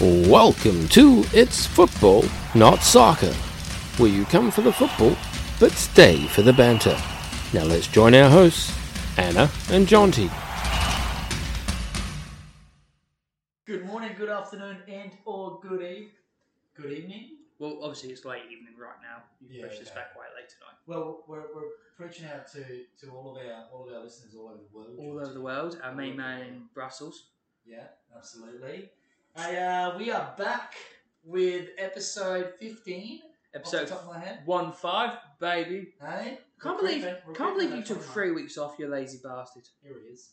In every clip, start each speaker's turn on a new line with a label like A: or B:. A: Welcome to It's Football, Not Soccer, where you come for the football but stay for the banter. Now let's join our hosts, Anna and Jonty.
B: Good morning, good afternoon, and or good eve, good evening.
C: Well, obviously it's late evening right now. You can
B: Yeah,
C: push this
B: yeah.
C: back quite late tonight.
B: Well, we're, we're preaching out to, to all of our all of our listeners all over the world.
C: All
B: George.
C: over the world, our
B: All over
C: main man
B: the
C: in
B: world.
C: Brussels.
B: Yeah, absolutely. Hey, uh, we are back with episode fifteen. off
C: Episode
B: the top of my head,
C: one five, baby.
B: hey.
C: Can't
B: We're
C: believe,
B: creeping- we're
C: can't
B: creeping
C: believe you
B: that
C: took
B: timeline.
C: three weeks off, you lazy bastard.
B: Here it is.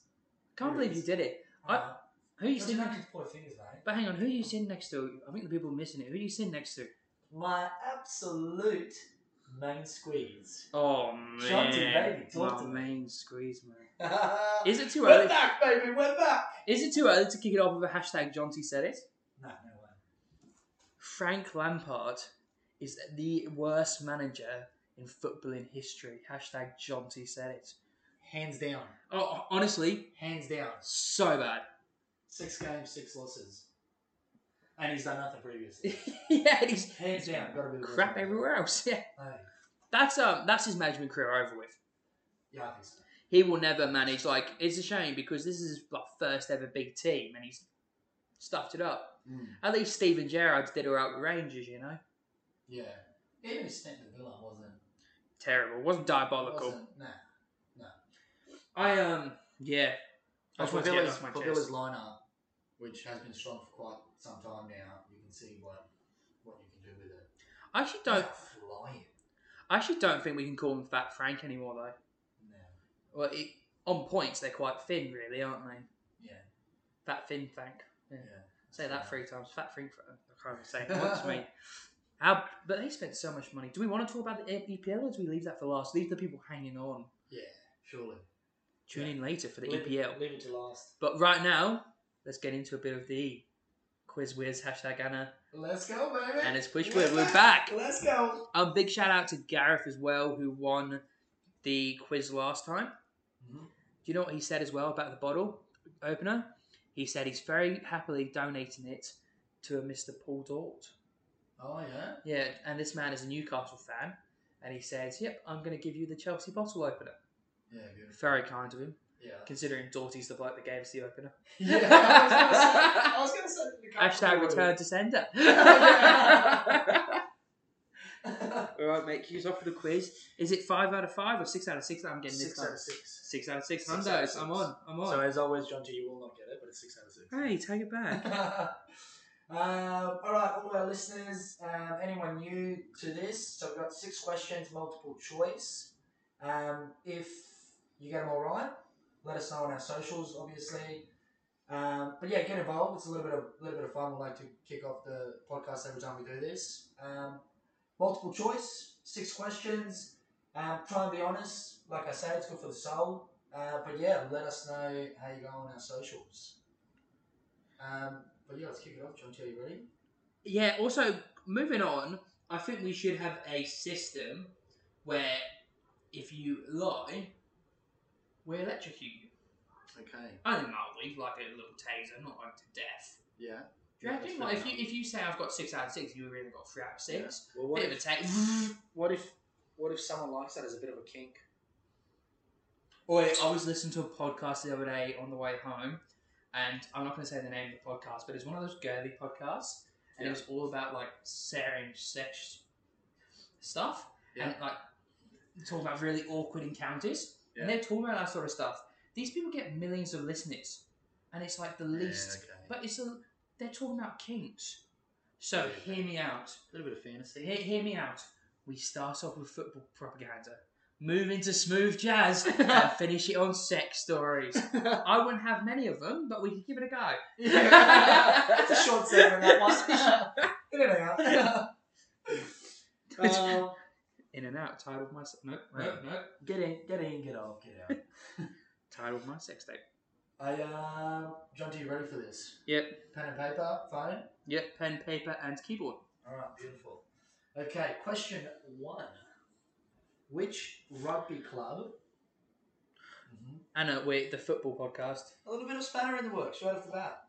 C: Can't
B: There it
C: believe you
B: is.
C: did it. I-
B: Uh,
C: Who you
B: don't
C: sitting?
B: you
C: Next?
B: need to point fingers, mate.
C: But hang on, who are you sitting next to? I think the people are missing it. Who are you sitting next to?
B: My absolute main squeeze.
C: Oh man,
B: Shanti, baby, talk
C: my
B: to me.
C: main squeeze, man.
B: is
C: Is it too
B: we're
C: early?
B: back, baby. We're back.
C: Is it too early to kick it off with a hashtag? Jonty said it.
B: No, no way.
C: Frank Lampard is the worst manager in footballing history. Hashtag Jonty said it.
B: Hands down.
C: Oh, honestly,
B: Hands down.
C: so bad.
B: Six games, six losses. And he's done nothing previously.
C: yeah, and he's
B: Hands down, gotta be the
C: crap
B: worst.
C: everywhere else. Yeah,
B: Hey,
C: that's um, that's his management career over with.
B: yeah, I think so.
C: He will never manage. Like it's a shame because this is his like, first ever big team, and he's stuffed it up.
B: Mm,
C: At least Steven Gerrard did all right with Rangers, you know.
B: Yeah. Even his stint with Villa wasn't.
C: Terrible. Wasn't diabolical.
B: wasn't nah.
C: I um, yeah.
B: But
C: I just
B: for
C: wanted to get it
B: Villa's,
C: off my
B: for
C: chest.
B: Villa's lineup, which has been strong for quite some time now, you can see what what you can do with it.
C: I actually don't.
B: He's flying
C: I actually don't think we can call him Fat Frank anymore though.
B: now.
C: Well, it, on points they're quite thin, really, aren't they?
B: Yeah.
C: Fat Thin Frank. Yeah.
B: Yeah.
C: Say that three times. Fat Frank. I can't even say it once, mate. How, but they spent so much money. Do we want to talk about the EPL or do we leave that for last? Leave the people hanging on.
B: Yeah, surely.
C: Tune in later for the
B: Leave-
C: EPL.
B: Leave it to last.
C: But right now, let's get into a bit of the quiz whiz hashtag Anna
B: Let's go, baby.
C: and it's push
B: We're
C: quiz. We're back.
B: Let's go.
C: A big shout out to Gareth as well, who won the quiz last time.
B: Mhm.
C: Do you know what he said as well about the bottle opener? He said he's very happily donating it to a Mr. Paul Dort.
B: Oh, yeah.
C: Yeah, and this man is a Newcastle fan, and he says, "Yep, I'm going to give you the Chelsea bottle opener."
B: Yeah, good.
C: Very kind of him,
B: Yeah.
C: considering Doughty's the bloke that gave us the opener.
B: Yeah, I was going to say. I was gonna say
C: Hashtag return to sender.
B: Yeah.
C: All right, mate. Cues off for the quiz. Is it five out of five or six out of six that I'm getting
B: Six
C: this time?
B: out of six.
C: Six out of six.
B: Six
C: Hundos.
B: out of
C: I'm
B: six.
C: on. I'm on.
B: So as always, John T, you will not get it, but it's six out of six.
C: Hey, take it back.
B: um, all right, all our listeners, um, anyone new to this? So we've got six questions, multiple choice. Um, if you get them all right, let us know on our socials, obviously. Um, but yeah, get involved. It's a little bit of little bit of fun. We like to kick off the podcast every time we do this. Um, multiple choice, six questions. Um, try and be honest. Like I said, it's good for the soul. Uh, but yeah, let us know how you go on our socials. Um, but yeah, let's kick it off, John. Are you ready?
C: yeah. Also, moving on. I think we should have a system where if you lie, we electrocute you.
B: Okay.
C: I think mildly, like a little taser, not like to death.
B: Yeah.
C: Do you reckon? Like, if you if you say I've got six out of six, you really got three out of six.
B: Well,
C: Bit of a taser.
B: what if what if someone likes that as a bit of a kink?
C: Or Oh, I was listening to a podcast the other day on the way home, and I'm not going to say the name of the podcast, but it's one of those girly podcasts, and it was all about like sharing sex stuff and like talking about really awkward encounters, and they're talking about that sort of stuff. These people get millions of listeners, and it's like the least. But it's a, they're talking about kinks. So
B: Yeah.
C: hear me out.
B: a little bit of fantasy.
C: Hear, hear me out. We start off with football propaganda, move into smooth jazz, and finish it on sex stories. I wouldn't have many of them, but we could give it a go.
B: That's a short segment. That one. Get it out. Uh, Um,
C: In and out, titled my se- no, no,
B: No.
C: no,
B: get in, get in, get off, get out.
C: titled my sex tape.
B: I um, John, T, you ready for this?
C: Yep,
B: Pen and paper, phone.
C: yep. Pen, paper, and keyboard.
B: All right, beautiful. Okay, question one. Which rugby club? Mm-hmm.
C: Anna, we're the football podcast.
B: A little bit of spanner in the works right off the bat.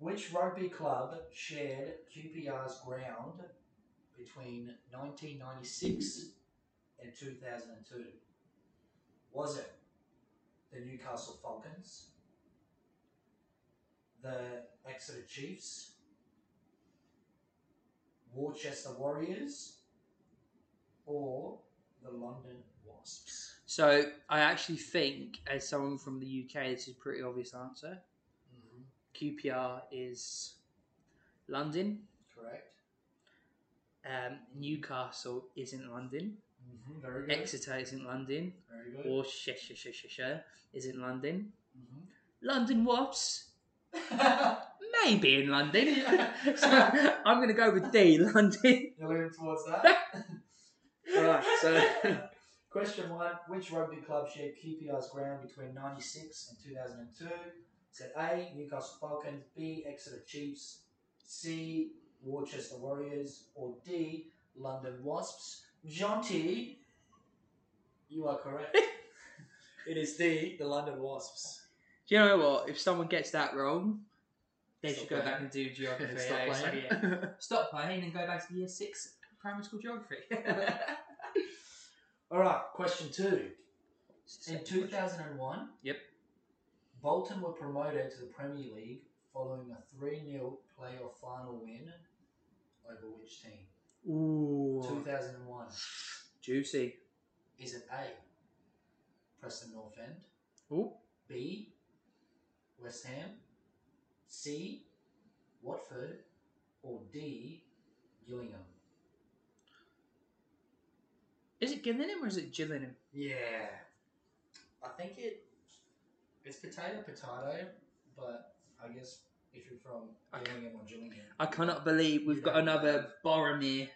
B: Which rugby club shared QPR's ground between 1996 and 2002? Was it the Newcastle Falcons, the Exeter Chiefs, Worcester Warriors, or the London Wasps?
C: So I actually think, as someone from the UK, this is a pretty obvious answer.
B: Mm-hmm.
C: QPR is London.
B: Correct.
C: Um, Newcastle isn't London.
B: Mm-hmm. Very good.
C: Exeter isn't London.
B: Very good.
C: Worcestershire isn't London.
B: Mhm.
C: London Wasps maybe in London. so I'm going to go with D, London.
B: You're leaning towards that.
C: Alright, so
B: Question one: Which rugby club shared QPR's ground between '96 and 2002? Said A. Newcastle Falcons, B. Exeter Chiefs, C. Worcester Warriors, or D. London Wasps. Jonty, you are correct. it is D. The London Wasps.
C: do you know what? If someone gets that wrong, they
B: Stop
C: should go
B: playing.
C: back and do geography.
B: Stop
C: eh? So,
B: playing.
C: yeah. Stop playing and go back to year six primary school geography.
B: All right. Question two. In 2001,
C: Yep.
B: Bolton were promoted to the Premier League following a 3 0 playoff final win over which team?
C: Ooh,
B: 2001.
C: juicy.
B: Is it A, Preston North End,
C: Ooh.
B: B, West Ham, C, Watford, or D, Gillingham?
C: Is it Gillingham or is it Gillingham?
B: Yeah. I think it it's potato potato, but I guess if you're from
C: I-
B: Gillingham or Gillingham.
C: I cannot believe we've
B: You
C: got
B: don't
C: another Boromir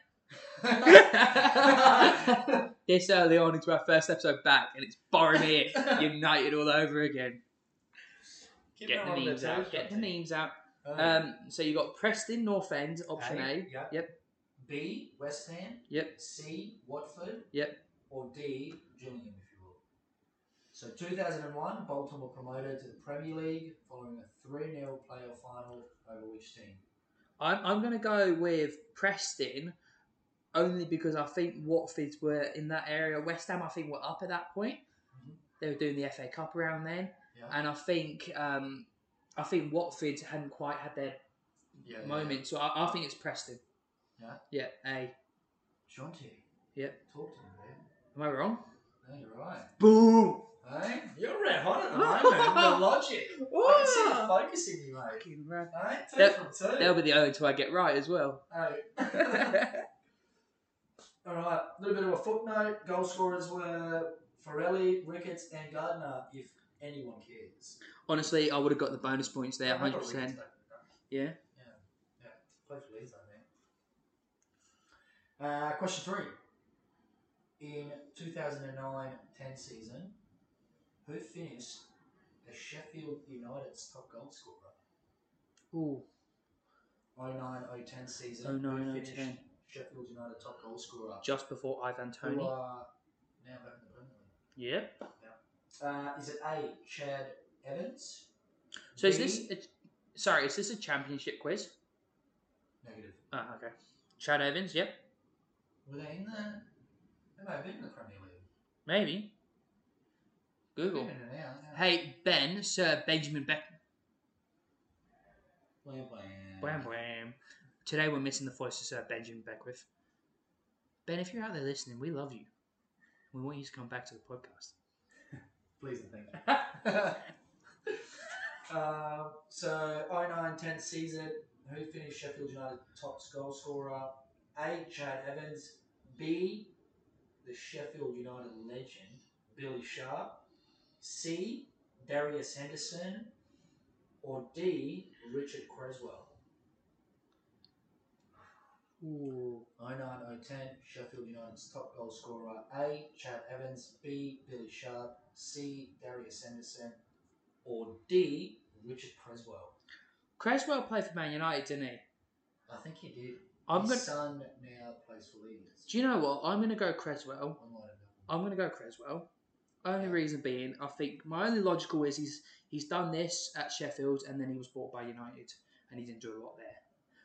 B: yeah,
C: this early on into our first episode back, and it's Boromir United all over again. Get the memes out. Get the memes out. Um, so you got Preston North End, option A.
B: Uh, Yep.
C: Yep.
B: B. West Ham.
C: Yep.
B: C. Watford.
C: Yep.
B: Or D. Gillingham, if you will. So 2001, Bolton were promoted to the Premier League following a 3 0 playoff final over which team?
C: I'm, I'm going to go with Preston only because I think Watford were in that area. West Ham, I think, were up at that point.
B: Mhm.
C: They were doing the FA Cup around then,
B: Yeah.
C: and I think um, I think Watford hadn't quite had their
B: Yeah.
C: moment, so I, I think it's Preston.
B: Yeah.
C: Yeah. A.
B: Shanti.
C: Yep.
B: Talk to me, man.
C: Am I wrong?
B: No, you're right.
C: Boom.
B: Hey? You're red hot at the moment. the logic. I can see the
C: Ah.
B: focus in you, mate.
C: Fucking right.
B: Hey, two
C: That-
B: from two.
C: They'll be the only two I get right as well.
B: Hey. All right, a little bit of a footnote. Goal scorers were Farelli, Ricketts, and Gardner, if anyone cares.
C: Honestly, I would have got the bonus points there,
B: Remember
C: hundred
B: Ricketts uh,
C: percent.
B: back in the day.
C: Yeah.
B: Yeah, played for Leeds, I think. Uh, question three. In 2009 10 season, who finished the Sheffield United's top goal scorer?
C: Ooh.
B: 09 010 season.
C: 09,
B: who finished
C: 010.
B: Sheffield United top goal scorer.
C: Just before Ivan
B: Who
C: Tony.
B: are now back in the Premier League.
C: Yep.
B: Uh, is it A, Chad Evans?
C: So is
B: B,
C: this? A, sorry, is this a championship quiz?
B: Negative.
C: Oh, okay. Chad Evans. Yep.
B: Were they in the. They might have been in the Premier League.
C: Maybe.
B: They've
C: Google.
B: been in and out. yeah.
C: Hey Ben, Sir Benjamin Beck.
B: Wham, wham.
C: Wham wham. Today we're missing the voice of Sir Benjamin Beckwith. Ben, if you're out there listening, we love you. We want you to come back to the podcast.
B: Please and thank you. um, so, 09 10 season, who finished Sheffield United top goal scorer? A, Chad Evans. B, the Sheffield United legend, Billy Sharp. C, Darius Henderson. Or D, Richard Creswell.
C: Ooh.
B: 09010, Sheffield United's top goal scorer. A. Chad Evans. B. Billy Sharp. C. Darius Henderson. Or D. Richard Creswell.
C: Creswell played for Man United, didn't he?
B: I think he did.
C: I'm
B: His
C: gonna.
B: son now plays for Leeds.
C: Do you know what? I'm gonna go Creswell.
B: One line of
C: I'm gonna go Creswell. Only
B: Yeah.
C: reason being, I think my only logical is he's he's done this at Sheffield and then he was bought by United, and he didn't do a lot there.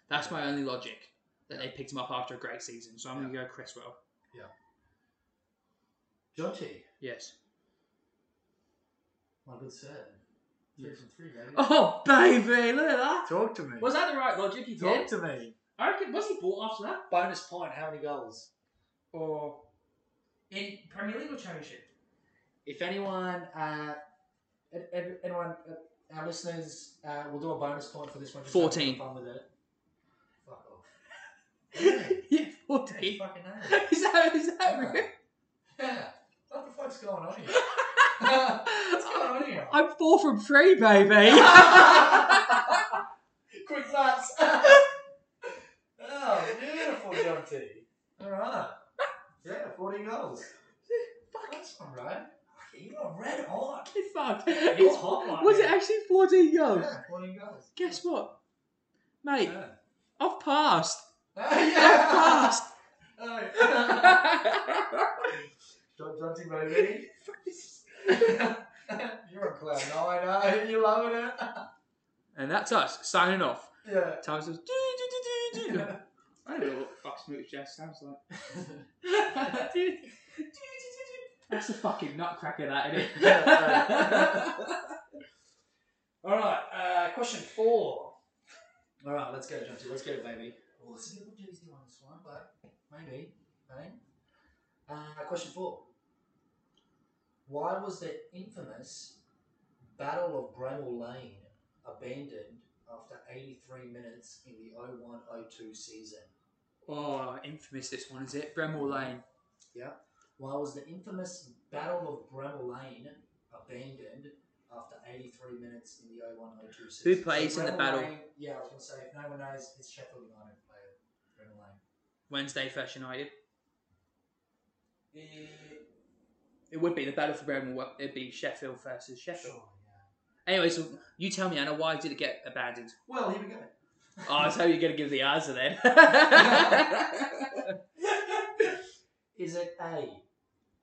C: That's my only logic that they picked him up after a great season. So I'm going to go Cresswell.
B: Jotty.
C: Yes.
B: My good sir. Three from three, baby.
C: Oh baby, look at that.
B: Talk to me.
C: Was that the right logic? He
B: Talk
C: did.
B: to me.
C: I reckon was he bought after that
B: Bonus point, how many goals?
C: or in Premier League or Championship?
B: If anyone, uh, ed- ed- anyone, uh, our listeners, uh, will do a bonus point for this one. Just have a bit of
C: 14.
B: Fun with it. Fuck off.
C: yeah,
B: Hey,
C: fourteen.
B: fucking hell.
C: is that is that real?
B: Yeah. What the fuck's going on here? What's going on here?
C: I'm four from three, baby.
B: Quick laps. oh, beautiful, John T. All right. Yeah, 14 goals. That's all right. You are red hot.
C: It's fucked.
B: You're
C: It's-
B: hot, mate.
C: was it actually fourteen goals?
B: Yeah, 14 goals.
C: Guess what, mate?
B: Yeah.
C: I've passed.
B: Ah,
C: I've
B: yeah.
C: passed.
B: Oh. John, John T, baby. You're on cloud nine, are you? You loving it?
C: and that's us signing off.
B: Yeah.
C: Time says. "Doo, doo, doo, doo, doo." I don't know what the fuck smooth jazz sounds like. That's a fucking nutcracker, that isn't it?
B: All right. Uh, question four. All right, let's go, Jonty. Let's get it, baby. Oh, it's a bit of a juicy one, this one, but maybe, maybe. Uh, question four. Why was the infamous Battle of Bramall Lane abandoned after 83 minutes in the 0102 season?
C: oh, infamous this one is it? Bremwell Lane.
B: Why was the infamous Battle of Bramall Lane abandoned after 83 minutes in the 0102 season?
C: Who plays in the
B: Bramall
C: battle?
B: Lane- yeah, I was going to say, if no one knows, it's Sheffield United player, Bramall Lane.
C: Wednesday First United. It would be the battle for Bremwell. It'd be Sheffield versus Sheffield.
B: Sure, yeah.
C: Anyway, so you tell me, Anna, why did it get abandoned?
B: Well, here we go.
C: Oh, so you're going to give the answer then.
B: Is it A,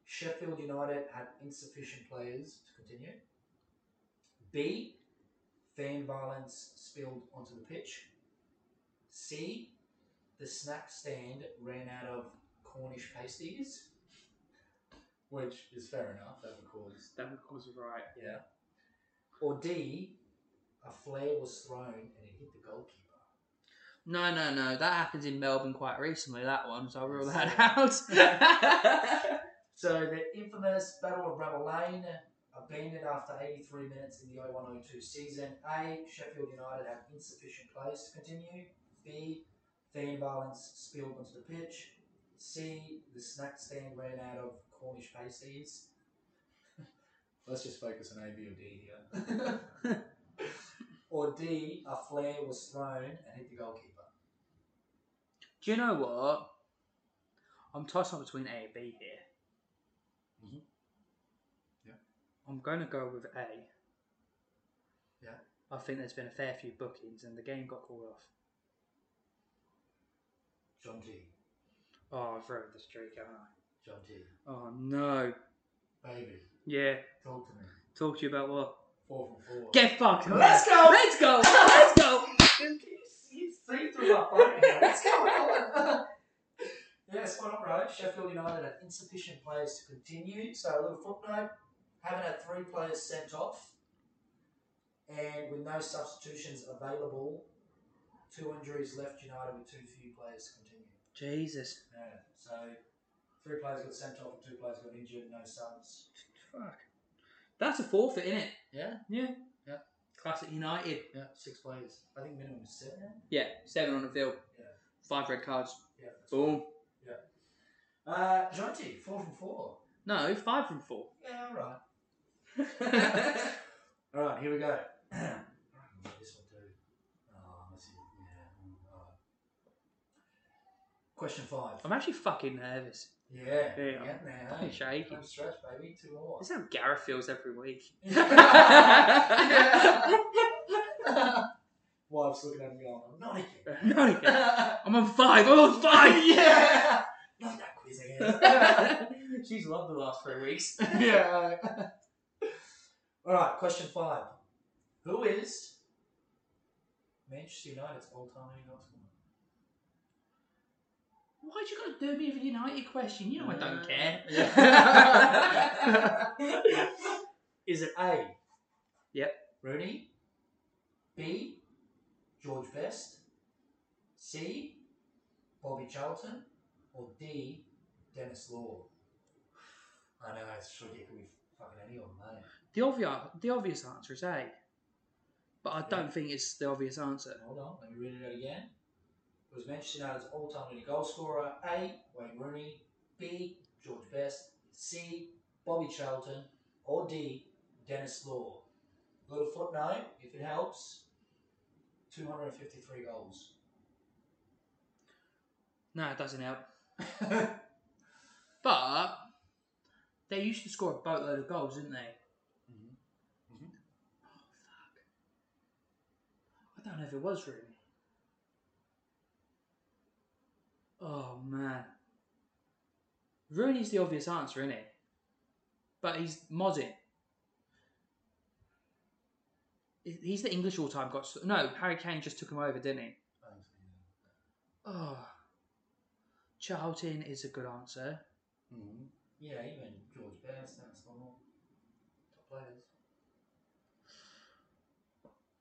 B: Sheffield United had insufficient players to continue? B, fan violence spilled onto the pitch? C, the snack stand ran out of Cornish pasties? Which is fair enough, that would cause.
C: that was right.
B: Yeah. Or D, a flare was thrown and it hit the goalkeeper.
C: No, no, no. That happened in Melbourne quite recently, that one, so I'll rule that out.
B: So the infamous Battle of Bramall Lane, abandoned after 83 minutes in the 0102 season. A. Sheffield United had insufficient players to continue. B. Fan violence spilled onto the pitch. C. The snack stand ran out of Cornish pasties. Let's just focus on A, B, or D here. or D. A flare was thrown and hit the goalkeeper.
C: Do you know what? I'm tossing up between A and B here.
B: Mhm. Yeah.
C: I'm going to go with A.
B: Yeah.
C: I think there's been a fair few bookings and the game got called off.
B: John T.
C: Oh, I've ruined the streak, haven't I?
B: John T.
C: Oh, no.
B: Baby,
C: Yeah.
B: talk to me.
C: Talk to you about what?
B: Four from four.
C: Get fucked.
B: Let's go.
C: Let's go. Let's go.
B: He's seen through my phone. now. What's going on? yeah, spot on, right? Sheffield United had insufficient players to continue. So a little footnote: haven't had three players sent off, and with no substitutions available, two injuries left United with too few players to continue.
C: Jesus.
B: Yeah, so three players got sent off, and two players got injured, no subs.
C: Fuck. That's a forfeit, innit?
B: Yeah,
C: Yeah.
B: Yeah.
C: Classic United.
B: yeah, six players. I think minimum is seven.
C: Yeah, seven on the field.
B: Yeah.
C: Five red cards.
B: Yeah. that's
C: Boom.
B: right. Uh, Jonty, four from four.
C: No, five from four.
B: Yeah, all right.
C: That's
B: All right, here we go. I remember this one too. Oh, let's see. Yeah. mm, all right. Question five.
C: I'm actually fucking nervous.
B: Yeah.
C: Yeah.
B: you're Getting there.
C: Fucking
B: Hey?
C: shaky.
B: Home stretch, baby. Two more.
C: That's how Gareth feels every week.
B: Yeah. Wife's looking at me going, I'm not again.
C: no, he can't. I'm on five. I'm on five.
B: yeah. Not that quiz again.
C: She's loved the last three weeks.
B: yeah. All right, question five. Who is Manchester United's all-time leading goalscorer.
C: Why'd you got to do me with United question? You know I don't care.
B: Yeah. Is it A?
C: Yep.
B: Rooney. B. George Best. C. Bobby Charlton. Or D. Dennis Law. I know it's tricky. It could be fucking any of them. eh?
C: the obvious the obvious answer is A, but I don't think it's the obvious answer.
B: Hold on, let me read it out again. It was Manchester United's all-time leading goal scorer. A. Wayne Rooney. B. George Best. C. Bobby Charlton. Or D. Dennis Law. Little footnote, if it helps. 253 goals.
C: No, it doesn't help. But they used to score a boatload of goals, didn't they?
B: Mhm.
C: Oh fuck! I don't know if it was Rooney. Oh man, Rooney's the obvious answer, isn't it? But he's modding. He- He's the English all-time got. No, Harry Kane just took him over, didn't he? Oh, Charlton is a good answer.
B: Mm-hmm. Yeah, even George Best, Dennis Law. Top players.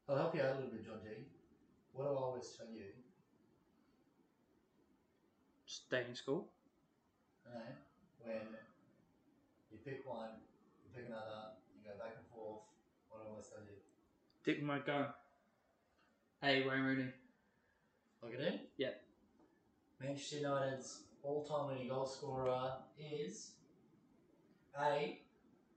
B: I'll help you out a little bit, John G. What do I always tell you?
C: Stay in school.
B: Right? When you pick one, you pick another, you go back and forth. What do I always tell you?
C: Dick my gun. Hey, Wayne Rooney.
B: Look at him.
C: Yep.
B: Manchester United's all-time leading goal scorer is A.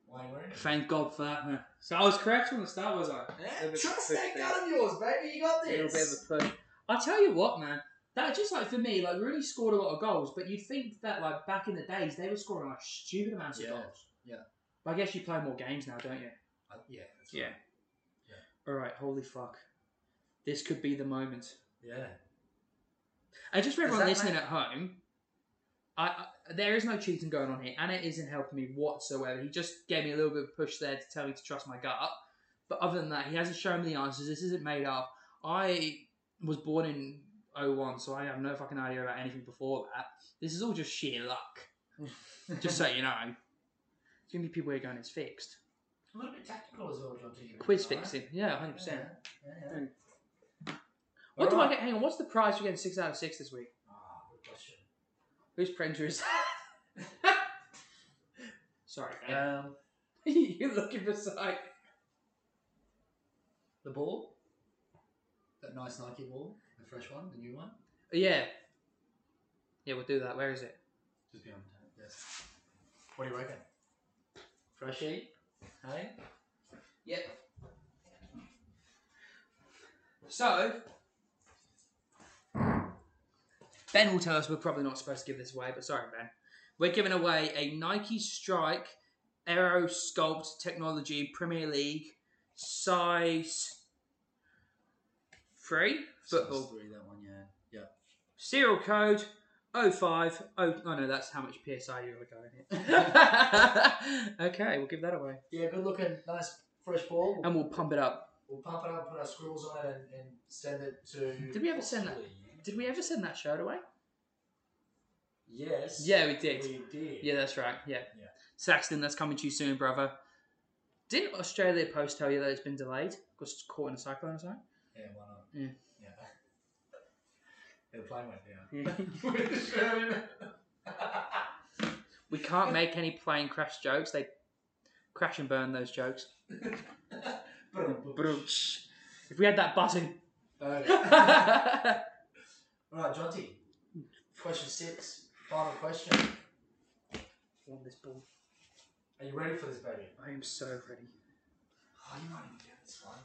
B: Wayne Rooney.
C: Thank God for that, man. So I was correct from the start, was I?
B: Yeah, Trust that gun of yours, baby. You got
C: A little bit of
B: this.
C: a push. I tell you what, man. That just like for me, like Rooney scored a lot of goals, but you'd think that like back in the days they were scoring like stupid amounts
B: Yeah,
C: of goals.
B: yeah.
C: But I guess you play more games now, don't you?
B: Uh, yeah. That's
C: Yeah.
B: right.
C: All right. Holy fuck. This could be the moment.
B: Yeah.
C: And just for
B: Does
C: everyone
B: that
C: listening
B: make-
C: at home, I, I there is no cheating going on here, and it isn't helping me whatsoever. He just gave me a little bit of push there to tell me to trust my gut. But other than that, he hasn't shown me the answers. This isn't made up. I was born in 01, so I have no fucking idea about anything before that. This is all just sheer luck. just so you know. It's gonna be people who are going, it's fixed.
B: A little bit tactical as well, John. G.
C: Quiz
B: Alright?
C: fixing. Yeah, 100%.
B: Yeah, yeah.
C: Mm. What do I
B: Alright.
C: get? Hang on, what's the prize for getting 6 out of 6 this week?
B: Ah, good question.
C: Whose printer is Sorry, Ed.
B: Um,
C: You're looking for sight.
B: the ball. That nice Nike ball, the fresh one, the new one.
C: Yeah. Yeah, we'll do that. Where is it?
B: Just beyond the table. Yes. What do you reckon? Freshie. Hey.
C: Yep. So, Ben will tell us we're probably not supposed to give this away, but sorry, Ben. We're giving away a Nike Strike Aero Sculpt Technology Premier League size three football.
B: Size Three, that one, yeah.
C: serial code 05 oh no that's how much psi you're going here okay we'll give that away
B: Yeah. Yeah, good looking, nice fresh ball.
C: and we'll pump it up
B: We'll pump it up, put our scribbles on it, and, and send it to.
C: Did we ever send that?
B: Possibly-
C: did we ever send that shirt away
B: Yes.
C: yeah we did
B: We did.
C: yeah that's right yeah,
B: Yeah.
C: saxton that's coming to you soon brother didn't australia post tell you that it's been delayed because it's caught in a cyclone or something
B: Yeah, why not?
C: Yeah.
B: Yeah. the plane went down.
C: Yeah.
B: yeah,
C: we can't make any plane crash jokes they crash and burn those jokes if we had that button
B: Alright, Jonty. Question six. Final question.
C: want this ball
B: Are you ready for this, baby?
C: i am so ready
B: Oh, you might even get this one.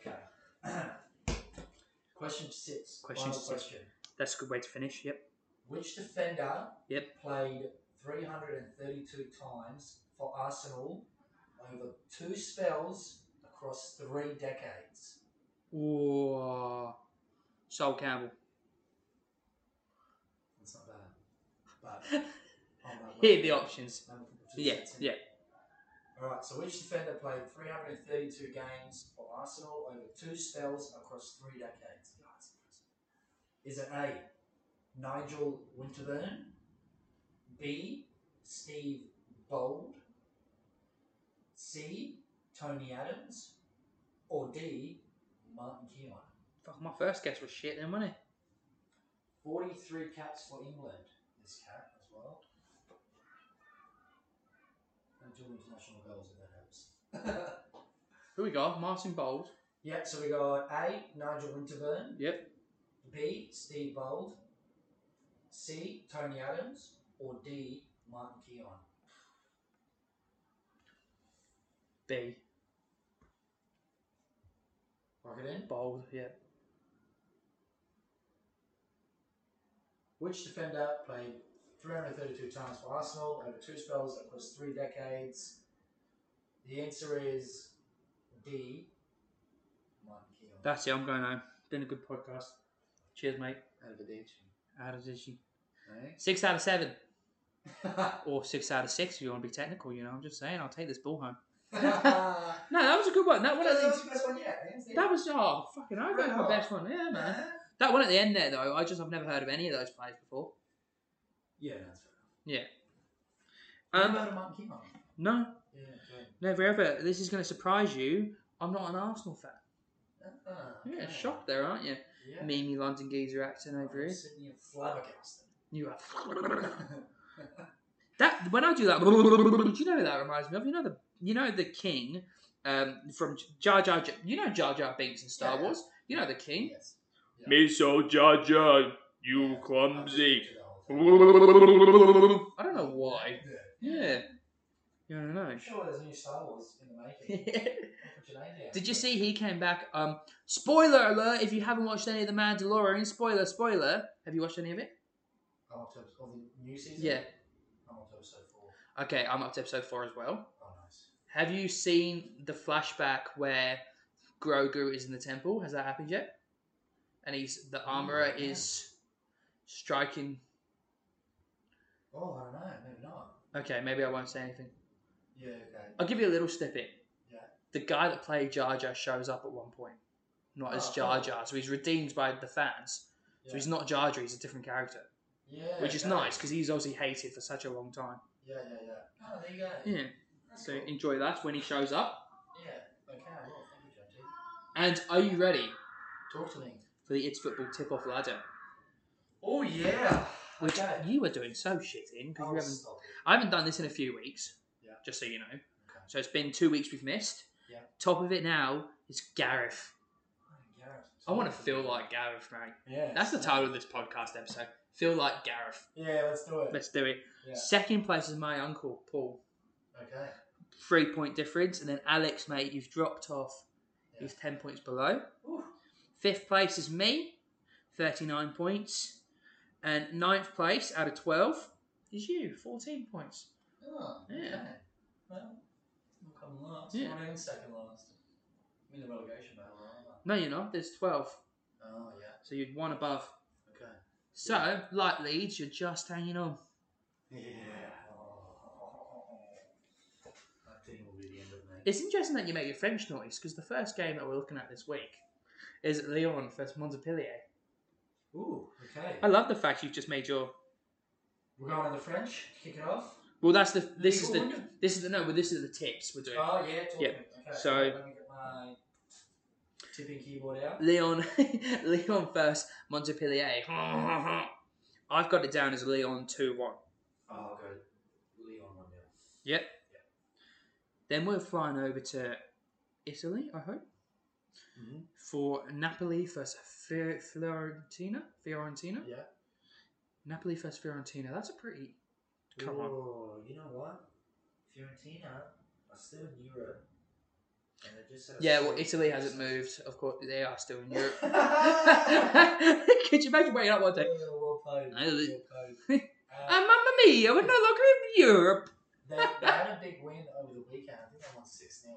B: Okay. question six.
C: Question
B: final
C: six.
B: question.
C: that's a good way to finish yep
B: Which defender
C: Yep.
B: played 332 times for Arsenal over two spells across three decades?
C: Ooh, uh, Sol Campbell.
B: That's not bad. But I'm not
C: Here are the
B: worried.
C: options.
B: Um, just
C: Yeah,
B: sets in.
C: yeah.
B: All right, so each defender played 332 games for Arsenal over two spells across three decades. Is it A, Nigel Winterburn? B, Steve Bold? C, Tony Adams? Or D, Martin Keown?
C: Fuck, my first guess was shit then, wasn't it?
B: 43 caps for England, this cat as well. And two international goals if that helps.
C: Who we got? Martin Bold.
B: yep, so we got A, Nigel Winterburn.
C: Yep.
B: B. Steve Bold. C. Tony Adams. Or D. Martin Keon.
C: B.
B: Lock it in.
C: Bold, yep.
B: Which defender played 332 times for Arsenal over two spells across three decades? The answer is D. Martin Keon.
C: That's it, I'm going home. Been a good podcast. Cheers, mate.
B: Addiction.
C: Out of this, you- Six out of seven. Or six out of six if you want to be technical, you know. I'm just saying, I'll take this ball home. No, that was a good one. That one at
B: That's
C: the,
B: the best one yet. hands down.
C: That was oh fucking I got
B: Right
C: my
B: on.
C: best one, yeah man. That one at the end there though, I just I've never heard of any of those players before.
B: Yeah, that's right.
C: Yeah.
B: What
C: Um,
B: about a Martin Keon?
C: no,
B: Yeah, okay.
C: never ever. This is going to surprise you. I'm not an Arsenal fan.
B: Ah,
C: Yeah,
B: okay.
C: shocked there, aren't you?
B: Yeah.
C: Mimi London geezer acting over here.
B: Sydney and flabbergasted.
C: You are that when I do that. Do you know who that reminds me of? You know the you know the King um, from Jar Jar. J- You know Jar Jar Binks in Star
B: Yeah.
C: Wars. You know the King.
B: yes.
D: so Jar Jar, you clumsy.
C: I don't know why. Yeah. Yeah, I don't know.
B: I'm sure there's new Star Wars in the making. I'll put your name down.
C: Did you see he came back? Um, spoiler alert! If you haven't watched any of the Mandalorian, spoiler, spoiler. Have you watched any of it?
B: I'm up to episode, or the new season?
C: Yeah.
B: I'm up to episode four.
C: Okay, I'm up to episode four as well.
B: Oh, nice.
C: Have you seen the flashback where Grogu is in the temple? Has that happened yet? And he's the armorer
B: Mm, yeah.
C: is striking.
B: Oh, I don't know. Maybe not.
C: Okay, maybe I won't say anything.
B: Yeah, okay.
C: I'll give you a little snippet.
B: Yeah.
C: The guy that played Jar Jar shows up at one point, not as
B: Oh,
C: Jar
B: cool.
C: Jar, so he's redeemed by the fans.
B: Yeah.
C: So he's not Jar Jar; he's a different character.
B: yeah,
C: which is
B: okay.
C: nice because he's obviously hated for such a long time.
B: Yeah, yeah, yeah. Oh, there you go.
C: Yeah,
B: That's
C: so
B: cool.
C: enjoy that when he shows up.
B: yeah. Okay, well, thank you, Jackie.
C: And are you ready
B: Talk to me.
C: for the It's Football Tip Off Ladder?
B: Oh, yeah.
C: Which
B: Okay.
C: you are doing so shit in because
B: I'll
C: you haven't.
B: stop it.
C: I haven't done this in a few weeks.
B: Yeah.
C: Just so you know.
B: Okay.
C: So it's been two weeks we've missed.
B: Yeah.
C: Top of it now is Gareth.
B: Gareth,
C: I want to
B: talk
C: feel
B: me.
C: like Gareth, mate.
B: Yeah.
C: That's the title of this podcast episode. Feel like Gareth.
B: Yeah, let's do it.
C: Let's do it.
B: Yeah.
C: Second place is my uncle Paul.
B: Okay.
C: Three point difference, and then Alex, mate, you've dropped off.
B: Yeah.
C: He's ten points below.
B: Ooh.
C: Fifth place is me, 39 points. And ninth place out of 12 is you, 14 points.
B: Oh,
C: Yeah.
B: okay. Well, we'll come last.
C: Yeah.
B: Not even second last. I'm in the relegation battle, aren't I?
C: No, you're not. There's 12.
B: Oh, yeah.
C: So you're one above.
B: Okay.
C: So, like Leeds, you're just hanging on.
B: Yeah. That thing will be the end of me.
C: It's interesting that you make your French noise because the first game that we're looking at this week is Lyon versus Montpellier.
B: Ooh, okay.
C: I love the fact you've just made your.
B: We're going to the French to kick it off.
C: Well, that's the. This is
B: Legal
C: the.
B: winner.
C: This is the. No, well, this is the tips we're doing.
B: Oh, yeah. Talk
C: Yeah.
B: to me. Okay.
C: So-
B: Let me get my tipping keyboard out.
C: Leon, Leon first, Montpellier. I've got it down as Leon 2 1.
B: Oh, I'll go Leon 1 0.
C: Yep. Then we're flying over to Italy, I hope,
B: Mhm.
C: for Napoli versus Fi- Fiorentina. Fiorentina?
B: Yeah.
C: Napoli versus Fiorentina. That's a pretty. Come on.
B: Ooh, You know what? Fiorentina are still in Europe. And they just had a
C: Yeah, well,
B: sweet-
C: Italy hasn't moved. Of course, they are still in Europe.
B: Yeah,
C: Could you imagine waking up one day?
B: well played,
C: I li-
B: well played.
C: Oh,
B: Uh,
C: Mamma mia, we're no longer in Europe.
B: they, they had a big win over the weekend. I think they won 6 0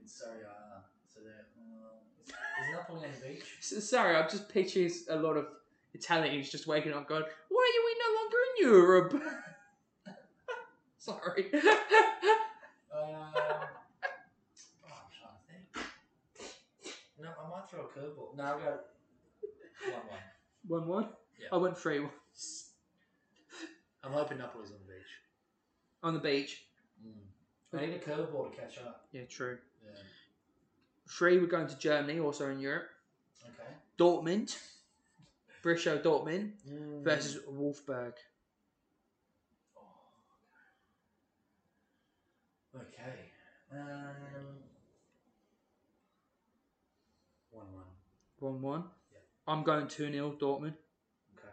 B: in Serie A. So they're. Um, is, is Napoli on the beach?
C: S- Sorry, I'm just picturing a lot of Italians just waking up going, why are we no longer in Europe? Sorry.
B: Oh, might throw a curveball. No, I'll go one one.
C: One one.
B: Yeah.
C: I went three one
B: I'm hoping Napoli's on the beach.
C: on the beach.
B: Mm. I need a curveball to catch up.
C: Yeah, true.
B: Yeah.
C: Three. We're going to Germany, also in Europe.
B: Okay.
C: Dortmund, Brisho Dortmund versus Wolfsburg.
B: Okay. Um. One one.
C: One one.
B: Yeah.
C: I'm going two 0 Dortmund.
B: Okay.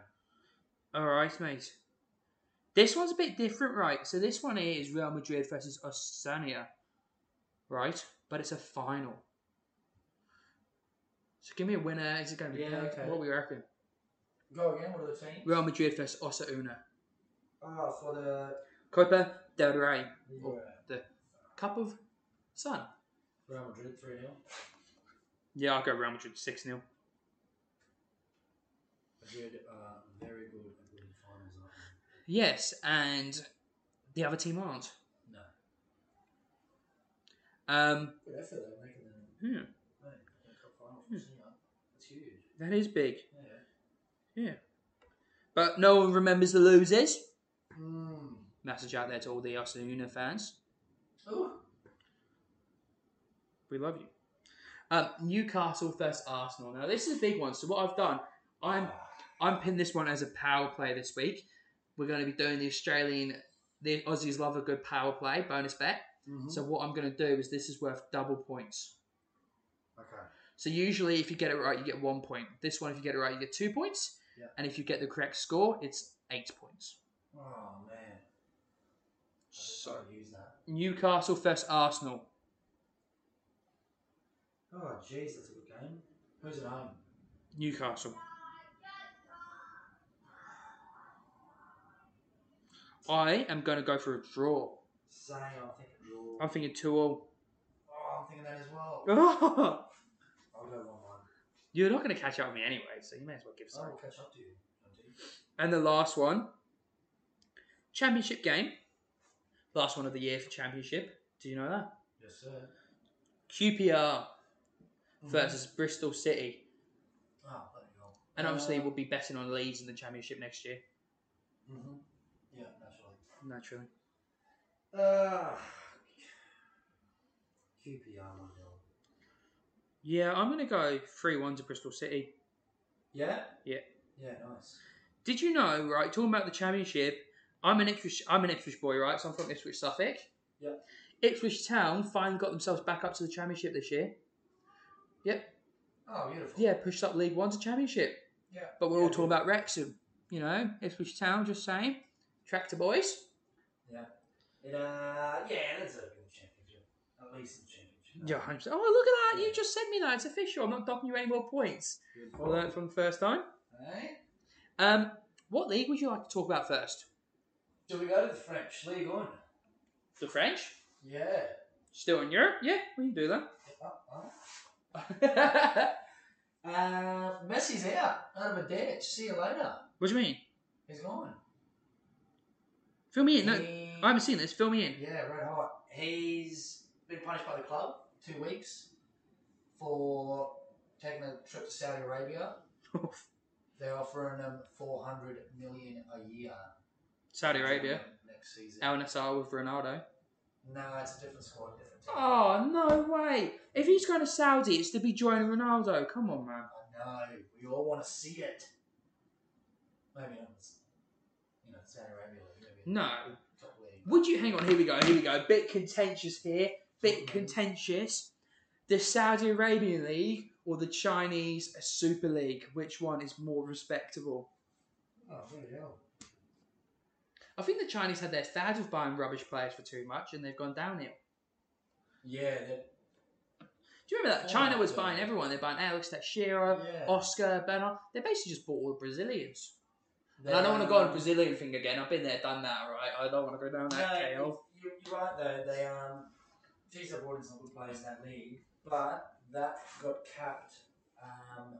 C: All right, mate. This one's a bit different, right? So this one here is Real Madrid versus Ostania, right? But it's a final. So give me a winner. Is it going to be
B: Yeah,
C: penalty-
B: okay.
C: what we reckon?
B: Go again. What are the teams?
C: Real Madrid versus Osasuna.
B: Oh, for the
C: Copa del Rey,
B: yeah.
C: the Cup of Sun.
B: Real Madrid three 0
C: Yeah, I'll go Real Madrid six 0
B: Madrid are very good at winning finals, aren't they?
C: Yes, and the other team aren't.
B: No.
C: Um,
B: Good effort though, making the
C: hmm,
B: mate, the cup final. for Senior. That's huge.
C: that is big.
B: Yeah.
C: Yeah, but no one remembers the losers.
B: Mm.
C: Message out there to all the Osasuna fans.
B: Ooh.
C: We love you. Um, Newcastle versus Arsenal. Now this is a big one. So what I've done, I'm I'm pinning this one as a power play this week. We're going to be doing the Australian, the Aussies love a good power play bonus bet.
B: Mhm.
C: So what I'm going to do is this is worth double points.
B: Okay.
C: So usually if you get it right, you get one point. This one, if you get it right, you get two points.
B: Yeah.
C: And if you get the correct score, it's eight points.
B: Oh man. I just
C: So-
B: gotta use that.
C: Newcastle versus Arsenal.
B: Oh jeez, that's a good game. Who's at home?
C: Newcastle. I am going to go for a draw.
B: Same, I'm thinking draw.
C: I'm thinking two all.
B: Oh, I'm thinking that as well. I'll go one one.
C: You're not going to catch up with me anyway, so you may as well give
B: I
C: some.
B: will catch up to you. Andy.
C: And the last one, championship game, last one of the year for championship. Do you know that?
B: Yes, sir.
C: QPR versus Bristol City,
B: Oh, there you go.
C: and obviously we'll be betting on Leeds in the championship next year,
B: hmm Yeah, naturally.
C: naturally.
B: Uh, QPR, my girl.
C: Yeah, I'm going to go three-one to Bristol City.
B: Yeah?
C: Yeah.
B: Yeah, nice.
C: Did you know, right? Talking about the championship, I'm an Ipswich. I'm an Ipswich boy, right? So I'm from Ipswich, Suffolk.
B: Yep.
C: Ipswich Town finally got themselves back up to the championship this year.
B: Oh, beautiful.
C: Yeah, pushed up League One to championship.
B: Yeah.
C: But we're all talking about Wrexham, you know, Ipswich Town. Just saying, tractor boys.
B: It, uh, yeah, that's a good championship. At least a championship.
C: Yeah, 100%. oh look at that! You just sent me that. It's official. I'm not docking you any more points. I
B: Beautiful.
C: learned from the first time.
B: Eh?
C: Um, what league would you like to talk about first?
B: Do we go to the French League on?
C: The French.
B: Yeah.
C: Still in Europe? Yeah, we can do
B: Uh,
C: that.
B: uh. Uh, Messi's out. Out of a ditch. See you later.
C: what do you mean?
B: He's gone.
C: Fill me in. No,
B: He-
C: I haven't seen this. Fill me in.
B: Yeah, red hot. He's been punished by the club two weeks for taking a trip to Saudi Arabia. They're offering him four hundred million a year.
C: Saudi Arabia.
B: next season.
C: Al Nassr with Ronaldo.
B: No, it's a different squad, different team.
C: Oh no way! If he's going to Saudi, it's to be joining Ronaldo. Come on, man.
B: I know. We all want to see it. Maybe not. It's, you know, Saudi Arabia. Maybe
C: No.
B: Top league.
C: Would you hang on? Here we go. Here we go. Bit contentious here. Bit contentious. The Saudi Arabian League or the Chinese Super League? Which one is more respectable?
B: Oh, bloody hell.
C: I think the Chinese had their fad of buying rubbish players for too much, and they've gone downhill.
B: Yeah. that-
C: Do you remember that? China was
B: Oh,
C: buying
B: yeah.
C: everyone. They're buying Alex Teixeira,
B: Yeah.
C: Oscar, Bernard. They basically just bought all the Brazilians.
B: They,
C: And I don't want to go on a
B: um,
C: Brazilian thing again. I've been there, done that, right? I don't want to go down that
B: No,
C: trail.
B: you- you're right though. They um, these are some good players in that league, but that got capped, um,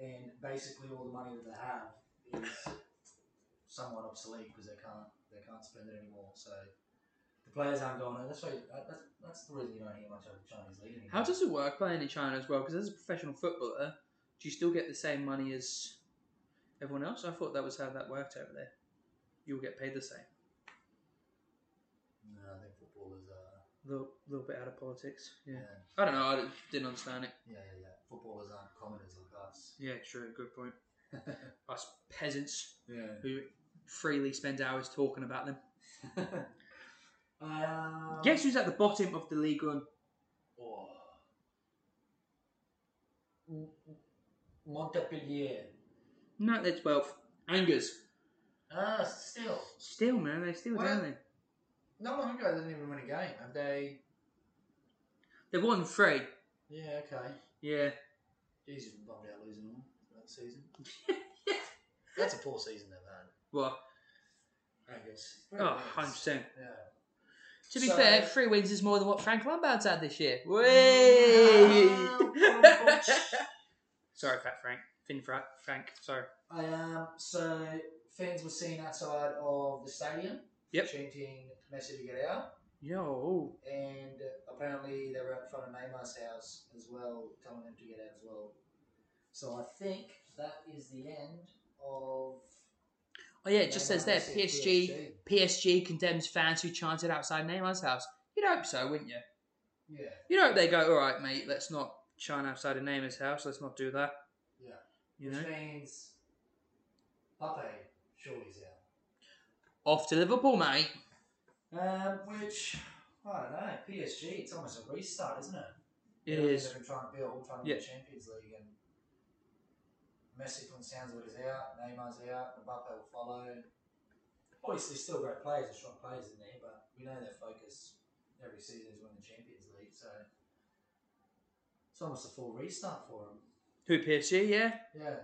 B: and basically all the money that they have is somewhat obsolete because they can't they can't spend it anymore. So the players aren't going. That's why. that- That's that's the reason you don't hear much of the Chinese league anymore.
C: How does it work playing in China as well? Because as a professional footballer, do you still get the same money as everyone else? I thought that was how that worked over there. You'll get paid the same.
B: No, I think football is. Uh,
C: A little, little bit out of politics. Yeah.
B: yeah.
C: I don't know. I d- didn't understand it.
B: yeah, yeah, yeah. Footballers aren't commoners like us.
C: Yeah, true. Good point. Us peasants
B: yeah.
C: who freely spend hours talking about them.
B: um,
C: Guess who's at the bottom of the league on
B: Oh. M- M- Montpellier.
C: No, they're 12th. Angers.
B: Ah, still.
C: Still, man, they're still
B: Well-
C: down there.
B: Not long ago, they didn't even win a game. Have they?
C: They've won three.
B: Yeah, okay.
C: Yeah.
B: Jesus, we bummed out losing all that season. That's a poor season they've
C: Well,
B: had. I guess.
C: oh, 100%.
B: Yeah.
C: To be
B: So-
C: fair, three wins is more than what Frank Lombard's had this year. Way! sorry, Fat Frank. Thin Fra- Frank, sorry.
B: I um, so fans were seen outside of the stadium,
C: Yep.
B: chanting Messi to get out,
C: Yo.
B: and apparently they were out in front of Neymar's house as well, telling him to get out as well. So I think that is the end of.
C: Oh, yeah, it just says there
B: Neymar's at
C: PSG, PSG condemns fans who chanted outside Neymar's house. You'd hope so, wouldn't you?
B: Yeah,
C: You'd hope they go, all right, mate, let's not chant outside of Neymar's house. Let's not do that.
B: yeah.
C: You know?
B: Which means Pape surely is out.
C: Off to Liverpool, mate.
B: Um, which I don't know. PSG, it's almost a restart, isn't it?
C: It
B: Yeah,
C: is.
B: They've been trying to build, trying to win Champions League, and Messi from the sounds of it is out, Neymar's out, Mbappe will follow. Obviously, still great players and strong players in there, but we know their focus every season is winning the Champions League, so it's almost a full restart for them.
C: Who, PSG, yeah?
B: Yeah.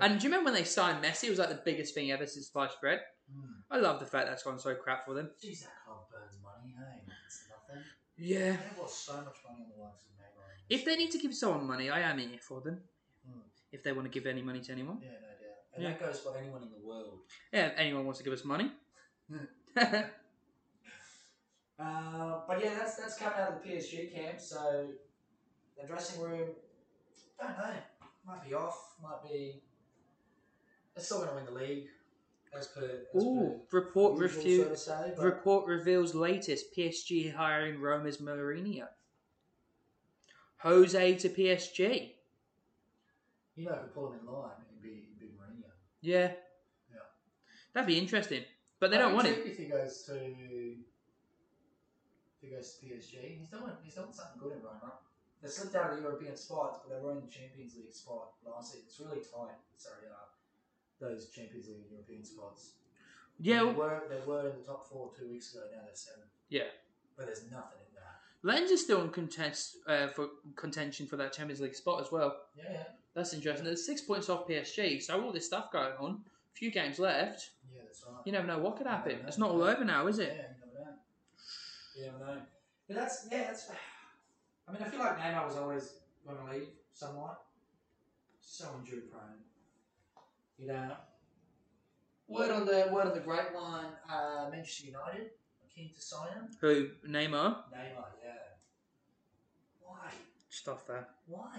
C: And do you remember when they signed Messi? It was like the biggest thing ever since sliced bread.
B: Mm.
C: I love the fact that's gone so crap for them.
B: Jeez, that club burns money, hey? It's nothing.
C: Yeah.
B: They've lost so much money on the likes of Neymar.
C: If they need to give someone money, I am in it for them.
B: Mm.
C: If they want to give any money to anyone.
B: Yeah, no doubt. And
C: Yeah.
B: that goes for anyone in the world.
C: Yeah, if anyone wants to give us money.
B: Uh, but yeah, that's that's coming out of the PSG camp. So the dressing room, don't know, might be off, might be. They're still going to win the league, as per. As
C: Ooh,
B: per
C: report
B: usual,
C: refu-
B: so to say, but
C: report reveals latest PSG hiring Roma's Mourinho. Jose to PSG.
B: you know, if you pull them in line, it'd be it'd be Mourinho.
C: Yeah.
B: Yeah.
C: That'd be interesting. But they don't want
B: it.
C: him.
B: If he goes to, if he goes to PSG, he's doing he's doing something good in Roma. They slipped out of the European spots, but they were in the Champions League spot last season. It's really tight. Sorry, uh, those Champions League and European spots.
C: Yeah.
B: They
C: well,
B: were, they were in the top four two weeks ago, now they're seven.
C: Yeah.
B: But there's nothing in that.
C: Lens is still in contest uh, for contention for that Champions League spot as well.
B: Yeah, yeah.
C: That's interesting. There's six points off PSG, so all this stuff going on. few games left.
B: Yeah, that's right.
C: You never know what could happen. It's not all over now, is
B: yeah,
C: it?
B: you never know. You never know. But that's, yeah, that's. I mean, I feel like Neymar was always going to leave somewhat. So injury prone. You know. Word on the word on the great one, uh, Manchester United are keen to sign him.
C: Who? Neymar?
B: Neymar, yeah. Why?
C: Stuff there.
B: Why?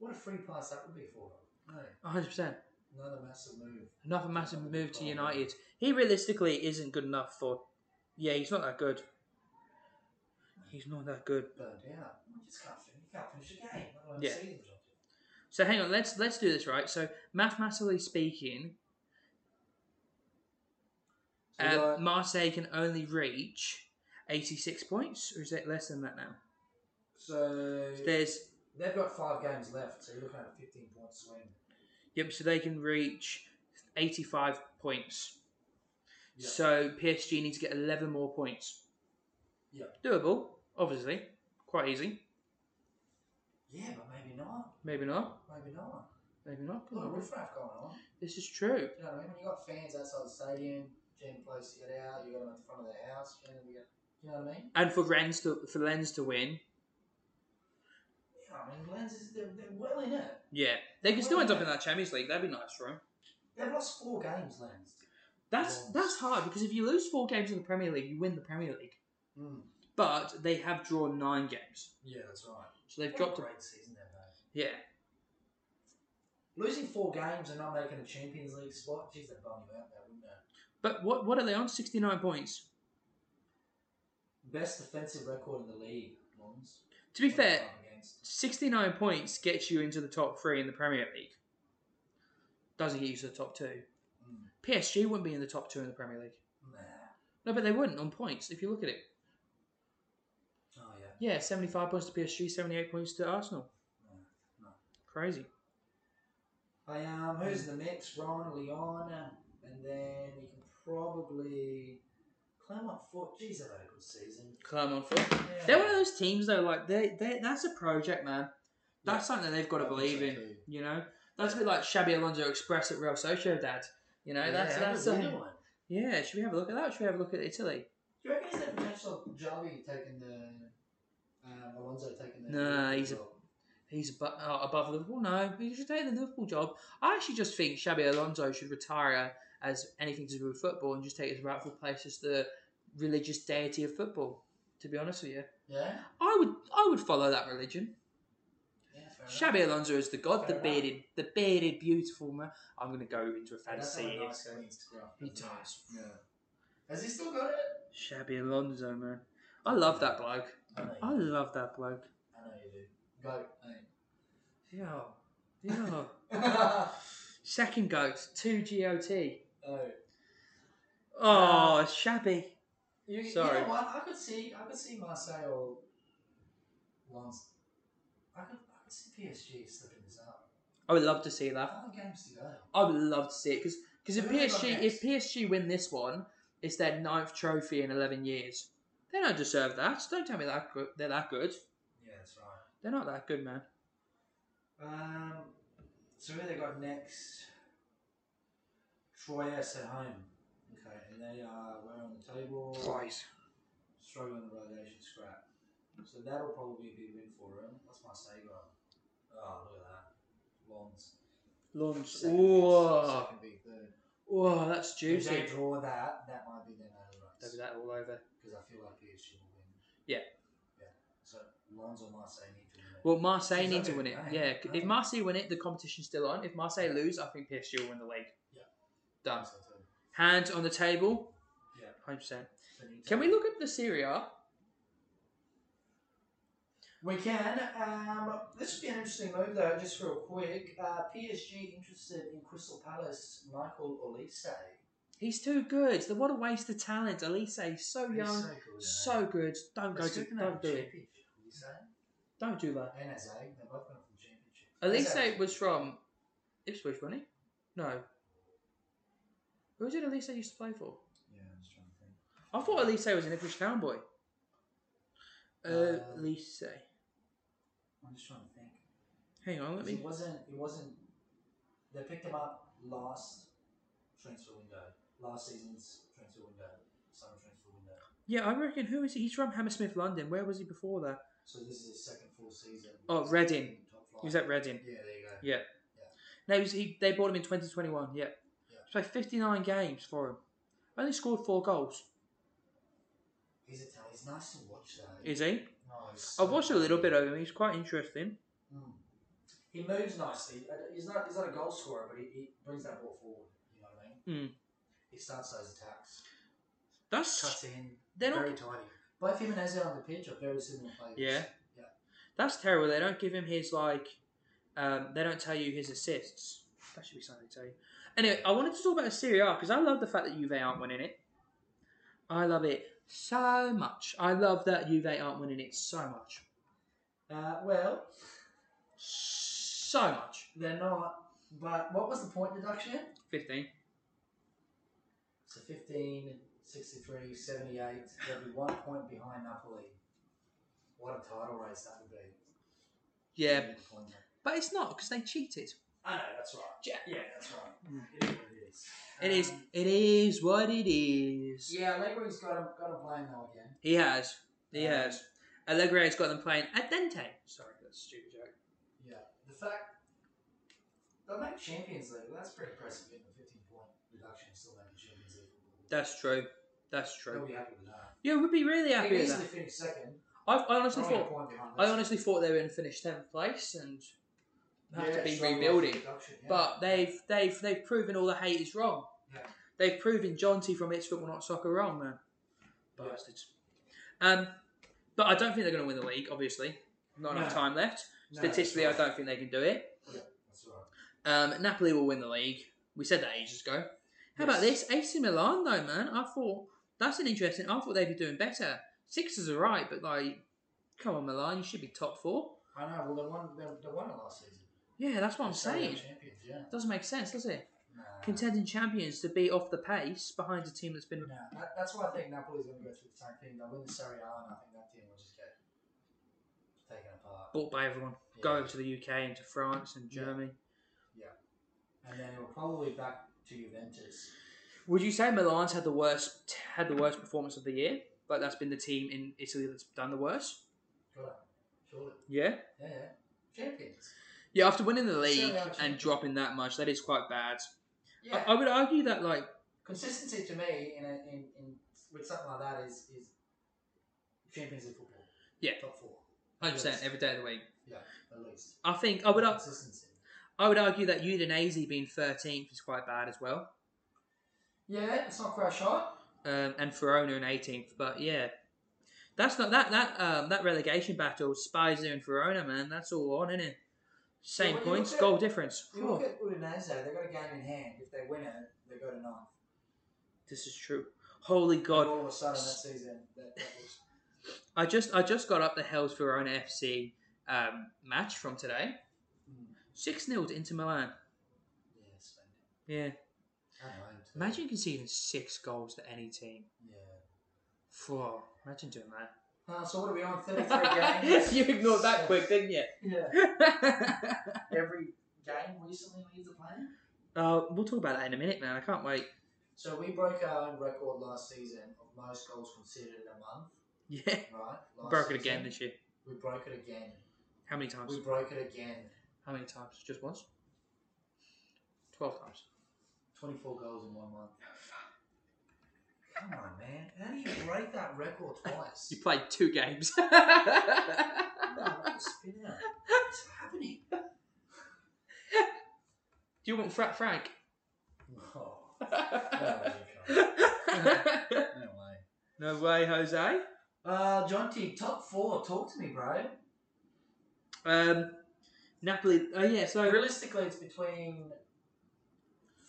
B: What a free pass that would be for him. No.
C: 100%.
B: Another massive move.
C: Another massive move to United. He realistically isn't good enough for. Yeah, he's not that good. He's not that good.
B: Burned out. I just can't finish, you can't finish a game. Not when
C: Yeah.
B: the season's up.
C: So hang on, let's let's do this right. So mathematically speaking,
B: So we
C: uh,
B: got-
C: Marseille can only reach eighty-six points, or is it less than that now?
B: so
C: There's
B: they've got five games left, so you're looking at a 15 point swing.
C: Yep, so they can reach 85 points. So PSG need to get 11 more points.
B: Yeah.
C: Doable, obviously. Quite easy.
B: Yeah, but maybe not.
C: Maybe not.
B: Maybe not.
C: Maybe not.
B: A lot of riffraff going on.
C: This is true.
B: You know what I mean? When you got fans outside the stadium, getting close to get out, you got them at the front of their house, you know, you got- you know what I mean?
C: And for Rennes to for Lens to win,
B: Yeah, I mean, Lens is, they're, they're well in it.
C: yeah, they can still end up in that Champions League. That'd be nice for them.
B: They've lost four games, Lens.
C: That's that's hard because if you lose four games in the Premier League, you win the Premier League.
B: Mm.
C: But they have drawn nine games,
B: Yeah, that's right.
C: so they've
B: What
C: dropped.
B: a
C: A,
B: great season they've had.
C: yeah,
B: Losing four games and not making a Champions League spot, geez, that'd bum you out there, wouldn't uh, it?
C: but what what are they on? Sixty nine points.
B: Best defensive record in the league, Lons.
C: To be
B: What they've
C: fair,
B: come against.
C: sixty nine points gets you into the top three in the Premier League. Doesn't get you to the top two.
B: Mm.
C: PSG wouldn't be in the top two in the Premier League.
B: Nah.
C: No, but they wouldn't on points if you look at it.
B: Oh yeah.
C: Yeah, seventy five points to PSG, seventy eight points to Arsenal.
B: No, no.
C: Crazy.
B: I um, who's in the mix? Ron, Leon, and then you can probably Claremont Fort. Geez, they've had a good season.
C: Clermont Foot.
B: Yeah.
C: They're one of those teams though. Like they, they that's a project, man. That's
B: Yeah.
C: something they've got to
B: I think
C: believe
B: so
C: in.
B: too.
C: You know, that's a bit like Shabby Alonso Express at Real Sociedad. You know,
B: Yeah,
C: that's
B: they're
C: that's um,
B: a
C: a,
B: weird one.
C: yeah. Should we have a look at that? Should we have a look at Italy?
B: Do you reckon he's had potential Javi taking the um, Alonso taking the?
C: Nah,
B: the
C: he's a-
B: job?
C: He's above, oh, above Liverpool. No, he should take the Liverpool job. I actually just think Shabby Alonso should retire as anything to do with football and just take his rightful place as the religious deity of football. To be honest with you,
B: yeah.
C: I would I would follow that religion.
B: Yeah, fair enough.
C: Shabby Alonso is the god, the
B: Fair enough.
C: bearded, the bearded, beautiful man. I'm going to go into a
B: Yeah, that's
C: fantasy.
B: how a
C: Nice
B: nice clean scruff,
C: he
B: doesn't
C: does.
B: Yeah. Has he still got it?
C: Shabby Alonso, man. I love that bloke.
B: I know
C: I
B: you do.
C: love that bloke.
B: I know you do. eh? Go.
C: Yeah. Yeah.
B: Hey.
C: Second goat, 2 GOT.
B: oh.
C: Oh, Shabby.
B: You,
C: Sorry.
B: You know what? I could see. I could see Marseille. Once. I could. I could see PSG slipping this up.
C: I would love to see that.
B: How many games to go?
C: I would love to see it because if
B: Who have they got
C: PSG if PSG win this one, it's their ninth trophy in 11 years. They don't deserve that. Don't tell me that good. they're that good.
B: Yeah, that's right.
C: They're not that good, man.
B: Um. So who they got next? Troyes at home. Okay, and they are we're on the table, struggling the relegation scrap. So that'll probably be a win for them. What's Marseille got? Oh, look at that. Lons.
C: Lawrence.
B: Second biggest-
C: Ooh.
B: Second big third.
C: Whoa, that's
B: If
C: juicy.
B: they draw that, that might be their main
C: Maybe
B: race.
C: that all over.
B: because I feel like PSG will win.
C: Yeah.
B: Yeah. So Lons or Marseille need to win. it.
C: Well, Marseille
B: Is that
C: need to
B: it?
C: win it.
B: Right.
C: Yeah,
B: Right.
C: if Marseille win it, the competition's still on. If Marseille lose, I think PSG will win the league.
B: Yeah.
C: Done.
B: So, so,
C: Hand on the table.
B: Yeah.
C: 100%.
B: so need to-
C: Can we look at the Serie A?
B: We can. Um, this would be an interesting move, though, just real quick. Uh, PSG interested in Crystal Palace, Michael Olise.
C: He's too good. The- What a waste of talent. Elise is so
B: He's
C: young,
B: so
C: so,
B: good, eh?
C: good. Don't
B: It's good
C: go to.
B: to know
C: Don't do it.
B: Championship, Olise
C: Don't do that.
B: and Hazard, they both come from Championship.
C: Elise
B: Hazard-
C: was from Ipswich, wasn't he? No. Who did Elise used to play for?
B: Yeah, I was trying to think.
C: I thought Elise was an Ipswich Town boy. Uh,
B: Uh,
C: Elise.
B: I'm just trying to think.
C: Hang on, let
B: It
C: me.
B: wasn't. It wasn't. They picked him up last transfer window, last season's transfer window, summer transfer window.
C: Yeah, I reckon who is he? He's from Hammersmith, London. Where was he before that?
B: So this is his second full season.
C: Oh, Reading.
B: Top flight.
C: He was at Reading.
B: Yeah, there you go.
C: Yeah. No, he was, he, they bought him in 2021. Yeah.
B: Yeah.
C: Played 59 games for him. Only scored four goals.
B: He's a talent. He's nice to watch though.
C: Is he?
B: No, he's so
C: I've watched a little
B: good.
C: bit of him. He's quite interesting.
B: Mm. He moves nicely. Uh, He's not. He's not a goal scorer, but he, he brings that ball forward. You know what I mean?
C: Mm.
B: He starts those attacks,
C: That's
B: cuts in.
C: they're
B: very
C: not.
B: tidy. Both him and Ezra on the pitch are very similar players.
C: Yeah.
B: Yeah.
C: That's terrible. They don't give him his like. Um, they don't tell you his assists. That should be something to tell you. Anyway, I wanted to talk about Serie A because I love the fact that Juve aren't winning it. I love it so much. I love that Juve aren't winning it so much.
B: Uh, well,
C: So much.
B: They're not. But what was the point deduction?
C: 15.
B: So 15, 63, 78. They'll be one point behind Napoli. What a title race that would be.
C: Yeah, but it's not because they cheated.
B: I know, that's right.
C: Yeah.
B: Yeah, that's right.
C: Mm.
B: It is what it is.
C: It is.
B: Um,
C: It is what it is.
B: Yeah, Allegri's got to, got to blame though again.
C: He has. He
B: Um,
C: has. Allegri's got them playing at dente. Sorry, that's a stupid joke.
B: Yeah. The fact they'll make Champions League, that's pretty impressive getting a 15 point reduction and still making Champions League.
C: That's true. That's true.
B: They'll be happy with that.
C: Yeah, we'd be really
B: They
C: happy
B: can
C: with
B: easily
C: that.
B: finish second.
C: I, I honestly
B: Only a
C: thought
B: point behind
C: I
B: us.
C: honestly thought they were going to finish tenth place and have
B: Yeah,
C: to be
B: strong
C: rebuilding.
B: reduction, yeah.
C: But they've they've they've proven all the hate is wrong.
B: Yeah.
C: They've proven John T from It's Football Not Soccer wrong, man.
B: Yeah.
C: Bastards. Um, but I don't think they're going to win the league. Obviously, not enough
B: No.
C: time left.
B: No, that's
C: Statistically, I
B: right.
C: don't think they can do it.
B: That's right.
C: Um, Napoli will win the league. We said that ages ago. How about
B: Yes.
C: this? AC Milan, though, man. I thought that's an interesting. I thought they'd be doing better. Sixers are right, but like, come on, Milan, you should be top four.
B: I know. Well, they won. They, they won it last season.
C: Yeah, that's what I'm
B: They still
C: saying.
B: were Champions, yeah.
C: Doesn't make sense, does it?
B: Nah.
C: Contending champions to be off the pace behind a team that's been.
B: Nah, that, that's why I think Napoli's going to go through the same thing. They'll win the Serie A, and I think that team will just get taken apart.
C: bought by everyone.
B: Yeah.
C: Go over to the UK and to France and
B: Yeah.
C: Germany.
B: And then we're probably back to Juventus.
C: Would you say Milan's had the worst had the worst performance of the year? Like that's been the team in Italy that's done the worst.
B: Got it. Surely.
C: Yeah.
B: Yeah, yeah. Champions.
C: Yeah. After winning the league
B: Serie A champion.
C: and dropping that much, that is quite bad. I-
B: Yeah.
C: I, would argue that like
B: Consistency to me in, a, in, in with something like that is, is Champions League football.
C: Yeah.
B: Top four.
C: hundred percent every day of the week.
B: Yeah, at least.
C: I think I would uh, ar-
B: Consistency.
C: I would argue that Udinese being thirteenth is quite bad as well.
B: Yeah, it's not quite shot.
C: um, and Verona in 18th. But yeah, that's not that that um, that relegation battle. Spezia and Verona, man, that's all on, isn't it? Same
B: Yeah, when you
C: points,
B: look at-
C: goal difference.
B: You look
C: Oh,
B: at Udinese, they've got a game in hand. If they win it, they go to ninth.
C: this is true. Holy
B: And
C: God!
B: all of a sudden that season, that, that was
C: I just I just got up the Hells Verona FC um, match from today.
B: Mm.
C: Six 0 to Inter Milan.
B: yeah, splendid.
C: Yeah,
B: I don't mind.
C: imagine conceding six goals to any team.
B: Yeah.
C: Four. Imagine doing that.
B: Uh, so what are we on? Thirty-three games.
C: didn't you?
B: Yeah. Every game recently leaves the plane.
C: uh, we'll talk about that in a minute, man. I can't wait.
B: So we broke our own record last season of most goals conceded in a month.
C: Yeah,
B: Right. Last
C: broke it
B: season.
C: again this year.
B: We broke it again.
C: How many times?
B: We broke it again.
C: How many times? Just once? Twelve times.
B: Twenty-four goals in one month. Come on, man. How do you break that record twice?
C: You played two games.
B: Come on, what a spin out. What's happening?
C: Do you want Frat Frank?
B: Oh, no, way.
C: no way, Jose.
B: Uh, John T, top four. Talk to me, bro.
C: Um, Napoli. Oh yeah. So
B: Realistically, it's between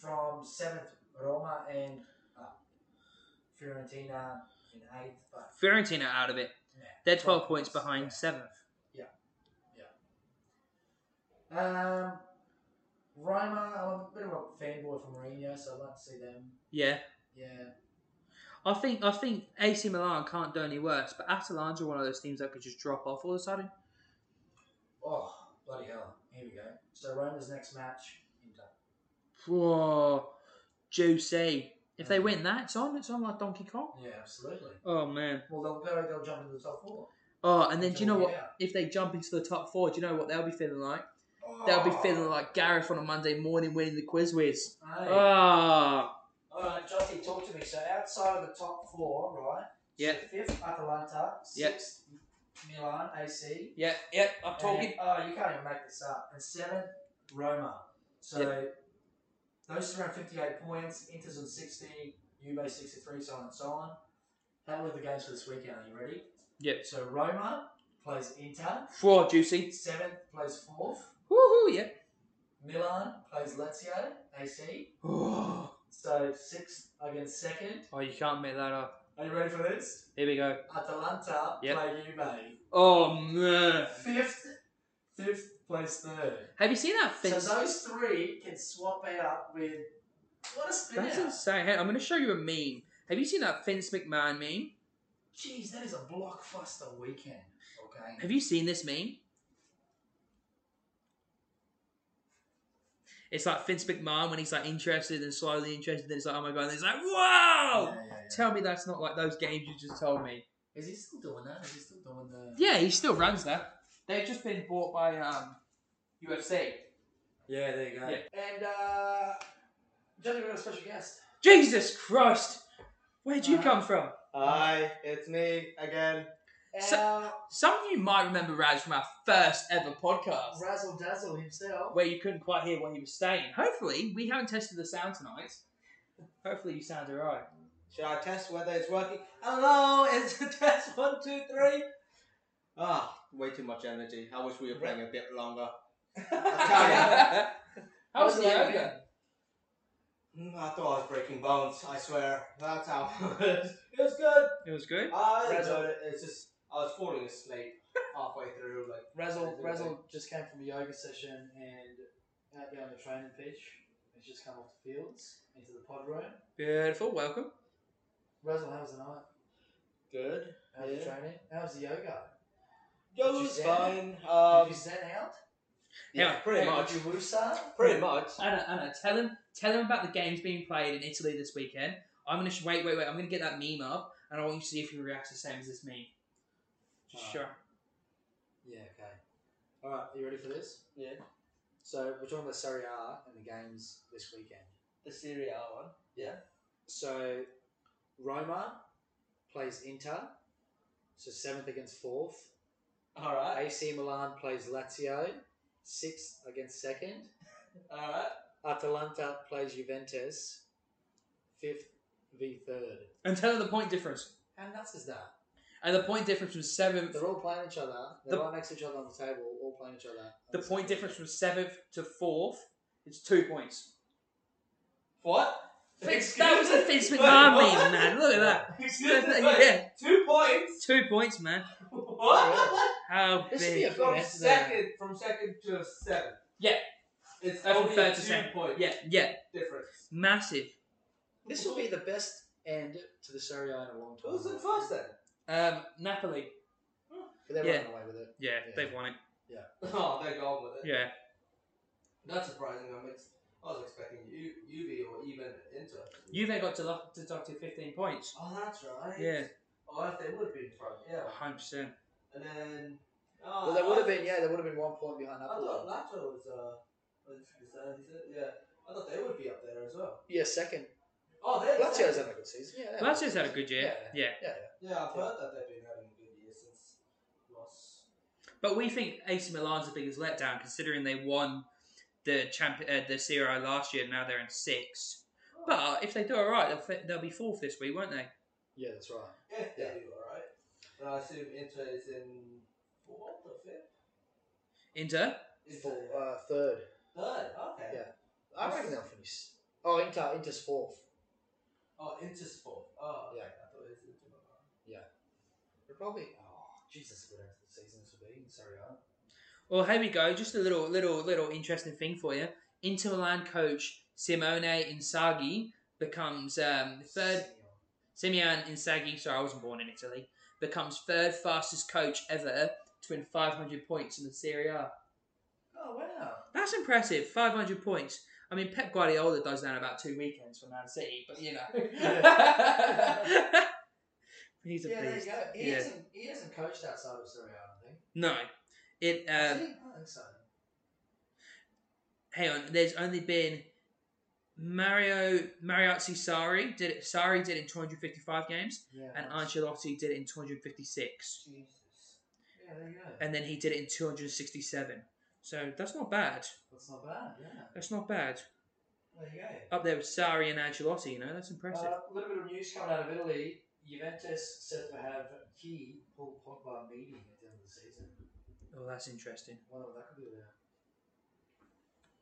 B: from seventh Roma and uh, Fiorentina in eighth, but
C: Fiorentina out of it.
B: yeah,
C: They're twelve points behind seventh.
B: Yeah. Um, Roma. I'm a bit of a fanboy for Mourinho, so I'd like to see them.
C: Yeah.
B: Yeah,
C: I think I think AC Milan can't do any worse, but Atalanta are one of those teams that could just drop off all of a sudden.
B: Oh, bloody hell. Here we go. So Roma's next match, Inter.
C: Whoa, juicy! If they win that, it's on. It's on like Donkey Kong.
B: Yeah, absolutely.
C: Oh man.
B: Well, they'll go. They'll jump into the top four.
C: Oh, and then do you know what?
B: Yeah.
C: If they jump into the top four, do you know what they'll be feeling like? They'll
B: Oh.
C: be feeling like Gareth on a Monday morning winning the quiz whiz.
B: Hey.
C: Ah,
B: All right, Jossie, talk to me. So outside of the top four, right?
C: Yeah.
B: So fifth, Atalanta.
C: Yeah.
B: Sixth, Milan AC.
C: yeah, yeah. I'm
B: And, oh, you can't even make this up. And seventh, Roma. So those three on fifty-eight points. Inter's on sixty. Juve sixty-three. So on and so on. How are the games for this weekend? Are you ready?
C: Yep.
B: So Roma plays Inter.
C: Four juicy.
B: Seventh plays fourth.
C: Woohoo! Yep.
B: Milan plays Lazio AC.
C: Oh,
B: So sixth against second.
C: you can't make that up.
B: Are you ready for this?
C: Here we go.
B: Atalanta
C: Yep.
B: play Juve.
C: Oh man.
B: Fifth, fifth place third.
C: Have you seen that Finn?
B: So those three can swap out with what a spin
C: That's
B: out.
C: insane. Hey, I'm going to show you a meme. Have you seen that Vince McMahon meme?
B: Jeez, that is a blockbuster weekend. Okay.
C: Have you seen this meme? It's like Vince McMahon when he's like interested and slowly interested, then it's like, oh my god, and he's like, wow!
B: Yeah, yeah, yeah.
C: Tell me that's not like those games you just told me.
B: Is he still doing that? Is he still doing the?
C: Yeah, he still runs that. They've just been bought by um, UFC.
B: Yeah, there you go.
C: Yeah.
B: And uh, Johnny, we got a special guest.
C: Jesus Christ! Where'd you come from?
E: Hi, it's me again.
C: So-
B: Our
C: Some of you might remember Raz from our first ever podcast,
B: razzle dazzle himself.
C: where you couldn't quite hear what he was saying. Hopefully, we haven't tested the sound tonight. Hopefully, you sound alright.
E: Should I test whether it's working? Hello, it's a test one, two, three. Ah, way too much energy. I wish we were playing a bit longer.
C: How was
B: How's
C: the
B: that
C: yoga?
E: Mm, I thought I was breaking bones. I swear, that's how. it was good.
C: It was good.
E: I
B: Razzle.
E: enjoyed it. It's just I was falling asleep halfway through. Like
B: Razzle,
E: Razzle.
B: Razzle just came from a yoga session and out there on the training pitch. He's just come off the fields into the pod room.
C: Beautiful. Welcome.
B: Razzle, how was the night?
E: good.
B: How was the
E: Yeah.
B: training? How was the yoga?
E: It
B: Did you
E: was
B: zen?
E: fine.
B: Did
E: Um,
B: you zen out?
E: yeah,
C: Hang on,
E: pretty
C: hang on.
E: much.
B: Did you woosah?
E: Pretty much.
C: Anna, Anna, tell him, tell him about the games being played in Italy this weekend. I'm gonna sh- wait, wait, wait. I'm gonna get that meme up, and I want you to see if he reacts the same as this meme. Just
B: Oh.
C: sure.
B: Yeah, okay. Alright, are you ready for this?
E: Yeah.
B: So we're talking about Serie A and the games this weekend.
E: The Serie A one.
B: So Roma plays Inter, so seventh against fourth.
E: All right.
B: AC Milan plays Lazio, sixth against second.
E: All right.
B: Atalanta plays Juventus, fifth v third.
C: And tell him the point difference.
B: How nuts is that?
C: And the point difference was seventh.
B: They're all playing each other. They're
C: The-
B: right next to each other on the table, all playing each other.
C: The point difference from seventh to fourth is two points.
E: What?
C: Fitz, that was a Fitz
E: Wait,
C: McMahon
E: what?
C: meme, man. Look at that.
E: Excuse me, wait,
C: yeah,
E: Two points.
C: two points, man.
E: What?
C: How
B: This should be
C: big?
B: a-
E: From
B: Yes,
E: second, from second to seventh.
C: Yeah.
E: It's
C: That's
E: only
C: from third
E: a
C: to
E: two
C: second.
E: point
C: Yeah, yeah,
E: difference.
C: massive.
B: This will be the best end to the Serie A in a long time.
E: Who's in first then?
C: Um, Napoli.
B: But they're
C: Yeah.
B: running away with it.
C: Yeah,
B: Yeah.
C: they've won it.
E: Oh, they're gone with it.
C: Yeah,
E: That's surprising. I'm ex- I was expecting U- UV or even Inter.
C: Juve got dedu- deducted fifteen points.
E: Oh, that's right.
C: Yeah.
E: Oh, if they would have been in front, yeah.
C: Hundred percent.
E: And then. Oh,
B: Well, they would have
E: I-
B: been, yeah, they would have been one point behind
E: I
B: Napoli.
E: thought Lazio was uh, was is that- is it? yeah. I thought they would be up there as well.
B: Yeah, second.
E: Oh, they.
B: Lazio's having a good season. Yeah, they are.
C: Lazio's had a good year. Yeah.
B: Yeah, yeah.
E: Yeah, I've heard that they've been having a good year since loss.
C: But we think AC Milan's the biggest letdown considering they won the champ- uh, the Serie A last year. Now they're in sixth. But if they do all right, they'll, fi- they'll be fourth this week, won't they?
B: Yeah, that's right.
E: If they
B: Yeah.
E: do all right, but I assume Inter is in fourth or fifth.
C: Inter.
E: Inter,
B: Four,
E: yeah.
B: uh, third.
E: third. Okay.
B: yeah. I reckon they'll finish. Oh, Inter, Inter's fourth.
E: Oh, Inter's fourth. Oh, okay.
B: Yeah.
E: I thought it was Inter. Milan.
B: They're probably. Oh, Jesus, what else the season this will be in Serie A.
C: Well, here we go. Just a little, little, little interesting thing for you. Inter Milan coach Simone Inzaghi becomes um, third. Simeone Inzaghi. Sorry, I wasn't born in Italy. Becomes third fastest coach ever to win 500 points in the Serie A.
B: Oh wow!
C: That's impressive. 500 points. I mean, Pep Guardiola does that in about two weekends for Man City, but you know. He's a
B: yeah, there you
C: beast.
B: go. He,
C: Yeah.
B: hasn't, he hasn't coached outside of Serie A, I don't think.
C: No. It,
B: Has
C: um,
B: he? I don't think so.
C: hang on, there's only been Mario, Mariazzi Sari did it, Sari did it in 255 games,
B: Yeah.
C: and
B: nice.
C: Ancelotti did it in 256.
E: Jesus.
B: Yeah, there you go.
C: And then he did it in 267. So that's not bad.
B: That's not bad. Yeah.
C: That's not bad.
B: There you go.
C: Up there with Sari and Ancelotti, you know, that's impressive.
B: Uh, a little bit of news coming out of Italy. Juventus said to have key Paul Pogba meeting at the end of the season.
C: oh, that's interesting.
B: wonder what that could be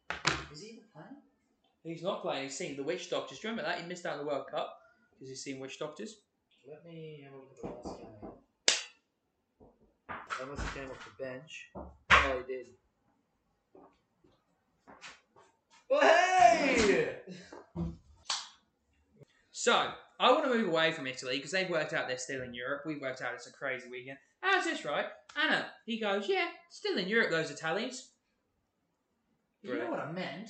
B: about. Is he even playing?
C: He's not playing. He's seen the Witch Doctors. Do you remember that? He missed out on the World Cup because he's seen Witch Doctors.
B: Let me have a look at the last game. Unless he came off the bench. Oh, he did.
E: Well, hey!
C: So I want to move away from Italy because they've worked out they're still in Europe. We've worked out it's a crazy weekend. How's this right? Anna, he goes, yeah, still in Europe. Those Italians.
B: Do you know what I meant?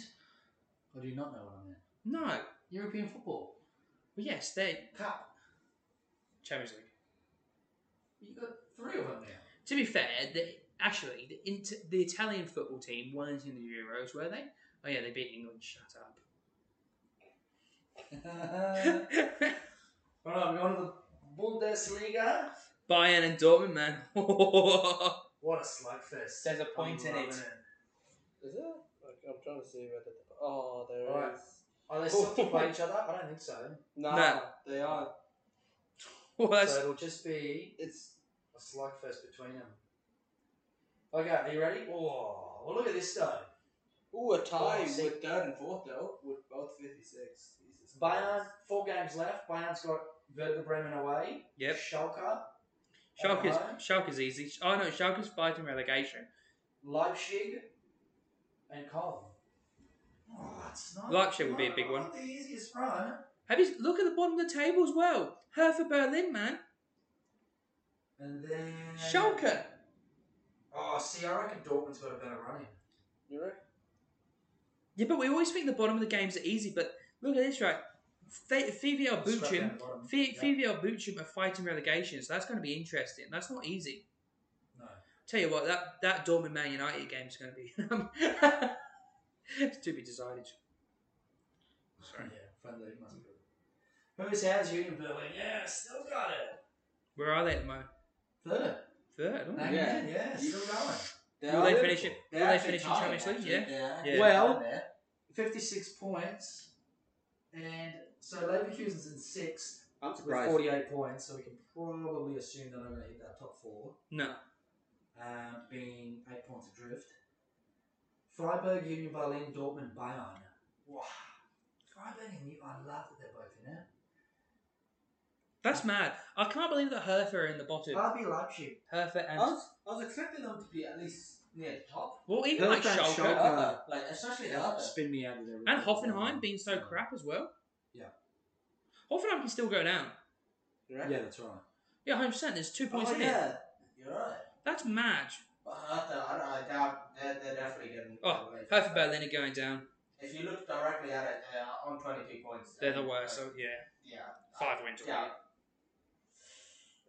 B: Or do you not know what I meant?
C: No. Well,
B: European football.
C: yes, they
B: Cup.
C: Champions League.
B: You got three of them now.
C: To be fair, the, actually, the, inter, the Italian football team weren't in the Euros, were they? Oh yeah, they beat England. Shut up.
B: All right, we're on to the Bundesliga.
C: Bayern and Dortmund, man. Whoa,
B: What a slugfest.
C: There's a point
B: I'm
C: in
B: loving
C: it.
E: Is it? Like, I'm trying to see whether. The, oh, there is.
B: Alright. Are they still by each other? I don't think so.
E: Nah,
C: No.
E: they are.
B: So
C: that's
B: it'll just be
E: It's
B: a slugfest between them. Okay, are you ready? Oh, well, look at this though.
E: ooh a tie
B: Oh, see.
E: with third and fourth though, with both fifty-six. Jesus
B: Bayern,
E: Christ.
B: four games left. Bayern's got Werder Bremen away.
C: yep.
B: Schalke. at
C: Schalke's
B: home,
C: Schalke's easy. Oh no, Schalke's fighting relegation.
B: Leipzig, and Cologne. Oh, that's not
C: Leipzig would be a big one.
B: Not the easiest run.
C: Have you look at the bottom of the table as well? Hertha Berlin, man.
B: And then
C: Schalke.
B: Oh, see, I reckon Dortmund's got a better run in.
E: You reckon?
C: Yeah, but we always think the bottom of the games are easy. But look at this, right? Fe- VVL
B: Let's scrap
C: Bochum,
B: that bottom.
C: Fe-
B: Yeah.
C: VVL Bochum are fighting relegation, so that's going to be interesting. That's not easy.
B: No.
C: Tell you what, that that Dortmund Man United game is going to be um, it's to be decided.
B: Sorry. Yeah, friendly must be good. Who's how's Union Berlin? Yeah, still got it.
C: Where are they at the moment?
B: Third.
C: Third. Oh.
B: Yeah,
E: Yeah.
B: yeah, still going.
C: Will they
E: are-
C: finish it?
E: they're
C: Will they
E: actually
C: finish in
E: tied,
C: Champions League?
E: actually.
C: Yeah.
E: They're
C: Yeah.
E: actually
B: Well-
E: tied there.
B: 56 points. And so Leverkusen's in sixth
E: I'm
B: with
E: surprised.
B: 48 points, so we can probably assume they're not going to hit that top four,
C: No.
B: um, being eight points adrift. Freiburg, Union Berlin, Dortmund, Bayern. Wow. Freiburg and Union, I love that they're both in it.
C: That's mad. I can't believe that Hertha are in the bottom.
E: Uh,
B: RB Leipzig.
C: Hertha
E: I
C: and
E: was, I was expecting them to be at least near the top.
C: well, even like
B: Hertha and
C: Schalke
B: Schalke.
E: Other, like especially the other.
B: Spin me out of there.
C: and Hoffenheim being so crap as well.
B: Yeah.
C: Hoffenheim can still go down.
E: You
B: Yeah,
E: reckon?
B: that's right.
C: Yeah, 100%. There's two points
E: Oh
C: in it.
E: yeah, you're right.
C: That's mad.
E: But Hertha, I, don't, I doubt they're, they're definitely getting.
C: Oh,
E: away from
C: Hertha
E: that.
C: Berlin are going down.
E: If you look directly at it, they are on 22 points.
C: They're the
E: And,
C: worst.
E: uh,
C: So, yeah,
E: yeah.
C: five wins.
E: Yeah.
C: already.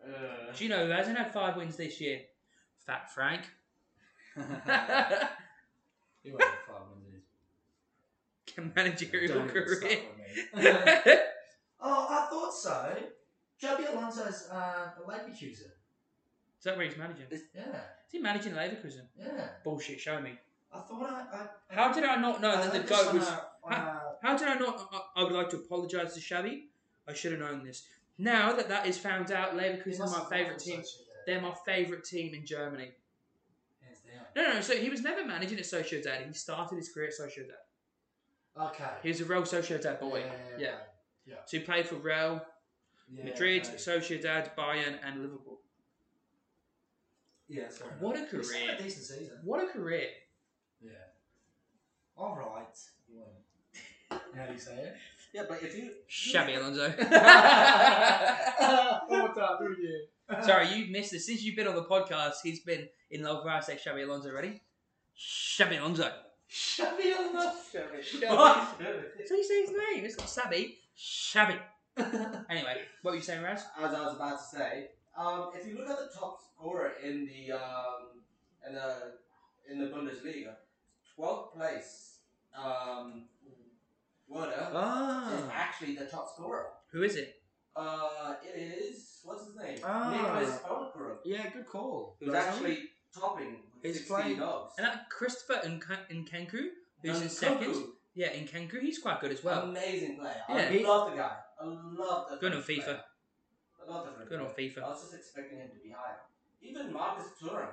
E: Uh,
C: Do you know who hasn't had five wins this year? Fat Frank.
B: You won't have five wins in his
C: Managerial
B: Don't even start
C: career.
B: with me. oh, I thought so. Javi Alonso's uh, a Leverkusen.
C: Is that where he's managing? Is
B: Yeah,
C: he managing Leverkusen?
B: yeah.
C: Bullshit, show me.
B: I thought I. I
C: How did I not know
B: I
C: that the
B: heard this uh,
C: goat
B: on
C: was.
B: a- on a-
C: How did I not? I, I would like to apologise to Shabby. I should have known this. Now that that is found out,
B: He
C: Leverkusen
B: must
C: are my
B: have
C: favourite
B: also
C: team.
B: said that.
C: They're my favourite team in
B: uh,
C: Germany.
B: Hands down.
C: No, no, so he was never managing at Sociedad. He started his career at Sociedad.
B: Okay.
C: He was a Real Sociedad boy. Yeah. So he played for Real,
B: yeah,
C: Madrid,
B: okay.
C: Sociedad, Bayern, and Liverpool.
B: Yeah, that's fair enough.
C: What a
B: He's had a
C: career.
B: decent season.
C: What a career.
B: Yeah. All right. You win. How do you say it?
E: yeah, but if you.
C: Shabby Alonso.
B: One more time, do it again.
C: Sorry, you missed this. Since you've been on the podcast, he's been in love with I say Shabby Alonso already. Shabby Alonso.
B: Javi Alonso.
C: So you say his name. It's not Sabby. Shabby. anyway, what were you saying, Raz?
E: As I was about to say, um, if you look at the top scorer in the um, in the in the Bundesliga, 12th place, um, Werner is
B: Ah.
E: actually the top scorer.
C: Who is it?
E: Uh, it is what's his name?
B: Ah.
E: Nicholas Hulkerov,
B: Yeah, good call.
E: who's actually topping with
B: He's
E: 16
B: playing-
E: goals.
C: And that Christopher in Nkenku, who's in
E: And
C: second.
E: Kunku,
C: Yeah, Nkenku, he's quite good as
B: Um,
C: well.
E: amazing player.
C: Yeah.
E: I love the guy. I love the.
C: Good on
E: French
C: FIFA.
E: player. I love the French
C: Good on
E: player. I
C: FIFA.
E: was just expecting him to be higher. Even Marcus Thuram,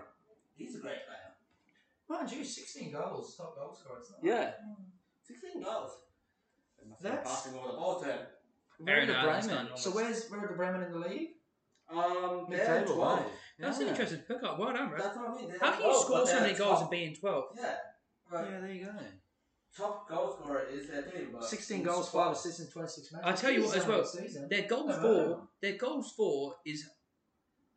E: he's a great player.
B: Mind you, 16 goals, top goal scorer. It's not
E: Yeah. 16 goals. They must have
B: That's-
E: passed him all the ball to him.
C: Very
B: Werder
C: nice, that's
B: Bremen.
C: not
B: So
C: normal.
B: where's Werder Bremen in the league? Mid-table,
E: Um, they're
B: aren't
E: 12.
B: they?
C: That's an
B: Yeah.
C: interesting pickup. Well done, bro.
E: That's what I mean. they're
C: How can you
E: 12,
C: score
E: but
C: so
E: they're
C: many goals and
E: top-
C: be in 12?
E: Yeah. Right.
B: Yeah, there you go.
E: Top goal scorer is their team. But
B: 16 goals, 5 assists in 26 matches.
C: I'll tell you what as well,
B: Season. Uh,
C: Their goals
B: No, no,
C: for
B: no.
C: their goals for is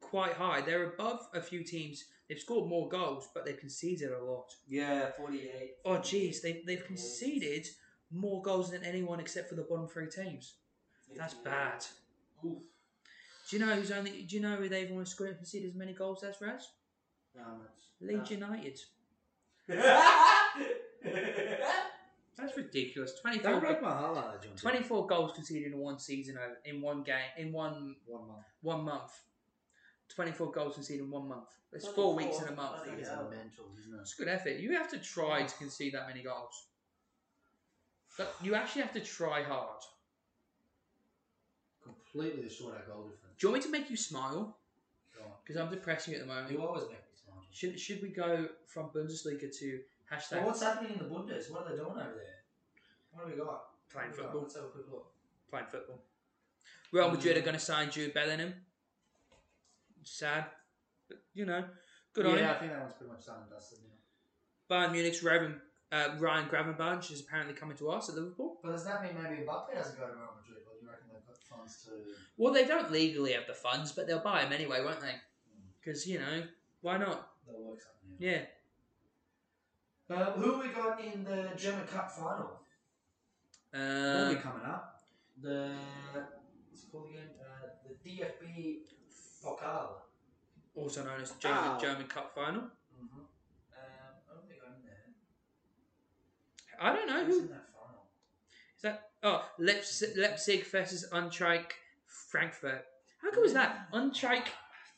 C: quite high. They're above a few teams. They've scored more goals, but they've conceded a lot.
E: Yeah, 48.
C: Oh, jeez, they, they've conceded more goals than anyone except for the bottom three teams. That's bad.
E: Oof.
C: Do you know who's only? Do you know who they've almost scored and conceded as many goals as Raz?
E: Um, How much?
C: Leeds United. That's ridiculous. 24,
F: Don't break my heart like that, John.
C: 24 goals conceded in one season, over in one game, in one
F: One month.
C: one month. 24 goals conceded in one month. It's
E: Bloody
C: four weeks
E: four.
C: in a month.
E: Bloody
F: That is
E: Yeah.
F: mental, isn't it?
C: That's good effort. You have to try to concede that many goals. But you actually have to try hard.
F: Completely destroyed our goal difference.
C: Do you want me to make you smile?
F: Go on.
C: Because I'm depressing you at the moment.
F: You always make me smile. John.
C: Should, should we go from Bundesliga to
B: Well,
C: hashtag
B: what's happening in the Bundes? What are they doing over there? What have we got?
C: playing
B: What have we got?
C: football?
B: Let's have a quick look.
C: Playing football. Real Madrid
F: Mm.
C: are going to sign Jude Bellingham. Sad, but you know, good
F: yeah,
C: on
F: I
C: him.
F: think that one's pretty much done and dusted now.
C: Bayern Munich's Raven, uh, Ryan Gravenberch is apparently coming to us at Liverpool.
B: But does that mean maybe Mbappe doesn't go to Real Madrid? Or do you reckon they've got funds to?
C: Well, they don't legally have the funds, but they'll buy him anyway, won't they?
F: Mm.
C: Because you know, why not?
F: They'll work something out.
C: Yeah.
B: Um, who have we got in the German Cup final?
F: That'll
C: Um,
F: be coming up.
B: The what's it called again? Uh, the DFB Pokal.
C: also known as the German,
F: Ah.
E: Ow.
C: German Cup final.
B: Mm-hmm. Um, I don't think I'm there.
C: I don't know
B: Who's
C: who
B: in that final?
C: Is that oh Leipzig, Leipzig versus Untrike Frankfurt? How good was that? Untrike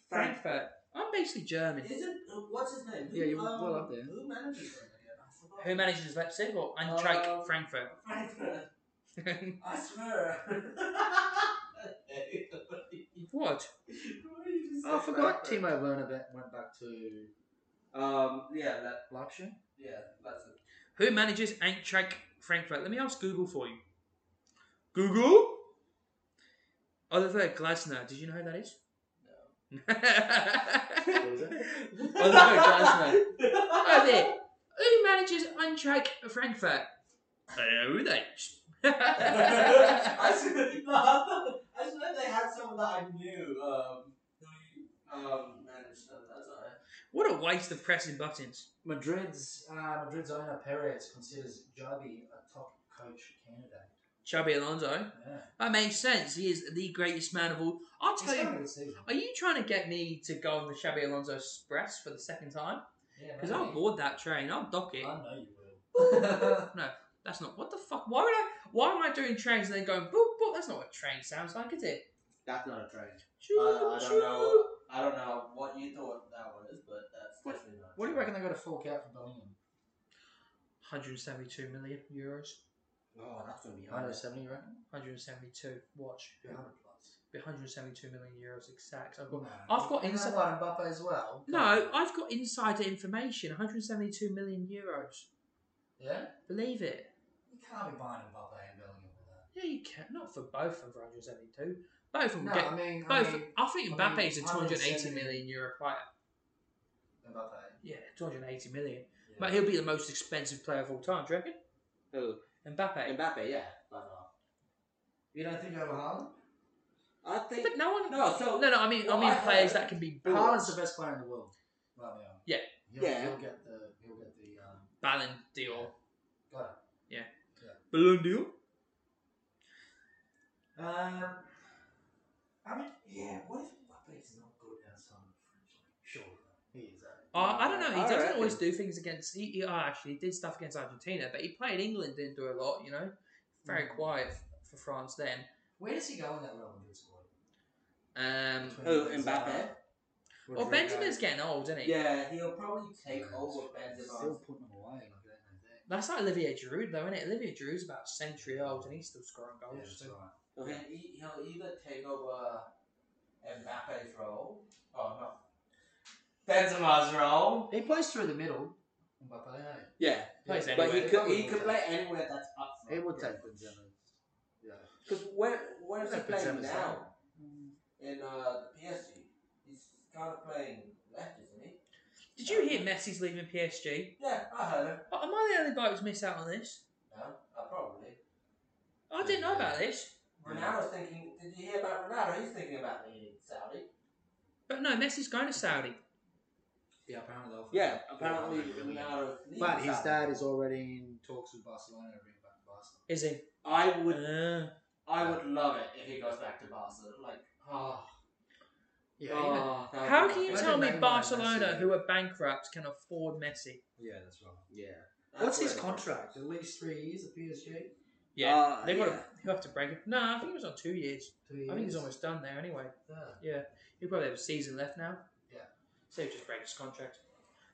C: Frankfurt. I'm basically German.
E: Isn't uh, what's his name? Who,
C: Yeah, you're
E: um,
C: well up there.
E: Who manages them again? I forgot.
C: Who manages Leipzig or Untrike
E: Um,
C: Frankfurt?
E: Frankfurt. I swear.
C: what?
F: Oh, I forgot Timo Werner be- went back to
E: Um, yeah, that,
F: Leipzig.
E: yeah, that's it.
C: Who manages Eintracht Frankfurt? Let me ask Google for you. Google. Oliver Glasner. Did you know who that is? No.
F: was Oh,
C: Oliver Glasner. Oh, there. Who manages Eintracht Frankfurt? I don't know who that is.
E: I should, no, I thought- I should have they had someone that I knew. Um, who you, um, managed them. That's alright.
C: What a waste of pressing buttons.
B: Madrid's uh, Madrid's owner Perez considers Javi a top coach candidate.
C: Chubby Alonso.
B: Yeah.
C: That makes sense. He is the greatest man of all. I'll
B: He's
C: tell
B: having a
C: you.
B: good season.
C: Are you trying to get me to go on the Shabby Alonso Express for the second time?
B: Yeah,
C: Because I'll board that train. I'll dock
B: I
C: it.
B: know you will.
C: That's not what the fuck. Why would I? Why am I doing trains and then going boop boop? That's not what train sounds like, is it?
E: That's not a train.
C: Choo,
E: I don't
C: choo.
E: know. I don't know what you thought that was, but that's
F: What-
E: definitely not. a
F: What do you
E: train.
F: reckon they got to fork out for Bellingham?
C: 172 million euros.
E: Oh, that's gonna be hard.
F: 170, you reckon?
C: 172. Watch.
F: Yeah, 100 plus.
C: Be 172 million euros exact. I've got
B: No.
C: I've got
B: You know
C: inside-
B: what, Mbappe as well.
C: No, I've got insider information. 172 million euros.
B: Yeah.
C: Believe it.
B: You can't be buying Mbappe and Bellingham for that.
C: Yeah, you can. Not for both of 172. Both of them
B: No,
C: get.
B: I mean, I
C: both.
B: mean
C: I think
B: I
C: Mbappe
B: mean,
C: is a 280
B: 170
C: million euro player.
B: Mbappe.
C: Yeah, 280 million.
B: Yeah.
C: But he'll be the most expensive player of all time. Do you reckon?
E: Who?
C: Mbappe.
E: Mbappe, yeah. by far.
B: you don't think over Haaland?
E: I think.
C: But no one.
E: No, so-
C: no, no. I mean,
E: Well,
C: I mean
E: I heard-
C: players that can be bought.
F: Haaland's the best player in the world right now.
C: Yeah.
F: He'll,
E: Yeah.
F: He'll get the. He'll get the. Um,
C: Ballon d'Or.
B: Got it.
C: Ballon d'Or.
B: Um, I mean, yeah, what if Mbappe's not good outside of the French league? Sure.
F: he is. Uh,
C: Oh, I don't know. He
E: I
C: doesn't
E: reckon.
C: always do things against. He, he- oh, actually, he did stuff against Argentina, but he played England. Didn't do a lot. You know, very
B: Mm.
C: quiet f- for France then.
B: Where does he go in that Real Madrid squad?
C: Um,
E: Who, Oh, Mbappe? Oh,
C: well, Benjamin's getting old, isn't he?
E: Yeah, he'll probably take over
F: Still
E: Benzema.
F: putting him away like that. no doubt.
C: That's like Olivier Giroud, though, isn't it? Olivier Giroud's about a century old, and he's still scoring
F: Yeah,
C: goals.
F: that's
C: so-
F: right.
E: So he'll, e- he'll either take over Mbappe's role. Oh no. Benzema's role.
F: He plays through the middle. Mbappe, hey.
E: Yeah,
C: Plays
F: Yeah.
E: but
C: anywhere.
E: he could he could play anywhere that's up.
F: He
E: front.
F: would take Benzema. Yeah.
E: Because where where is he
F: Yeah,
E: playing
F: Benzema's
E: now?
F: there.
E: In uh, the PSG, he's kind of playing left, isn't he?
C: Did you hear Messi's leaving PSG?
E: Yeah, I heard him.
C: Oh, Am I the only bloke who's missed out on this?
E: No, uh, probably.
C: I didn't know about this.
E: Ronaldo's thinking. Did you hear about Ronaldo? He's thinking about leaving Saudi.
C: But no, Messi's going to Saudi.
F: Yeah, apparently they'll.
E: Yeah, apparently Ronaldo's leaving.
F: But his
E: Saudi.
F: dad is already in talks with Barcelona to bring him back to Barcelona.
C: Is he?
E: I would,
C: Uh,
E: I would love it if he goes back to Barcelona. Like, oh,
F: Yeah,
E: oh, that would
C: how
E: be
C: can you
E: nice.
F: Imagine
C: tell me
F: Neymar and Messi.
C: Barcelona, who are bankrupt, can afford Messi?
F: yeah, that's right.
E: Yeah, That's
F: What's
E: where
F: his
E: the-
F: contract?
B: At least three years at PSG.
C: Yeah,
F: Uh,
C: they've got
F: yeah.
C: To, he'll have to break it. Nah, I think it was on two years.
B: Two years.
C: I think he's almost done there anyway.
B: Yeah.
C: Yeah, he'll probably have a season left now.
B: Yeah. Hmm.
C: so he'll just break his contract.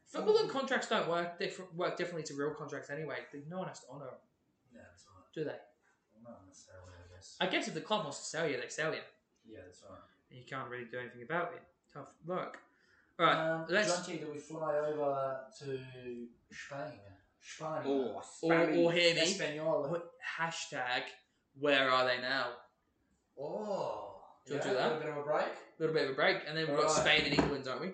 C: Football and contracts don't work different. Work differently to real contracts anyway. No one has to honour them,
B: Yeah, that's right.
C: do they?
B: Not necessarily, I guess.
C: I guess if the club wants to sell you, they sell you.
B: Yeah, that's right.
C: You can't really do anything about it. Tough luck. All right,
B: um,
C: let's-
B: Jonty, do we fly over to Spain? Spain. Oh,
E: Oh,
C: or, or hear me.
B: Espanol.
C: Hashtag. Where are they now?
B: Oh.
C: Do you
B: yeah,
C: wanna do that?
B: A little bit of a break.
C: A little bit of a break, and then we've got
B: Alright.
C: Spain and England, aren't we?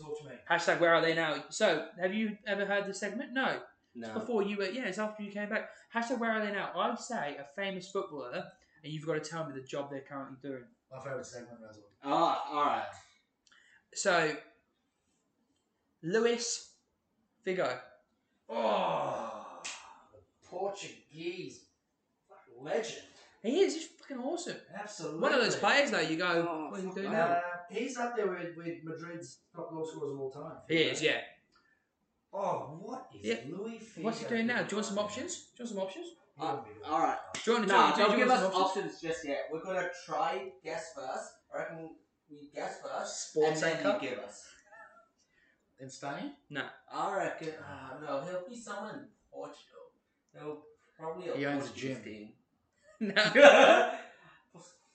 B: Talk to me.
C: Hashtag where are they now? So, have you ever heard this segment? No. It's
E: No.
C: before you were, yeah, it's after you came back. Hashtag where are they now? I say a famous footballer, and you've got to tell me the job they're currently doing.
B: My favourite segment, Razzle.
E: Ah, all right.
C: So, Luis Figo.
B: Oh, the Portuguese fucking legend.
C: He is, he's fucking awesome.
B: Absolutely.
C: One of those players, though, you go,
E: Oh,
C: what are you doing
E: fuck.
C: now?
B: Uh, he's up there with, with Madrid's top goal scorers of all time.
C: He is, yeah.
B: Oh, what is
C: Yeah.
B: Louis Figo?
C: What's he doing now? Do you want some options? Do you want some options?
F: Uh,
E: All right.
C: Do you want, do you
E: No,
C: want, do you
E: don't
C: want
E: give us
C: some options?
E: options just yet. We're gonna try guess first. I reckon we guess first,
F: Sports
E: and then
F: anchor?
E: you give us.
F: In Spain?
E: I reckon. Uh, no, he'll be someone in Portugal. He'll probably a
F: He owns a
E: Portuguese
F: gym.
E: team.
C: No.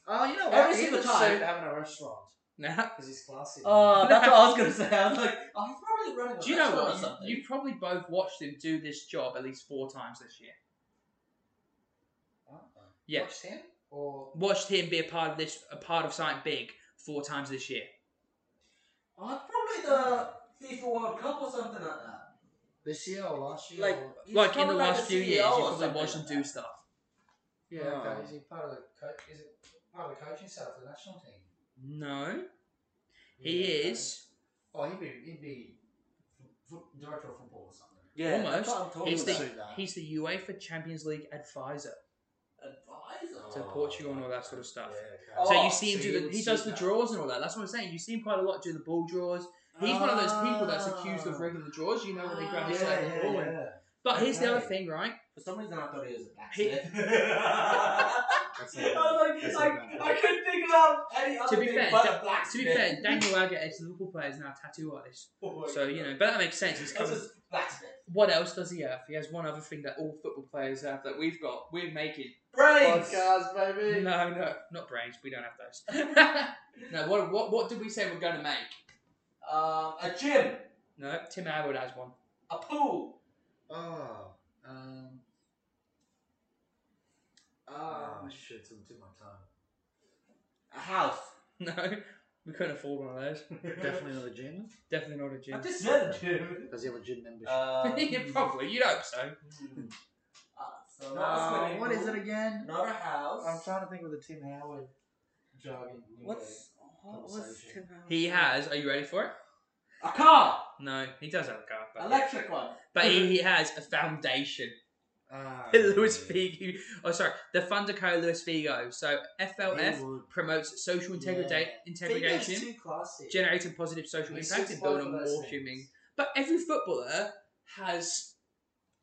F: Oh, you know what?
E: Every
F: He
E: single
F: would
E: time.
F: suit having a restaurant
C: no.
F: because he's classy.
C: Uh,
E: Oh, that's what I was gonna say. I was like, oh, he's probably running a
C: Do you know
E: restaurant
C: what?
E: or something.
C: You, you probably both watched him do this job at least four times this year. Yeah.
F: Watched him? Or
C: Watched him be a part of this, a part of something big four times this year.
E: Oh, it's probably the FIFA World Cup or something like that.
F: this year or last year?
E: Like,
F: or-
E: he's
C: like in the
E: probably like
C: last
E: a
C: few
E: CEO
C: years, you
E: or
C: probably
E: something
C: watched him
E: like
C: do
E: that.
C: stuff.
F: yeah,
E: Oh.
F: okay. Is he part of the coach? Is it part of the coaching staff of the national team?
C: No, he
F: Yeah, okay.
C: is.
F: Oh, he'd be he'd be f- f- director of football or something.
E: Yeah,
C: Almost.
E: that's what I'm talking
C: He's
E: about.
C: the,
F: Suit that.
C: he's the UEFA Champions League advisor.
E: advisor.
C: So Portugal and all that sort of stuff.
F: Yeah, okay.
C: so
E: Oh,
C: you see him
F: so
C: do
F: he
C: the,
F: would
C: he does
F: suit
C: the
F: that.
C: draws and all that. That's what I'm saying. You see him quite a lot do the ball draws. He's one of those people that's accused of regular draws. You know when they grab
E: Ah.
C: a
E: Yeah,
C: certain
E: yeah,
C: ball. and- But here's the other
F: Okay.
C: thing, right?
E: For some reason, I thought he was a
C: He-
E: blacksmith. I
F: That's it.
C: Oh,
E: was like,
F: That's
E: like
F: it.
E: I couldn't think of any other
C: be
E: thing
C: fair,
E: but
C: da-
E: a blacksmith.
C: To be fair, Daniel Agger, ex Liverpool player, is now a tattoo artist.
E: Oh my
C: So you
E: God.
C: know, but that makes sense. He's
E: That's
C: covered.
E: just blacksmith.
C: What else does he have? He has one other thing that all football players have that we've got. We're making.
E: Brains.
F: Podcast,
C: No,
F: baby.
C: no, not brains. We don't have those. no. What, what what did we say we're going to make?
E: Um, a gym,
C: No, Tim Howard has one.
E: a pool.
F: Oh, um,
B: Oh,
F: um,
B: shit, it took my time.
E: A house.
C: No, we couldn't afford one of those.
F: definitely not a gym.
C: Definitely not a
E: I
C: gym.
E: just said a gym.
F: Does he have a gym membership?
E: Um,
C: yeah, probably. You'd hope so.
E: hmm. Ah, so not a
F: Uh,
E: swimming
F: what is
E: pool,
F: it again?
E: Not a house.
F: I'm trying to think of the Tim Howard jargon.
E: What's what was
F: Conversation.
E: Tim Howard?
C: He has. Are you ready for it?
E: a car,
C: No, he does have a car. But,
E: electric one.
C: but he, he has a foundation.
F: Ah,
C: Luis Figo. Oh, sorry. The Fundaco Luis Figo. So FLF.
F: He would-
C: promotes social integrity,
F: Yeah.
B: Figo's
C: integration,
B: too classy.
C: generating positive social
B: He's
C: impact,
B: too
C: and building a
B: smart for those
C: more
B: things.
C: human. But every footballer has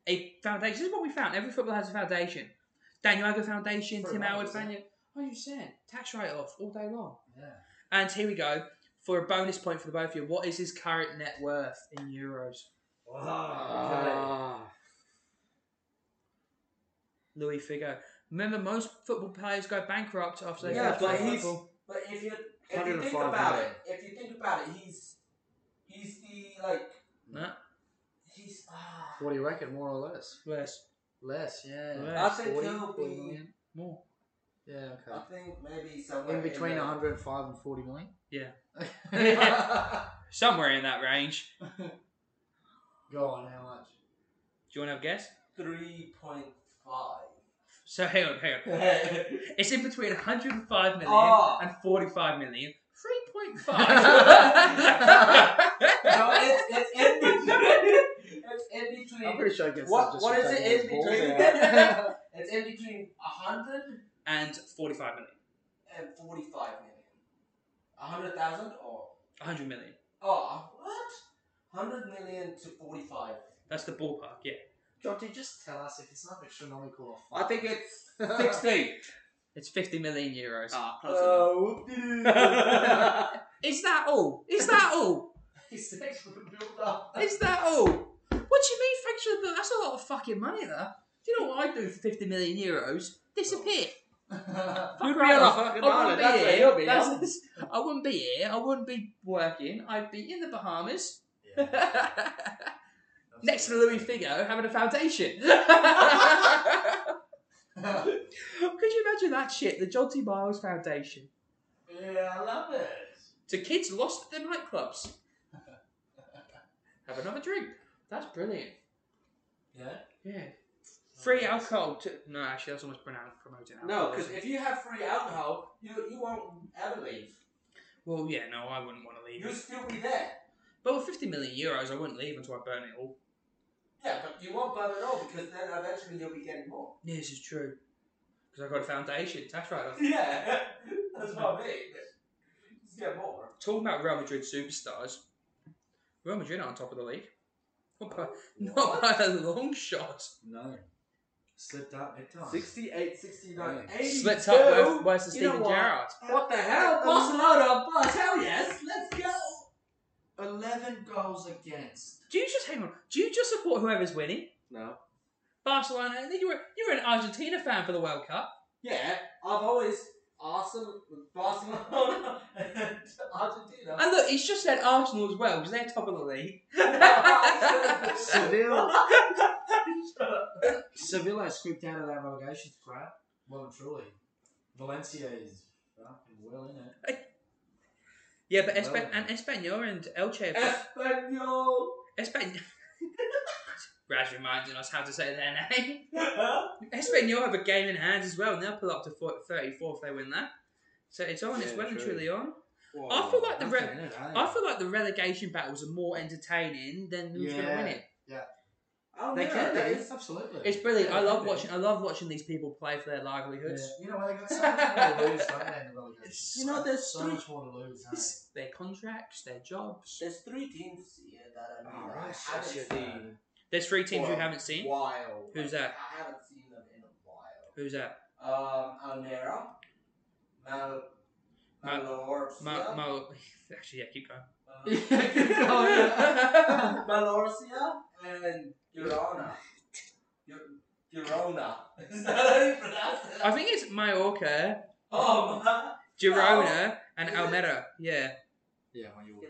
C: a foundation. This is what we found. Every footballer has a foundation. Daniel Agger Foundation,
B: For
C: Tim
B: a moment,
C: Howard
B: isn't
C: Foundation. Hundred percent tax write off all day long.
B: Yeah.
C: And here we go for a bonus point for the both of you. What is his current net worth in euros?
E: Oh,
B: Wow.
F: Ah,
C: Louis Figo. Remember, most football players go bankrupt after they
F: Yeah,
C: first
E: but
C: play
E: he's-
C: football.
E: But if you if you think
F: 105
E: about
F: million.
E: it, if you think about it, he's he's the like
C: No,
E: he's ah.
F: what do you reckon? More or less?
C: worse,
F: Less, yeah.
C: Less.
E: I think
F: 40,
E: he'll
F: 40
E: be-
F: million?
C: more.
F: Yeah,
E: I
F: okay.
E: think maybe somewhere
F: In between
E: the,
F: 105 and 40 million?
C: Yeah.
F: Go
C: Somewhere in that range.
F: on, how much?
C: Do you want to have a guess?
E: three point five.
C: So hang on, hang on. It's in between 105 million
E: Oh.
C: and 45 million. 3.5.
E: no, it's it's in between. It's in
F: I'm
E: between.
F: pretty sure it gets
E: What-
F: just
E: what
F: with
E: is
F: that
E: it in
F: ball
E: between?
F: there.
E: It's in between hundred
C: and 45 million.
E: and forty-five million. A hundred thousand or
C: 100 million.
E: oh what? 100 million to 45.
C: That's the ballpark, yeah.
B: Jotty, just tell us if it's not astronomical
E: I think it's 16.
C: It's 50 million euros.
E: ah,
B: Oh,
E: enough.
C: Is that all? Is that all?
G: His sex would have built up.
C: Is that all? What do you mean, fraction of the- That's a lot of fucking money, though. Do you know what I'd do for 50 million euros? Disappear.
E: You'd
C: Fuck
E: be on a
C: off.
E: fucking
C: I
E: island.
C: wouldn't be
E: That's where
C: here.
E: you'll be.
C: That's- I wouldn't be here. I wouldn't be working. I'd be in the Bahamas. Next to Louis Figo having a foundation. Could you imagine that shit? The Jolty Miles Foundation.
G: yeah, I love it.
C: To kids lost at the nightclubs. Have another drink. That's brilliant.
G: Yeah.
C: Yeah. Free alcohol. To, no, actually, that's almost pronoun- promoting alcohol.
E: No, because
C: isn't it?
E: if you have free alcohol, you, you won't ever leave.
C: Well, yeah, no, I wouldn't want to leave.
E: You'll still be there.
C: But with 50 million euros, I wouldn't leave until I burn it all.
E: Yeah, but you won't burn it all because then eventually you'll be getting more.
C: Yeah, this is true. Because I've got a foundation, tax write-off.
E: Yeah, that's what I mean. Just get more.
C: Talking about Real Madrid superstars, Real Madrid are on top of the league. Not by, not by a long shot.
B: no. Slipped up big time.
E: 68, 69, 82.
C: Slipped up worse than
E: You know
C: Steven
E: what?
C: Gerrard.
E: What the hell? Barcelona, bus, hell yes, let's go.
G: 11 goals against.
C: Do you just hang on? Do you just support whoever's winning?
E: No.
C: Barcelona. and then You were you were an Argentina fan for the World Cup.
E: Yeah, I've always Arsenal, Barcelona, and oh, Argentina.
C: And look, he's just said Arsenal as well because they're top of the league.
B: Seville. Seville has scooped out of that relegation crap.
G: Well and truly. Valencia is fucking well in it.
C: Yeah, but
B: Well,
C: Espa- and Espanyol and Elche.
E: Uh,
C: have-
E: Espanol.
C: Espan. Raz reminding us how to say their name. Espanyol have a game in hand as well, and they'll pull up to four- 34 if they win that. So it's on. it's
E: Yeah,
C: well and
E: true.
C: truly on. I feel like the re-
B: Nothing in it, eh?
C: I feel like the relegation battles are more entertaining than who's going to win
B: Yeah.
C: it.
E: Oh,
B: They
E: yeah,
B: can
E: that
B: be.
E: is-
B: Absolutely.
C: It's brilliant. I
B: Yeah,
C: love
B: they
C: watching. I love watching these people play for their livelihoods.
B: Yeah. You know what? They got so much more to lose, don't they, in the relegation?
E: You know, there's
B: so
E: three-
B: much more to lose. eh?
C: It's their contracts, their jobs.
E: There's three teams here that I,
B: All
E: mean,
B: right,
E: I haven't
B: shut your
E: seen.
C: There's three teams
E: for
C: you
E: a
C: haven't seen.
E: While.
C: Who's that?
E: I haven't seen them in a while.
C: Who's that?
E: Um, Almera, Mal, Um,
C: Mal-
E: Malorcia,
C: Mal, Mal- Actually, yeah, keep going.
E: Oh, uh, Malorcia, and Girona. Gir- Girona. Is that how you pronounce it?
C: I think it's Mallorca,
E: Oh man.
B: Oh,
C: Girona, and
E: Is it?
C: Almera. Yeah,
B: Yeah, when you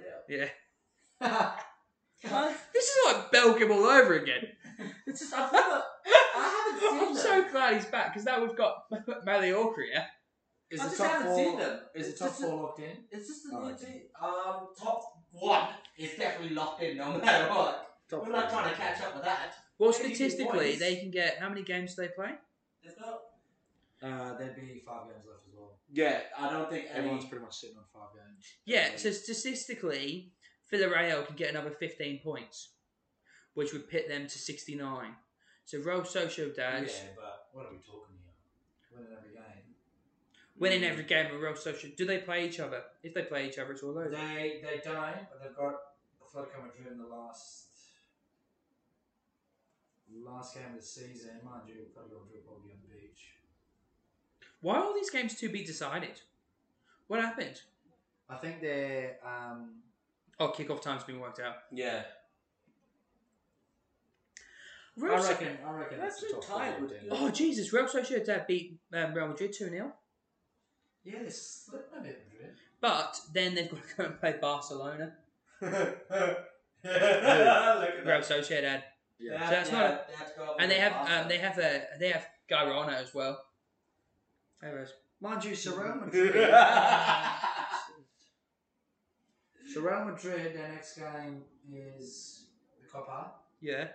C: yeah.
E: Huh?
C: This is like Belgium all over again.
E: It's just I've never, I haven't
C: I'm
E: seen them.
C: so glad he's back because now we've got Mallorca. here.
B: Is
E: I
B: the
E: just
B: top
E: haven't seen
B: four?
E: them.
B: Is
E: It's
B: the top
E: just a-
B: four locked in?
E: It's just a
B: Oh,
E: new
B: okay.
E: team. Um, top one is definitely locked in no matter what.
B: Top
E: We're not trying to catch up with that.
C: Well,
E: Maybe
C: statistically,
E: once.
C: they can get how many games do they play?
E: There's no.
B: Uh, there'd be five games left as well.
E: Yeah, I don't think
B: Everyone's pretty much sitting on five games.
C: Yeah, so statistically, Villarreal can get another 15 points, which would pit them to 69. So Real Sociedad
B: Yeah, but what are we talking here? Winning every game.
C: winning every game with Real Sociedad. Do they play each other? If they play each other, it's all over.
B: They they don't, but they've got Atletico Madrid in the last last game of the season. Mind you, Atletico Madrid will probably be on the beach.
C: Why are all these games to be decided? What happened?
B: I think they're um,
C: Oh, kickoff time's been worked out.
E: Yeah.
B: I
C: Real So-
B: reckon I reckon
E: That's
B: it's the
E: a
B: top
E: tie
B: four
E: with
B: then.
E: you.
C: oh, Jesus. Real Sociedad beat um, Real Madrid 2 0.
B: Yeah, they're slipping a bit Madrid.
C: But then they've got to go and play Barcelona. Real Sociedad. So that's not a- And they
E: Oh,
C: have um, they have a they have Girona as well. Anyways,
B: Mind you, so Real Madrid
E: yeah,
B: So Real Madrid, their next game is the Copa.
C: yeah.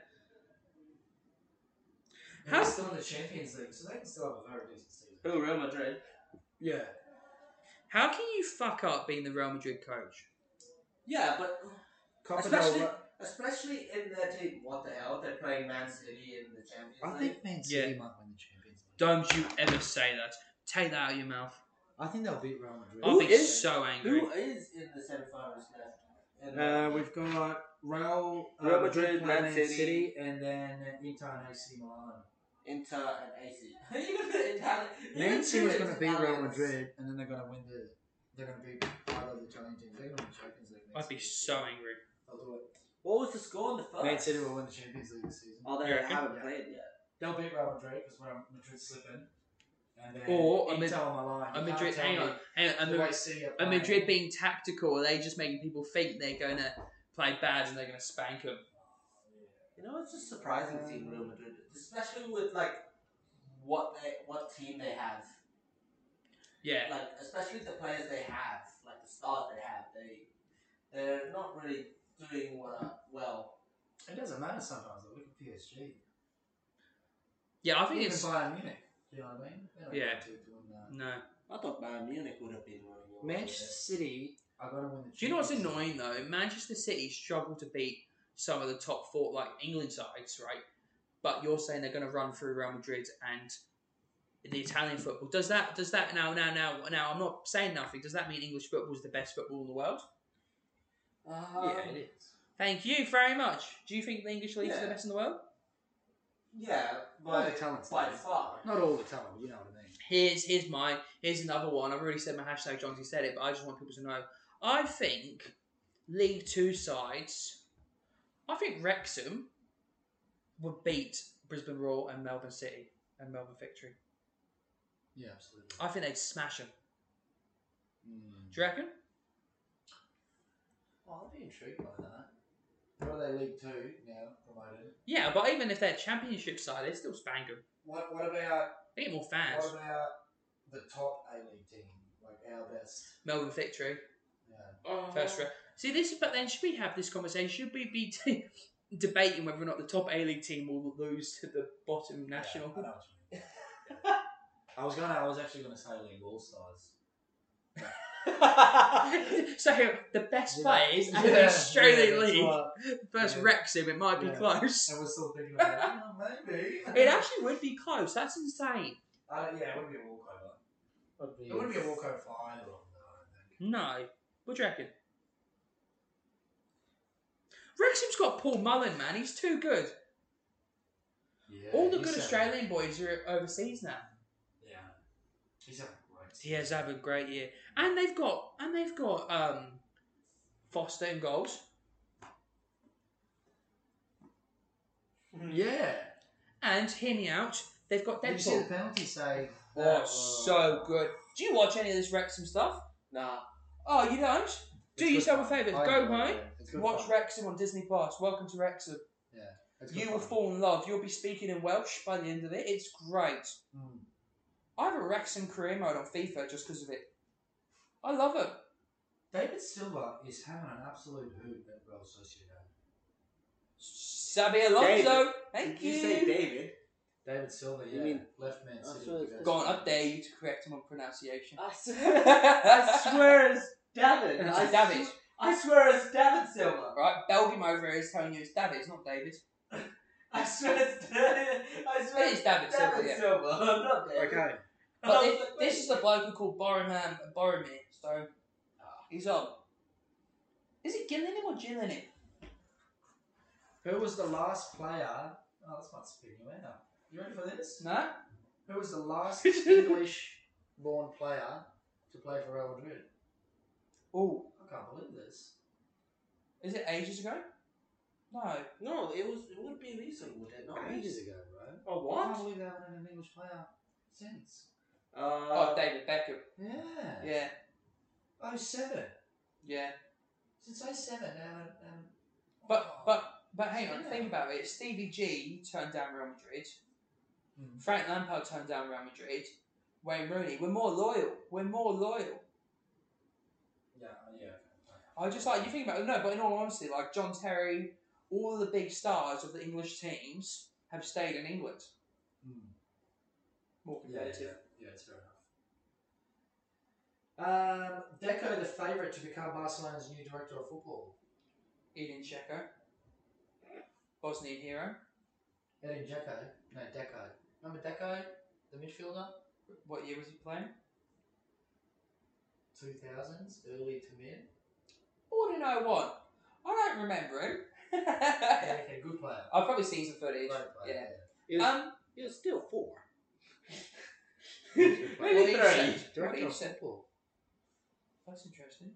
B: And they're
C: How-
B: still in the Champions League, so they can still have a very decent season.
E: Who Real Madrid?
B: Yeah.
C: How can you fuck up being the Real Madrid coach?
E: Yeah, but
B: Copa
E: especially
B: del Rey-
E: especially in their team. What the hell? They're playing Man City in the Champions
B: I
E: League.
B: think Man
C: Yeah.
B: City might win the Champions League.
C: Don't you ever say that. Take that out of your mouth.
B: I think they'll beat Real Madrid.
C: I'll
E: Who
C: be
E: is-
C: so angry.
E: Who is in the semifinals left? And,
B: Uh, we've got Real, uh,
E: Real Madrid, Man
B: Man
E: City.
B: City, and then Inter and AC Milan.
E: Inter and AC. Are you gonna put Italian?
B: Man City is going to beat Real Madrid, and then they're going to win the. They're going to beat part of the Italian teams. They're going to win the Champions League. Next
C: I'd be
B: season.
C: so angry.
B: They'll do it.
E: What was the score in the first?
B: Man City will win the Champions League this season.
E: Oh, they
C: You reckon?
E: haven't
B: Yeah.
E: played yet.
B: They'll beat Real Madrid because Real Madrid's slipping. And then
C: Or a
B: Inter
C: Mad-
B: and Milan.
C: A
B: You can't
C: Madrid,
B: tell
C: hang
B: me
C: on, hang on. A,
B: the
C: Madrid-
B: way City are
C: a
B: playing.
C: Madrid being tactical, are they just making people think they're going to play bad and they're going to spank them?
E: You know, it's just surprising seeing
B: Um,
E: Real Madrid, especially with like what they what team they have.
C: Yeah.
E: Like especially the players they have, like the stars they have. They they're not really doing well. well.
B: It doesn't matter sometimes. Though. Look at PSG.
C: Yeah, I think
B: Even
C: it's.
B: Bayern Munich. You know what I mean? They don't
C: Yeah.
B: have to win that.
C: No.
E: I thought Bayern Munich would have been running. away
B: Manchester
E: with
B: City are going to win the.
C: Do you know what's
B: Champions League.
C: annoying though? Manchester City struggle to beat some of the top four, like England sides, right? But you're saying they're going to run through Real Madrid and the Italian football. Does that? Does that now? Now? Now? Now? I'm not saying nothing. Does that mean English football is the best football in the world?
E: it. Um,
C: yeah, it is. Thank you very much. Do you think the English league is the
E: Yeah.
C: best in the world?
E: Yeah,
B: All
E: by
B: the talents.
E: by
B: though.
E: far.
B: Not all the talent. You know what I mean.
C: Here's here's mine. Here's another one. I've already said my hashtag. John's he said it, but I just want people to know. I think League Two sides. I think Wrexham would beat Brisbane Roar and Melbourne City and Melbourne Victory.
B: Yeah, absolutely.
C: I think they'd smash them.
B: Mm.
C: Do you reckon?
B: Well, I'd be intrigued by that. What are they League Two now promoted?
C: Yeah, but even if they're Championship side, they still spank them.
B: What What about
C: They get more fans.
B: What about the top A League team? Like our best.
C: Melbourne Victory
B: Oh, Yeah.
C: first round. See this, but then should we have this conversation? Should we be t- debating whether or not the top A League team will lose to the bottom national?
B: Yeah, I, know what you mean. I was gonna. I was actually gonna say League All Stars.
C: so the best
B: Yeah.
C: players and
B: Yeah,
C: the Australian
B: yeah, that's
C: League
B: what-
C: versus
B: yeah.
C: Wrexham, it might be
B: Yeah.
C: close.
B: I was still thinking about that. Oh, maybe.
C: It actually would be close. That's insane.
B: Uh, yeah, it wouldn't be a walkover. It wouldn't be a walkover final. though, I think.
C: No. What do you reckon? Wrexham's got Paul Mullen, man. He's too good.
B: Yeah,
C: All the
B: he's
C: good
B: having-
C: Australian boys are overseas now.
B: Yeah, he's having a great.
C: He has had a great year, and they've got and they've got um, Foster in goals, Mm-hmm.
B: Yeah.
C: and Hinny out. They've got
B: Did you see the
C: Deadpool.
B: penalty save?
C: Oh, so good. Do you watch any of this Wrexham stuff?
E: Nah.
C: Oh, you don't? Do yourself a favour. Go home, watch
B: Red.
C: Wrexham on Disney Plus. Welcome to Wrexham. You will fall in love. You'll be speaking in Welsh by the end of it. It's great.
E: Hmm.
B: Mm.
C: I have a Wrexham career mode on FIFA just because of it. I love it.
B: David Silva is having an absolute hoot at Real Sociedad.
C: Sabi Alonso,
E: David.
C: thank
E: Did you say
C: you.
E: David?
B: David Silva, yeah,
E: You mean-
B: left man.
E: I
B: City.
E: swear-
B: Yes.
C: Go on, up there. You to correct him on pronunciation.
E: I swear, I swear it's David.
C: It's
E: I
C: David.
E: sw- I swear it's David Silva.
C: Right, Belgium over here is telling you it's David, it's not David.
E: I swear it's David. I swear
C: It is David Silva, yeah.
E: Silva. Not David.
B: Okay.
C: But this, this is a bloke who called Boromir, Boromir, so he's on. Is it Gillingham or Gillingham?
B: Who was the last player? Oh, this might spin you out. You ready for this?
C: No?
B: Who was the last English-born player to play for Real Madrid?
C: Oh,
B: I can't believe this.
C: is it ages ago? No.
E: No, it was. It would be recent, would it not?
B: Ages ago, bro.
C: Oh,
B: I can't
C: what?
B: believe they haven't had an English player since.
E: Uh,
C: Oh, David Beckham.
B: Yeah.
C: Yeah,
B: Oh seven.
C: yeah.
B: Since oh seven, they haven't. they haven't-
C: But
B: Oh.
C: but but hang on, think about it. Stevie G turned down Real Madrid.
B: Hmm.
C: Frank Lampard turned down Real Madrid. Wayne Rooney. We're more loyal. We're more loyal.
B: Yeah, yeah.
C: I just like you think about it. No, but in all honesty, like John Terry, all of the big stars of the English teams have stayed in England.
B: Mm.
C: More
B: Yeah, yeah,
C: competitive.
B: yeah, it's fair enough. Um, Deco, the favourite to become Barcelona's new director of football.
C: Edin Dzeko, Bosnian hero.
B: Edin Dzeko, no Deco. Remember Deco, the midfielder,
C: What year was he playing?
B: two thousands, early to mid.
C: All in 01. I don't remember him.
B: Yeah, okay, good player.
H: Oh,
C: I've probably seen some footage.
B: Great player.
I: It's,
C: Um,
I: it's still four.
C: maybe three. What
H: Director
C: each
H: of
C: said.
H: football.
C: That's interesting.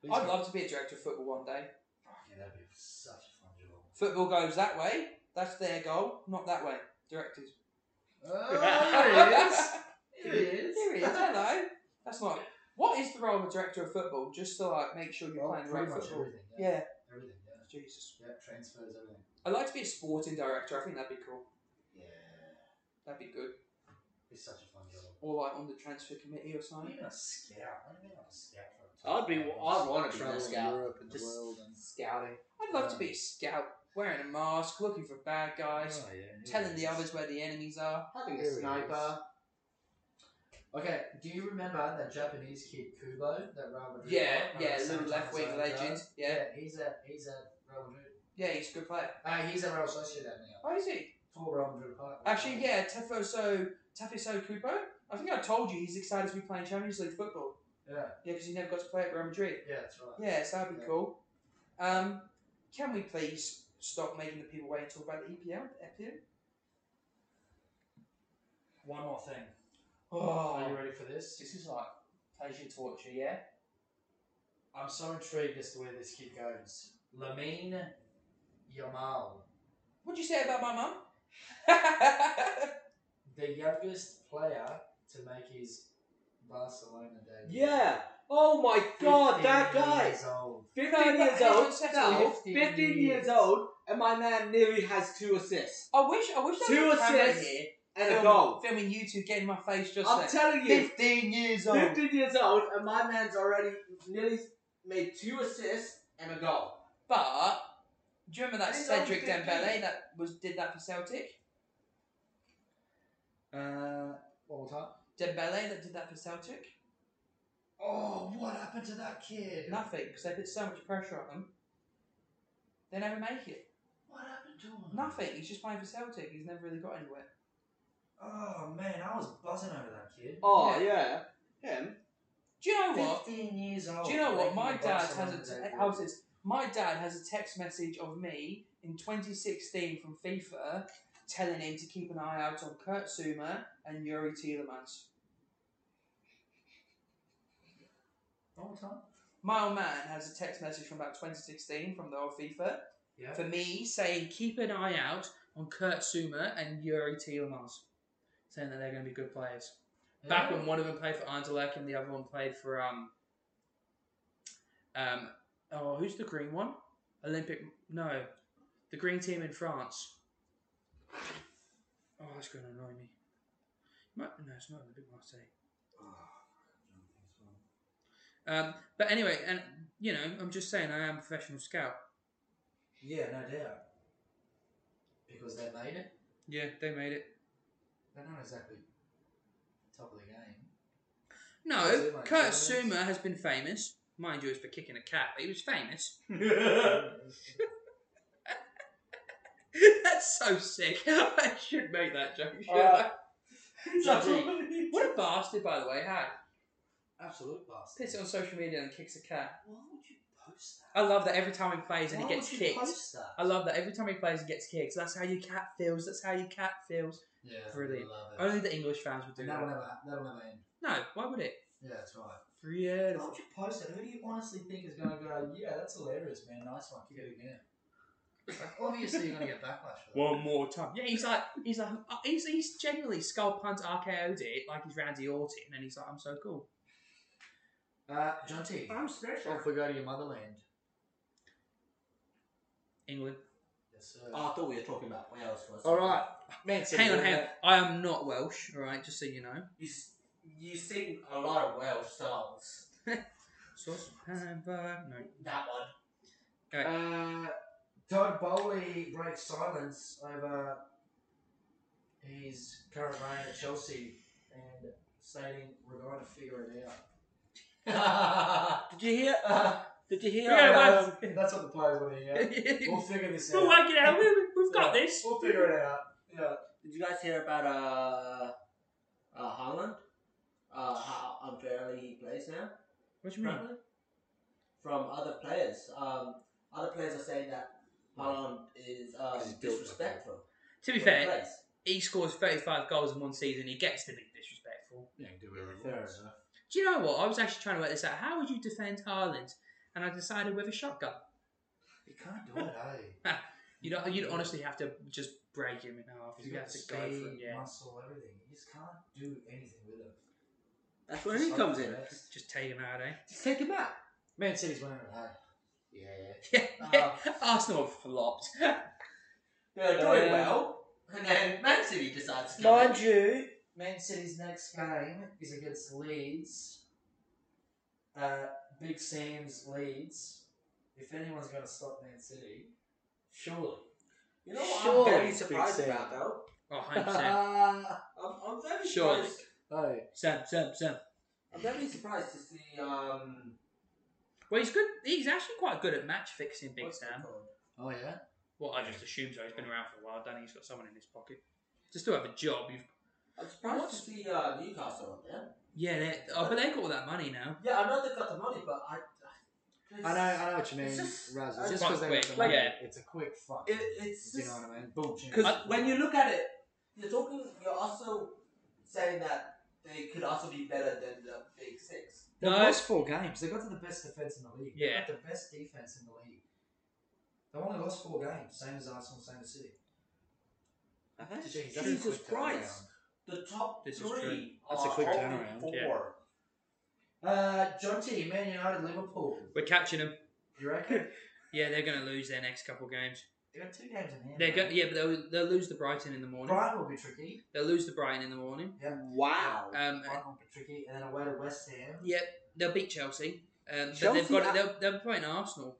H: Please
C: I'd
H: don't-
C: love to be a director of football one day.
H: Fucking, that'd be such a fun job.
C: Football goes that way. That's their goal, not that way. Directors.
H: Oh, there it is. There it is.
C: There he is. Hello. That's not. What is the role of a director of football? Just to like make sure you're
H: Well,
C: playing the
H: pretty
C: right
H: much
C: football.
H: everything.
C: Yeah.
H: Everything, yeah.
C: Jesus.
H: Yeah, transfers, everything.
C: I'd like to be a sporting director. I think that'd be cool.
H: Yeah.
C: That'd be good.
H: It's such a fun job.
C: Or like on the transfer committee or something.
H: Even a scout. What do you mean I'm a scout for a
E: I'd be-
H: team?
E: I'd wanna be
H: Travel
E: a scout.
H: Europe and the
E: Just-
H: world and-
C: Scouting. I'd love to be a scout, wearing a mask, looking for bad guys,
H: Oh, yeah,
C: telling
H: yeah.
C: the others where the enemies are.
E: Having
H: There
E: a
H: he
E: sniper.
B: Okay, do you remember that Japanese kid Kubo that Real Madrid?
C: Yeah,
B: got? Remember
C: yeah,
B: the San
C: little left wing
B: James
C: legend.
B: guy?
C: Yeah,
B: he's at he's at Real Madrid.
C: yeah, he's a good player.
B: Uh, he's at Real Sociedad now.
C: Oh, is he?
B: For Real Madrid Park.
C: Actually, yeah, Tefoso, Tafiso Kupo. I think I told you he's excited to be playing Champions League football.
B: Yeah,
C: Yeah, because he never got to play at Real Madrid.
B: yeah, that's right.
C: Yeah, so that'd be
B: Yeah.
C: cool. Um, can we please stop making the people wait and talk about the E EPL? EPL?
B: One more thing. Are
C: Oh,
B: you ready for this?
C: this is like pleasure torture, yeah?
B: I'm so intrigued as to where this kid goes. Lamine Yamal,
C: What'd you say about my mum?
B: the youngest player to make his Barcelona debut.
E: Yeah. Oh my god,
B: 15
E: that guy.
B: Years old.
E: 15
C: No,
E: years
C: but-
E: old.
C: No,
E: 15
H: 15
E: years
H: years.
E: old, and my man nearly has two assists
C: I wish I wish there
E: Two
C: was a camera
E: assists
C: here
E: and a
C: filming-
E: goal.
C: filming you two getting my face just
E: I'm
C: then.
E: telling you,
H: Fifteen years
E: 15 years old, and my man's already nearly made two assists and a goal.
C: but do you remember that
E: He's only
C: Cedric
E: 15.
C: Dembele that was did that for Celtic?
B: Uh, all time.
C: Dembele that did that for Celtic?
B: Oh, what happened to that kid?
C: Nothing, because they put so much pressure on them. They never make it.
B: What happened to him?
C: Nothing. He's just playing for Celtic. He's never really got anywhere.
B: Oh man, I was buzzing over that kid.
E: Oh, yeah. Him.
C: Do you know what?
B: Fifteen years old.
C: Do you know what?
B: making
C: My
B: the
C: dad has
B: Barcelona
C: a te-
B: debut.
C: how is this? My dad has a text message of me in 2016 from FIFA telling him to keep an eye out on Kurt Zuma and Yuri Tielemans.
B: All time.
C: My old man has a text message from about 2016 from the old FIFA
B: Yeah.
C: for me saying keep an eye out on Kurt Zuma and Yuri Tielemans, saying that they're going to be good players. Back when one of them played for Anderlecht and the other one played for um um oh who's the green one? Olympic no, the green team in France. Oh, that's going to annoy me. No, no, it's not Olympic Marseille. Um, but anyway, and you know, I'm just saying I am a professional scout.
B: Yeah, no doubt. Because they made it.
C: Yeah, they made it.
B: They're not exactly top of the game. Was
C: No,
B: it like
C: Kurt
B: famous?
C: Suma has been famous. Mind you, it's for kicking a cat, but he was famous. That's so sick. I should make that joke. shouldn't I? what a bastard, by the way. How?
B: Absolute bastard.
C: Puts it on social media and kicks a cat.
B: Why would you post that?
C: I love that every time he plays and
B: Why
C: he gets
B: would you
C: kicked.
B: post that?
C: I love that every time he plays and gets kicked. That's how your cat feels. That's how your cat feels.
B: Yeah,
C: Brilliant.
B: I love it.
C: Only the English fans would do
B: And that'll
C: that.
B: never, that'll never end.
C: No, why would it?
B: Yeah, that's right. Why
C: Beautiful.
B: would you post it? Who do you honestly think is going to go, yeah, that's hilarious, man. Nice one. Keep doing it. Like, obviously, you're going to get backlash for that.
D: One more time.
C: Yeah, he's like, he's like, uh, he's, he's genuinely skull punt RKO'd it like he's Randy Orton, and he's like, I'm so cool.
B: Uh, John T.
C: I'm special.
B: Off we go to your motherland.
C: England.
B: Yes, sir.
E: Oh, I thought we were talking about Wales. wasn't we?
H: All right.
E: Man City,
C: Hang on, hang on.
E: yeah.
C: I am not Welsh, all right? Just so you know.
E: You, s- you sing a lot of Welsh songs.
C: Sauce and vibe. No.
E: That one.
B: Uh, Todd Bowley breaks silence over his current reign at Chelsea and stating, we're going to figure it out.
E: Did you hear? Uh, did you hear? um,
B: That's what the players want to hear. We'll figure this out.
C: We'll work it out. We, we- we've got
B: Yeah.
C: this.
B: We'll figure it out. Yeah.
E: did you guys hear about uh, uh Holland? Uh, how unfairly he plays now.
C: What do you mean?
E: apparently, From other players. Um, Other players are saying that Haaland is um,
J: He's built like
E: disrespectful.
C: To be
E: when he
C: fair,
E: plays.
C: he scores 35 goals in one season. He gets to be disrespectful.
J: Yeah, do whatever he
K: Fair
J: wants.
K: enough.
C: Do you know what? I was actually trying to work this out. How would you defend Haaland? And I decided with a shotgun.
K: You can't do it, eh?
C: You'd, you'd honestly have to just break him in half.
K: He's
C: You'd
K: got
C: have to go for it,
K: speed,
C: yeah.
K: muscle, everything. You just can't do anything with him.
E: That's where he comes in.
C: Just take him out, eh?
E: Just take him out.
K: Man City's winning it, eh?
E: Yeah.
C: Yeah,
E: Ah.
C: Arsenal have flopped.
E: They're doing well. And then Man City decides to come
B: Mind
E: in.
B: you, Man City's next game is against Leeds. Uh, Big Sam's Leeds. If anyone's going to stop Man City, surely.
E: You know what
B: Sure.
E: I'm very
J: Big
E: surprised
J: Sam.
E: about though?
C: Oh, 100%.
E: I'm, I'm very
C: Sure.
E: surprised.
K: Oh,
C: Sam, Sam, Sam.
E: I'm very surprised to see um
C: Well, he's good. He's actually quite good at match fixing, Big
E: what's it
C: Sam.
E: called?
K: oh yeah.
C: Well, I just assume so. He's been around for a while, Danny. He's got someone in his pocket. To still have a job, you've.
E: I'm surprised
C: What's-
E: to see uh, Newcastle up there.
C: Yeah, they oh, but they got all that money now.
E: Yeah, I know they got the money, but I.
K: I know, I know what you mean,
E: It's
K: Raz. It's
E: just- it's
K: just because
C: quite
K: they got
C: quick,
K: the money,
C: yeah.
K: it's a quick fuck.
E: It, it's
K: you know
E: just
K: what I mean? Boom.
E: because
K: change.
E: when you look at it, you're talking. You're also saying that they could also be better than the big six.
K: they
C: No.
K: lost four games. They got to the best defense in the league. They
C: Yeah.
K: got the best defense in the league. They only lost four games, same as Arsenal, same as City. Jeez, that's a
E: Jesus
K: quick
E: Christ!
K: turnaround.
E: The top
C: This is
E: three.
J: That's a
E: are
J: quick
E: only
J: turnaround,
E: Four.
C: yeah.
B: Uh, Jonty, Man United, Liverpool.
C: We're catching them.
B: You reckon?
C: Yeah, they're going to lose their next couple of games.
B: they got two games in hand.
C: They're go- yeah, but they'll, they'll lose the Brighton in the morning.
B: Brighton will be tricky.
C: They'll lose the Brighton in the morning.
E: Wow.
C: Um,
B: Brighton will be tricky, and then away to West Ham.
C: yeah, they'll beat Chelsea. Um, but
E: Chelsea
C: they've got
E: are-
C: they'll, they'll be playing Arsenal.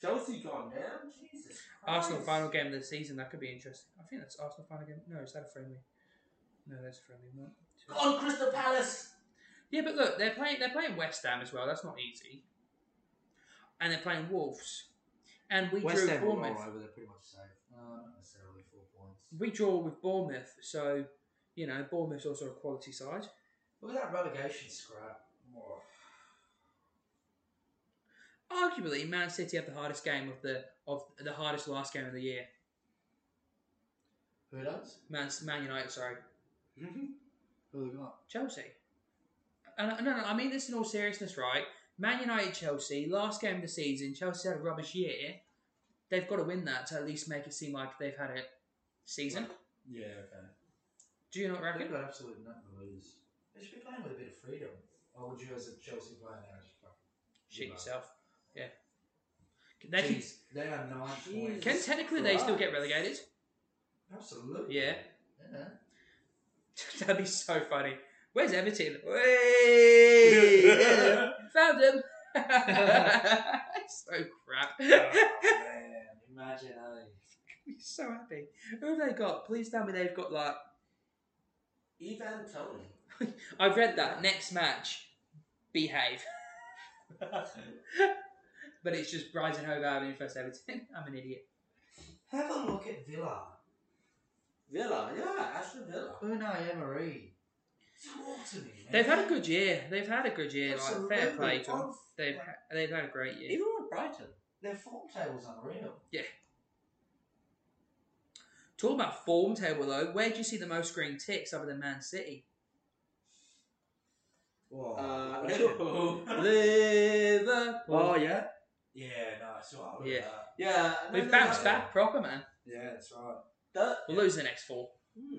E: Chelsea gone down. Jesus. Christ.
C: Arsenal final game of the season. That could be interesting. I think that's Arsenal final game. No, is that a friendly? No, that's a friendly. One, two-
E: Gone Crystal Palace.
C: Yeah, but look, they're playing they're playing West Ham as well. That's not easy. And they're playing Wolves. And we
K: West
C: drew
K: Ham were all
C: Bournemouth.
K: over. They're pretty much safe. Uh, not necessarily four points.
C: We draw with Bournemouth, so you know Bournemouth's also a quality side.
B: Look at that relegation scrap. More.
C: Arguably, Man City have the hardest game of the of the hardest last game of the year.
B: Who does?
C: Man, Man United, sorry,
K: Who they got?
C: Chelsea. And I- no, no, I mean this in all seriousness, right? Man United, Chelsea, last game of the season. Chelsea had a rubbish year. They've got to win that to at least make it seem like they've had a season.
K: Yeah, okay.
C: Do you not reckon?
K: They've got absolutely nothing to lose.
B: They should be playing with a bit of freedom. Or would you, as a Chelsea player, now just fuck?
C: Shit
K: Yeah.
C: yourself. Yeah. They can,
K: Jeez, they are nine points.
C: can technically they still get relegated?
B: Absolutely.
C: Yeah.
B: yeah.
C: That'd be so funny. Where's Everton? Hey! Found him. so crap.
K: man, imagine eh?
C: He's so happy. Who have they got? Please tell me they've got like.
E: Ivan Tony.
C: I've read that next match, behave. but it's just Brighton Hove Albion first Everton. I'm an idiot.
B: Have a look at Villa.
E: Villa. Yeah, Aston Villa.
B: Unai Emery. Talk to me, man.
C: They've had a good year. They've had a good year. Like,
B: Absolutely.
C: fair play to them.
B: I've-
C: They've, ha- they've had a great year.
E: Even with Brighton.
B: Their form table's unreal.
C: Talk about form table though. Where do you see the most green ticks other than Man City?
K: Whoa.
E: Uh,
K: Imagine.
E: Liverpool.
C: Liverpool.
K: Oh yeah. Yeah, no, I saw.
C: Yeah.
E: Yeah.
C: We've bounced back proper, man.
K: Yeah, that's right.
E: The,
C: We'll lose the next four.
E: hmm.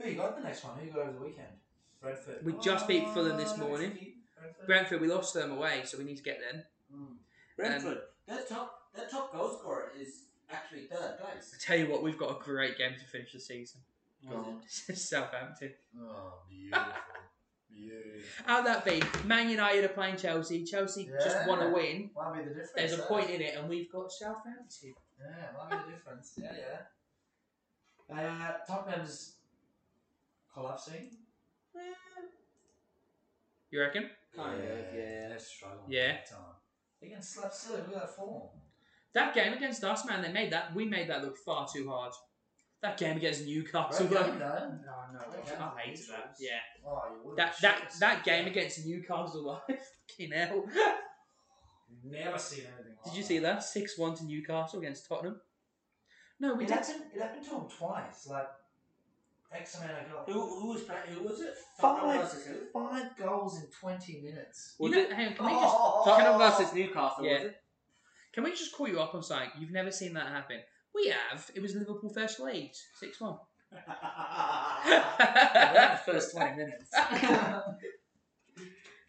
B: Who you got the next one? Who you got over the weekend? Brentford.
C: We just beat Fulham this
B: Oh, that's
C: morning.
B: cute. Brentford.
C: Brentford, we lost them away, so we need to get them.
B: Mm.
E: Brentford. their top their top goal scorer is actually third place.
C: I tell you what, we've got a great game to finish the season.
K: Go on.
C: Southampton.
K: Oh, beautiful. beautiful.
C: How'd that be? Man United are playing Chelsea. Chelsea just
B: Yeah.
C: want to win.
B: Might be the difference.
C: There's a
B: eh?
C: point in it, and we've got Southampton.
B: Yeah, might be the difference. Yeah, yeah. Uh, Tottenham's collapsing.
C: You reckon?
E: Kind of,
K: yeah. They're struggling.
C: Yeah.
K: big Time.
B: They can slap silly with that form.
C: That game against us, man, they made that. We made that look far too hard. That game against Newcastle,
B: Great game,
C: though.
B: though.
C: No, no,
B: Great
C: I
B: game.
C: hated that. Yeah.
B: Oh, you wouldn't
C: That
B: shit
C: that
B: yourself.
C: that game against Newcastle, like, fucking hell.
L: Never seen anything like
C: Did you see that six one to Newcastle against Tottenham? No, we
L: It
C: did.
L: happened, it happened to him twice, like X amount of goals.
E: Who, who was playing? Who was it? Tottenham
L: Five,
E: versus who?
L: five goals in 20 minutes.
C: You
E: Was
C: know-
E: it? Oh.
C: hang on, can we just
E: Tottenham versus Newcastle,
C: Yeah.
E: was it?
C: can we just call you up on something? You've never seen that happen. We have. It was Liverpool first legs six one.
B: first 20 minutes.
L: and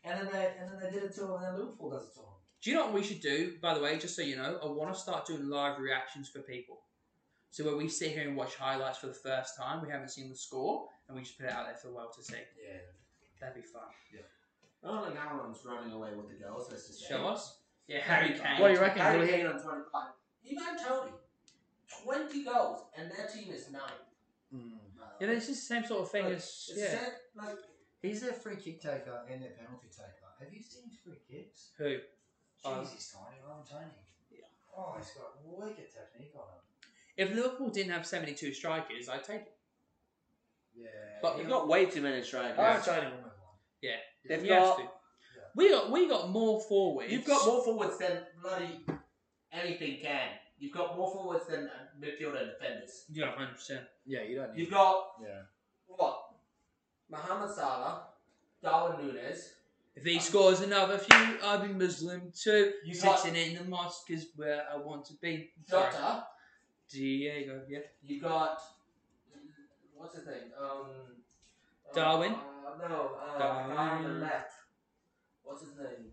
L: then they and then they did it to him, and then Liverpool does it to him.
C: Do you know what we should do? By the way, just so you know, I want to start doing live reactions for people. So where we sit here and watch highlights for the first time, we haven't seen the score, and we just put it out there for the world to see.
L: Yeah.
C: That'd be fun.
E: Oh, and now one's running away with the girls. Let's just
C: Show us. Yeah, Harry Kane.
B: What do you reckon?
E: Harry
B: Really?
E: Kane on 25. Ivan Tony, 20 goals, and their team is nine.
C: Yeah, this is the same sort of thing as
E: It's
C: yeah.
E: sad, like,
B: He's their free kick taker and their penalty taker. Have you seen his free kicks?
C: Who? Oh.
B: Jeez, he's tiny. I love Tony.
C: Yeah.
B: Oh, he's got wicked technique on him.
C: If Liverpool didn't have seventy-two strikers, I'd take it.
B: Yeah.
C: But
E: they've got way too many strikers.
B: Oh, Tony will move on.
E: They've
C: we have
E: got-
C: to. We got we got more forwards.
E: You've got more forwards than bloody anything can. You've got more forwards than uh, midfielder and defenders.
C: Yeah, hundred percent.
B: Yeah, you don't need.
E: You've got
B: yeah.
E: what? Mohamed Salah, Darwin Nunes.
C: If he scores another few, I'll be Muslim too.
E: You got-
C: Sitting in the mosque is where I want to be. Sorry.
E: Jota.
C: Diego, yeah.
E: You got what's his name? Um,
C: Darwin?
E: Uh, no, uh,
C: Darwin.
E: Darwin. on the left. What's his name?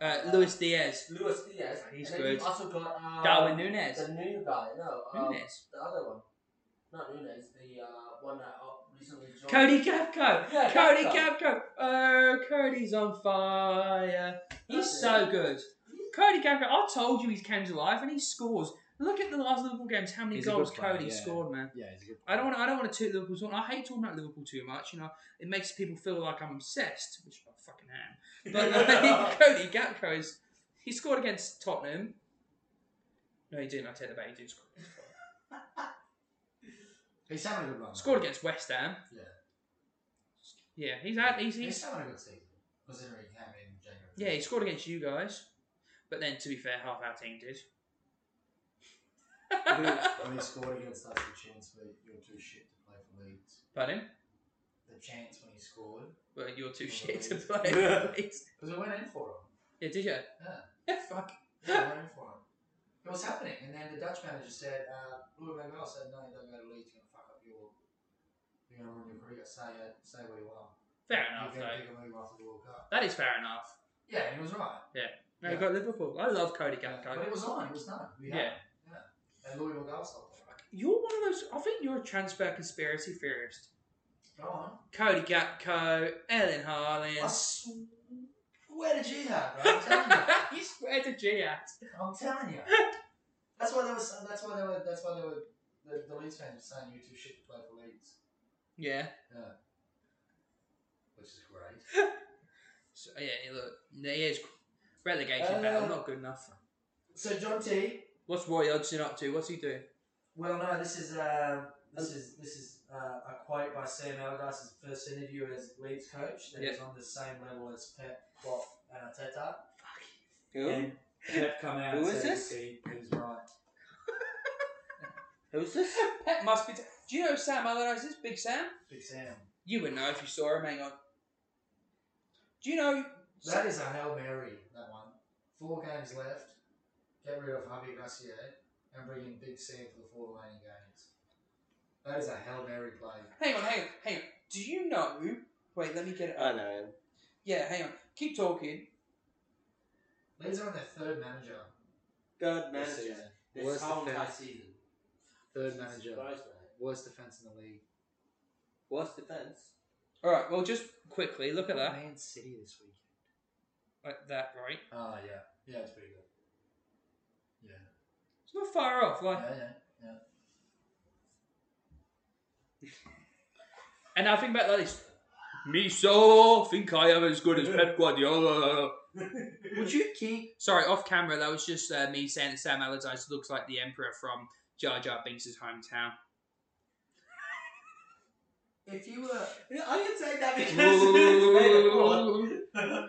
C: Uh, Luis Diaz,
E: Luis Diaz.
C: He's
E: and then
C: good.
E: You've also got uh,
C: Darwin Nunes.
E: The new guy. No, um,
C: Nunes?
E: The other one. Not Nunes. The uh, one that uh, recently joined.
C: Cody Gapco.
E: Yeah,
C: Cody
E: Gapco.
C: Gapco. Oh, Cody's on fire. He's
E: That's
C: so good. Cody Gapco. I told you he's came to life and he scores. Look at the last Liverpool games. How many
B: He's a
C: goals
B: good player,
C: Cody
B: yeah.
C: scored, man.
B: Yeah, he's a good.
C: I don't want. I don't want to toot Liverpool's horn. I hate talking about Liverpool too much. You know, it makes people feel like I'm obsessed, which I fucking am. But like, Cody Gakpo is. He scored against Tottenham. No, he didn't. I take the back. He did score.
B: He's having a good run.
C: Scored against West Ham.
B: Yeah.
C: Yeah, he's had. He's,
B: He's
C: he's
B: having a good season. Considering he came in January.
C: yeah. He scored against you guys. But then, to be fair, half our team did.
B: when he scored against us, the chance that you're too shit to play for Leeds.
C: Pardon?
B: The chance when he scored
C: Well, you're too shit to play. yeah, did
B: because I went in for him.
C: you?
B: Yeah.
C: Yeah. Fuck.
B: I went in for him. It was happening, and then the Dutch manager said, uh, Louis Van Gaal said, "No, you don't go to Leeds. You're gonna fuck up your, you're gonna ruin your career. Say it, say what you want.
C: Fair enough,
B: You're gonna pick
C: though.
B: a move after the World Cup.
C: That is fair enough.
B: Yeah, and he was right.
C: No,
B: Yeah.
C: you got Liverpool. I love Cody
B: Yeah,
C: Gakpo.
B: but it was on. It was done. We had
C: Yeah.
B: it. yeah. And Louis Van Gaal stopped it.
C: You're one of those. I think you're a transfer conspiracy theorist.
B: Go on.
C: Cody Gakpo, Ellen
B: I
C: Haaland.
B: swear to jihad, bro. I'm telling you.
C: you swear to Jihad.
B: I'm telling you. That's why there was. That's why there were. That's why there were. The, the Leeds fans were saying you two shit to play for Leeds,
C: Yeah.
B: which is great.
C: So, yeah, you look. He is relegation battle.
B: Uh,
C: Not good enough.
B: So John T.
C: What's Roy Hodgson up to? What's he doing?
L: Well, no, this is uh, this is this is uh, a quote by Sam Allardyce's first interview as Leeds coach. That he's on the same level as Pep, Klopp, and Arteta.
E: Who?
L: And Pep come out.
E: Who
L: and
E: is
L: said
E: this?
L: He, he was right.
E: Who's this?
C: Pep must be. T- Do you know Sam Allardyce is? Big Sam?
B: Big Sam.
C: You would know if you saw him. Hang on. Do you know.
B: That is a hail mary. That one. Four games left. Get rid of Javier Garcia and bring in Big Sam for the four remaining games. That is a hail mary play.
C: Hang on, hang on, hang on. Do you know. Wait, let me get it.
E: I know him.
C: Yeah, hang on. Keep talking.
B: Leeds are on their third manager.
E: Third manager. This
B: Worst
E: whole entire
B: defense.
E: season.
B: Third
E: Jesus
B: manager.
E: Christ, mate.
B: Worst defense in the league.
E: Worst defense.
C: Alright, well, just quickly look at that.
B: Man City this week.
C: Like that, right?
B: Oh yeah, yeah, it's pretty good. Yeah.
C: It's not far off. Like,
B: yeah, yeah,
C: and I think about that is,
M: Me so think I am as good as Pep Guardiola.
C: would you keep? Sorry, off camera. That was just uh, me saying that Sam Allardyce looks like the Emperor from Jar Jar Binks' hometown.
N: If you were
E: I didn't say that because it's made of wood.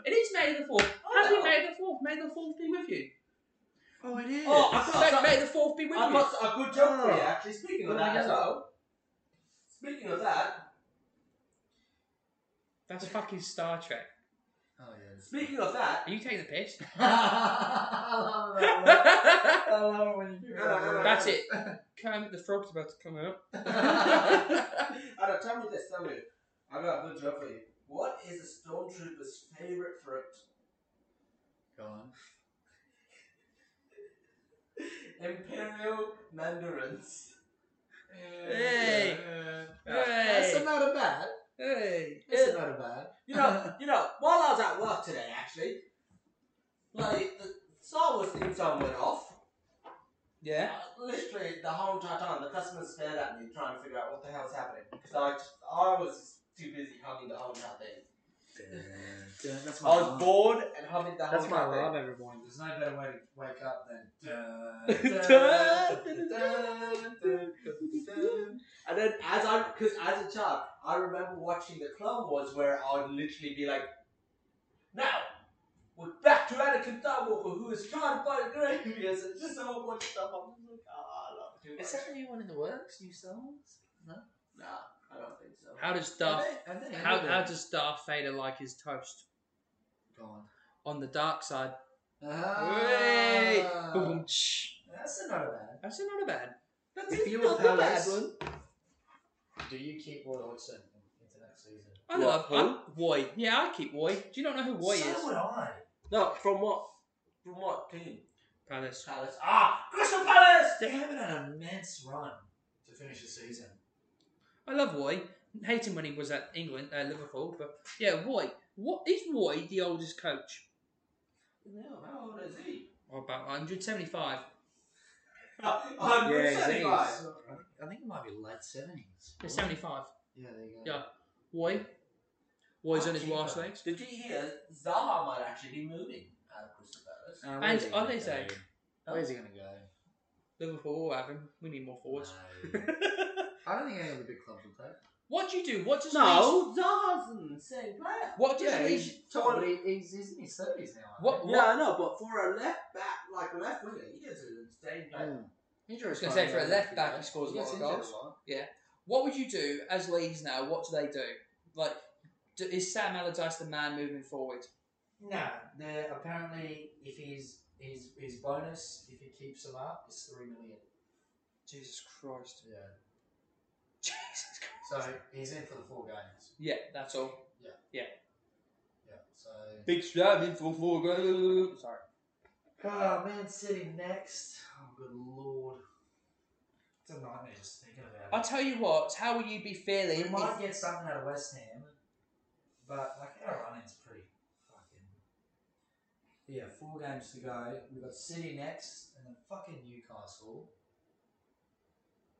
C: It is May the 4th. Happy May the 4th. May the 4th be with you.
O: Oh, it is.
E: Oh, I've got,
C: May,
E: some-
C: May the 4th be with
E: I've
C: you.
E: got a good joke for you, actually. Speaking of
C: Put
E: that as
C: together.
E: well. Speaking of that,
C: That's fucking Star Trek.
B: Oh, yes.
E: speaking of that,
C: Are you taking the piss?
B: I love that one.
C: That's
B: I love when you do
E: No, no, no, no.
B: that.
C: it. Kermit the Frog's about to come out.
E: I don't tell me this, tell me. I got a good job for you. What is a stormtrooper's favorite fruit?
B: Go on.
E: Imperial mandarins.
C: Hey.
B: That's
C: Hey.
B: not a bad.
C: Hey.
B: That's not a bad.
E: You know, you know. While I was at work today, actually, like the Star Wars theme song went off.
C: Yeah.
E: Uh, Literally the whole entire time, the customers stared at me trying to figure out what the hell's happening. So I, just- I was too busy humming the whole entire thing.
B: That's
E: I
O: Uh-huh.
E: was bored and humming the whole
B: That's my
E: entire
B: love,
E: thing.
B: everyone. There's no better way to wake up than.
E: And then as I, because as a child, I remember watching the Clone Wars where I would literally be like, now, we're back to Anakin Skywalker who is trying to find Grievous and just a whole bunch of stuff. I'm just like, oh, I love it too much.
C: Is that a new one in the works? New songs?
E: Nah, I don't think so.
C: How does Darth
B: And then
C: how, how does Darth Vader like his toast?
B: Go on.
C: On the dark side. Hey.
B: Ah,
C: Boom, tsh.
B: That's not a bad.
C: That's not a bad.
E: That's
B: If
E: it,
B: you were
E: not the bad
B: Palace,
E: one.
B: do you keep Roy Hodgson into next season?
C: I
D: What,
C: love
D: who?
C: I, Woy. Yeah, I keep Woy. Do you not know who Woy
B: so
C: is?
B: would I.
E: No, from what? From what team?
C: Palace.
E: Palace. Ah, Crystal Palace!
B: They're having an immense run to finish the season.
C: I love Woy. Hate him when he was at England, uh, Liverpool, but yeah, Woy. What is Woy the oldest coach?
E: No, how old is he?
C: Oh, about 175.
B: Oh,
E: I'm
B: I think- I think it might be late seventies.
C: Yeah, 75.
B: Yeah, there you go.
C: Yeah. Woy. Woy's on his
E: Fucking
C: last
E: hell.
C: legs.
E: Did you hear Zaha might actually be moving out of Crystal Palace?
B: Uh,
C: And
B: where's he gonna
C: Ole's
B: go?
C: out.
B: Where's he gonna go?
C: Liverpool will have him. We need more forwards.
B: No. I don't think any of the big clubs will take.
C: What do you do? What does Leeds-
E: Zaha's in the same player.
C: What does
E: Yeah,
C: Leeds-
B: Oh, but he, he's, he's in his thirties now. I
C: What-
B: think.
E: No, I know, but for a left back, like a left winger, he is an insane player.
B: Mm. I
C: was gonna say, for a left back, he scores a lot of goals. What would you do as Leeds now? What do they do? Like, do, is Sam Allardyce the man moving forward?
B: No, they're apparently if he's his his bonus if he keeps them up is three million.
C: Jesus Christ.
B: Yeah.
C: Jesus Christ.
B: So he's in for the four games.
C: Yeah, that's all.
B: Yeah. So.
D: Big stab in for four goals.
C: Sorry. Ah,
B: Oh, Man City next. Oh, good lord. It's a nightmare just thinking
C: I'll
B: about it.
C: tell you what, how will you be feeling?
B: We might
C: If,
B: get something out of West Ham, but like our running's pretty fucking. Yeah, four games to go. We've got City next, and then fucking Newcastle,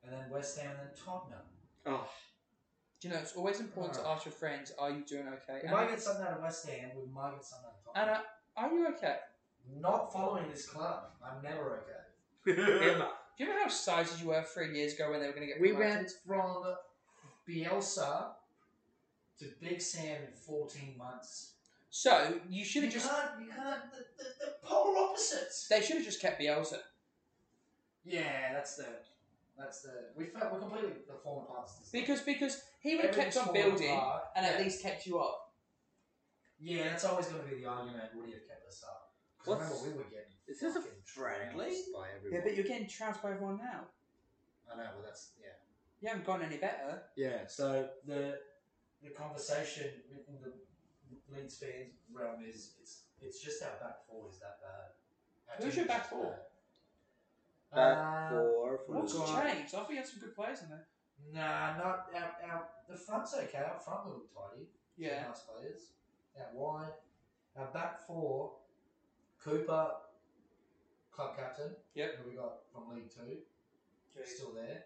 B: and then West Ham, and then Tottenham.
C: do you know, it's always important to
B: Alright.
C: ask your friends, are you doing okay?
B: We might
C: Anna,
B: get something out of West Ham. We might get something out of Tottenham.
C: Anna, are you okay?
B: Not following this club. I'm never okay.
C: Do you know how excited you were three years ago when they were going to get
B: We
C: promoted?
B: went from Bielsa to Big Sam in 14 months.
C: So, you should
B: You
C: have just...
B: can't, you can't, the, the, the polar opposites.
C: They should have just kept Bielsa.
B: Yeah, that's the, that's the, we felt, we're completely the former parts. of this.
C: Because because he would have kept
B: Everything's
C: on
B: fallen
C: building
B: apart.
C: and at
B: yeah.
C: least kept you up.
B: Yeah, that's always going to be the argument, would he have kept us up? 'Cause
E: What's-
B: remember, we were getting
E: Is this a
B: fucking
E: friendly?
B: trounced by everyone.
C: you're getting trounced by everyone now.
B: I know, but that's, yeah.
C: You haven't gone any better.
B: Yeah, so the the conversation in the Leeds fans realm is it's it's just our back four is that bad. Our
C: Who's
B: team
C: your
B: is
C: back
B: just
C: four?
B: bad. Uh,
E: four
C: What's
B: Go on.
C: changed? I thought you had some good players in there.
B: Nah, not our, our the front's okay. Our front look tidy.
C: Yeah.
B: nice players. Our wide, our back four, Cooper, club captain.
C: Yep.
B: Who we got from League Two, still there.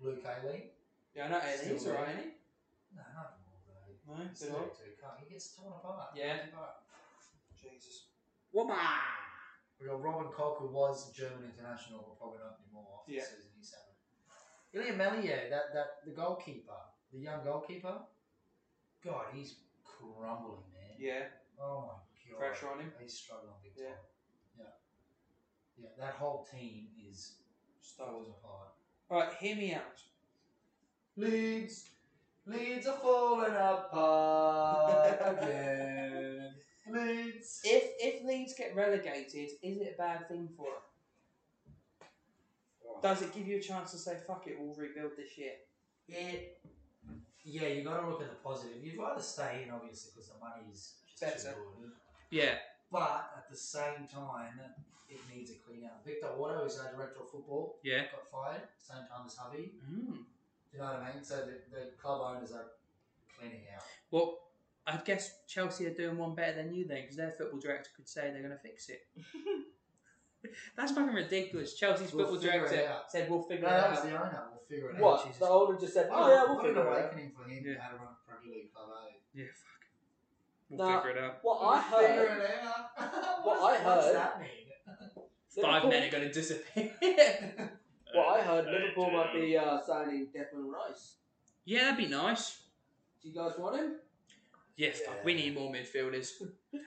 B: Luke Haley.
C: Yeah, I know
B: Still
C: Eddie's
B: there.
C: alright, ain't
B: No, not more though.
C: he? No,
B: It's League Two. Can't he gets torn apart?
C: Yeah.
B: Torn apart.
C: Jesus.
E: Woman!
B: We got Robin Koch, who was German international, but probably not anymore after
C: Yeah.
B: the season he's having. Ilya Melier, that, that the goalkeeper, the young goalkeeper. God, he's crumbling, man.
E: Yeah.
B: Oh my god.
E: Pressure on him.
B: He's struggling big
E: Yeah.
B: time. Yeah. Yeah. That whole team is
E: Stars.
B: falling apart.
E: Alright, hear me out.
B: Leeds, Leeds are falling apart again. Leeds.
P: If if Leeds get relegated, is it a bad thing for them? Does it give you a chance to say fuck it, we'll rebuild this year?
B: It. Yeah, you got to look at the positive. You'd rather stay in, obviously, because the money's just
P: Better.
B: Too good.
C: Yeah.
B: But at the same time, it needs a clean out. Victor Otto is our director of football.
C: Yeah.
B: Got fired same time as Hubby.
P: Hmm.
C: Mm.
B: You know what I mean? So the, the club owners are cleaning out.
P: Well, I guess Chelsea are doing one better than you then, because their football director could say they're going to fix it. That's fucking ridiculous. Chelsea's
B: We'll
P: football
B: figure it
P: director
B: out.
P: said we'll figure
B: No,
P: it
B: that was
P: out.
B: the owner. We'll figure it out.
P: What?
B: Jesus.
P: The older just said,
B: What
P: oh
B: a-
P: yeah, we'll
B: what an
P: figure it out.
B: awakening for him
C: Yeah.
B: how to run a Premier League club. eh?
C: Yeah. Fuck. We'll
P: Nah.
C: figure it out.
P: What I heard,
B: Figure it out.
P: What I
B: What's
P: heard-
B: that mean?
C: Five
P: Liverpool-
C: men are going to disappear.
P: What I heard, Liverpool might be uh, signing Declan Rice.
C: Yeah, that'd be nice.
P: Do you guys want him?
C: Yeah, fuck. We
B: Yeah.
C: need more midfielders,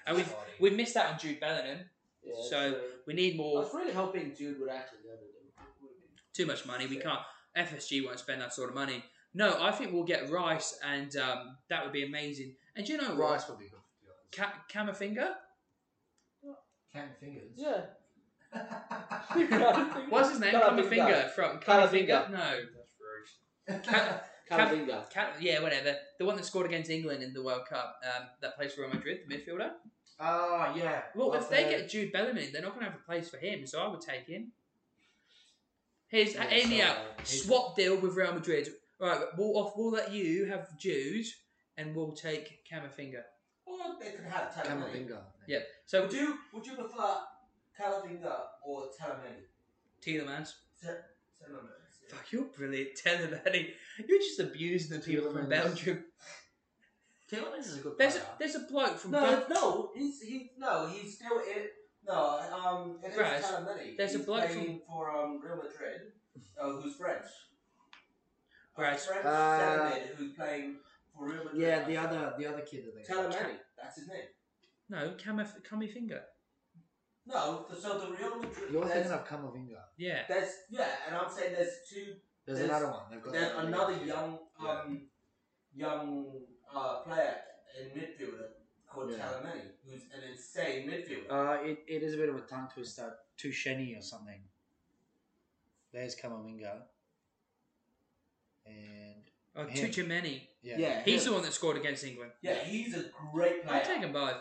C: and we
B: Sorry.
C: we missed out on Jude Bellingham.
P: Yeah,
C: So-
P: true.
C: We need
P: I
C: more.
P: was really hoping Jude would actually go to Liverpool. Would've been-
C: Too much money. We can't. FSG won't spend that sort of money. No, I think we'll get Rice, and um, that would be amazing. And do you know what?
B: Rice would be good for the guys.
C: Ca- Camavinga.
B: Counting fingers.
P: Yeah.
C: What's his name?
P: Camavinga.
C: Camavinga from
P: Camavinga.
C: No. Cam-
P: Camavinga.
C: Cam- yeah, whatever. The one that scored against England in the World Cup. Um, that plays for Real Madrid, the midfielder.
B: Oh, yeah.
C: Well,
B: Love
C: if they
B: that.
C: get Jude Bellingham, they're not going to have a place for him. So I would take him. Here's
B: Yeah,
C: aim me
B: so,
C: out.
B: uh, he's-
C: Swap deal with Real Madrid. Right, we'll off. We'll let you have Jude, and we'll take Camavinga.
E: Or they could have Talamini.
B: Camavinga.
C: Yeah. So
E: Would you would you prefer Calavinga or Talamini?
C: Telemans.
E: Talamini.
C: Fuck, you're brilliant, Telemans. You're just abusing the people from
B: Tielemans.
C: Belgium.
B: Tielemans is a good
C: There's
B: player.
C: a, there's a bloke from.
E: No,
C: Dun-
E: no, he's he, no, he's still in. No, um, it is
C: Right,
E: Talamini.
C: there's a
E: he's
C: bloke
E: playing for um Real Madrid, uh, who's French. A
C: Right.
E: French
B: Uh,
E: Talamini who's playing for Real Madrid.
B: Yeah, the other the other kid that they got.
E: Talamini. That's his name.
C: no, Camaf- Camavinga.
E: No, the- so the Real Madrid.
B: You're
E: there's,
B: thinking of Camavinga.
C: Yeah.
E: there's yeah, and I'm saying there's two
B: There's,
E: There's-
B: another one. They've got
E: There's
B: another
E: another
B: kid.
E: young, um, young uh, player in midfielder called
B: Yeah.
E: Talamani, who's an insane midfielder.
B: Uh, it, it is a bit of a tongue twister. Tusheni or something. There's Camavinga. And
C: Oh,
B: Him.
C: Tuchemeni.
B: yeah,
C: He's
E: him.
C: the one that scored against England.
E: yeah, he's a great player.
C: I'll take them both.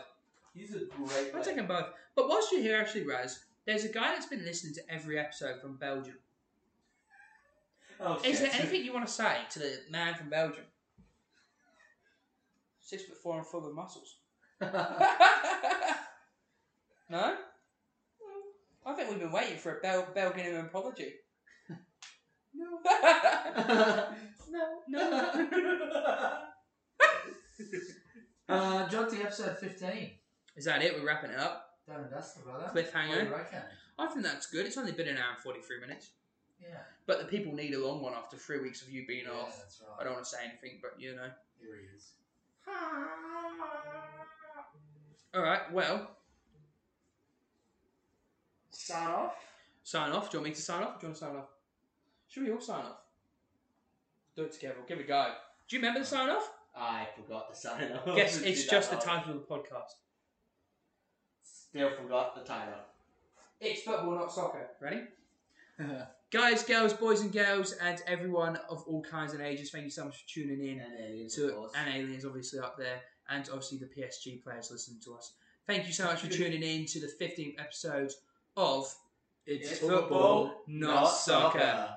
E: He's a great
C: I'll
E: player.
C: take them both. But whilst you're here, actually, Raz, there's a guy that's been listening to every episode from Belgium.
E: oh,
C: Is there
E: shit.
C: anything you want to say to the man from Belgium? Six foot four and full of muscles. no? I think we've been waiting for a Bel- Belgian apology. No. no. No.
B: Uh, drop to episode fifteen.
C: Is that it? We're wrapping it up.
B: Done and dusted, brother. What do
C: Cliffhanger.
B: you reckon?
C: I think that's good. It's only been an hour and 43 minutes.
B: Yeah.
C: But the people need a long one after three weeks of you being
B: yeah,
C: off.
B: that's
C: I
B: right.
C: don't want to say anything, but you know.
B: Here he is.
C: All right, well,
B: Start off.
C: sign off. Do you want me to sign off? Or do you want to sign off? Should we all sign off? Do it together. We'll give it a go. Do you remember the sign off?
E: I forgot the sign off.
C: Guess
E: Did
C: it's
E: that
C: just the
E: off.
C: title of the podcast.
E: Still forgot the title.
C: It's football, not soccer. Ready? Guys, girls, boys, and girls, and everyone of all kinds and ages, thank you so much for tuning in.
E: And aliens, of
C: to
E: course.
C: and aliens obviously up there and obviously the PSG players listening to us. Thank you so much for tuning in to the 15th episode of
E: It's Football,
C: Not Soccer.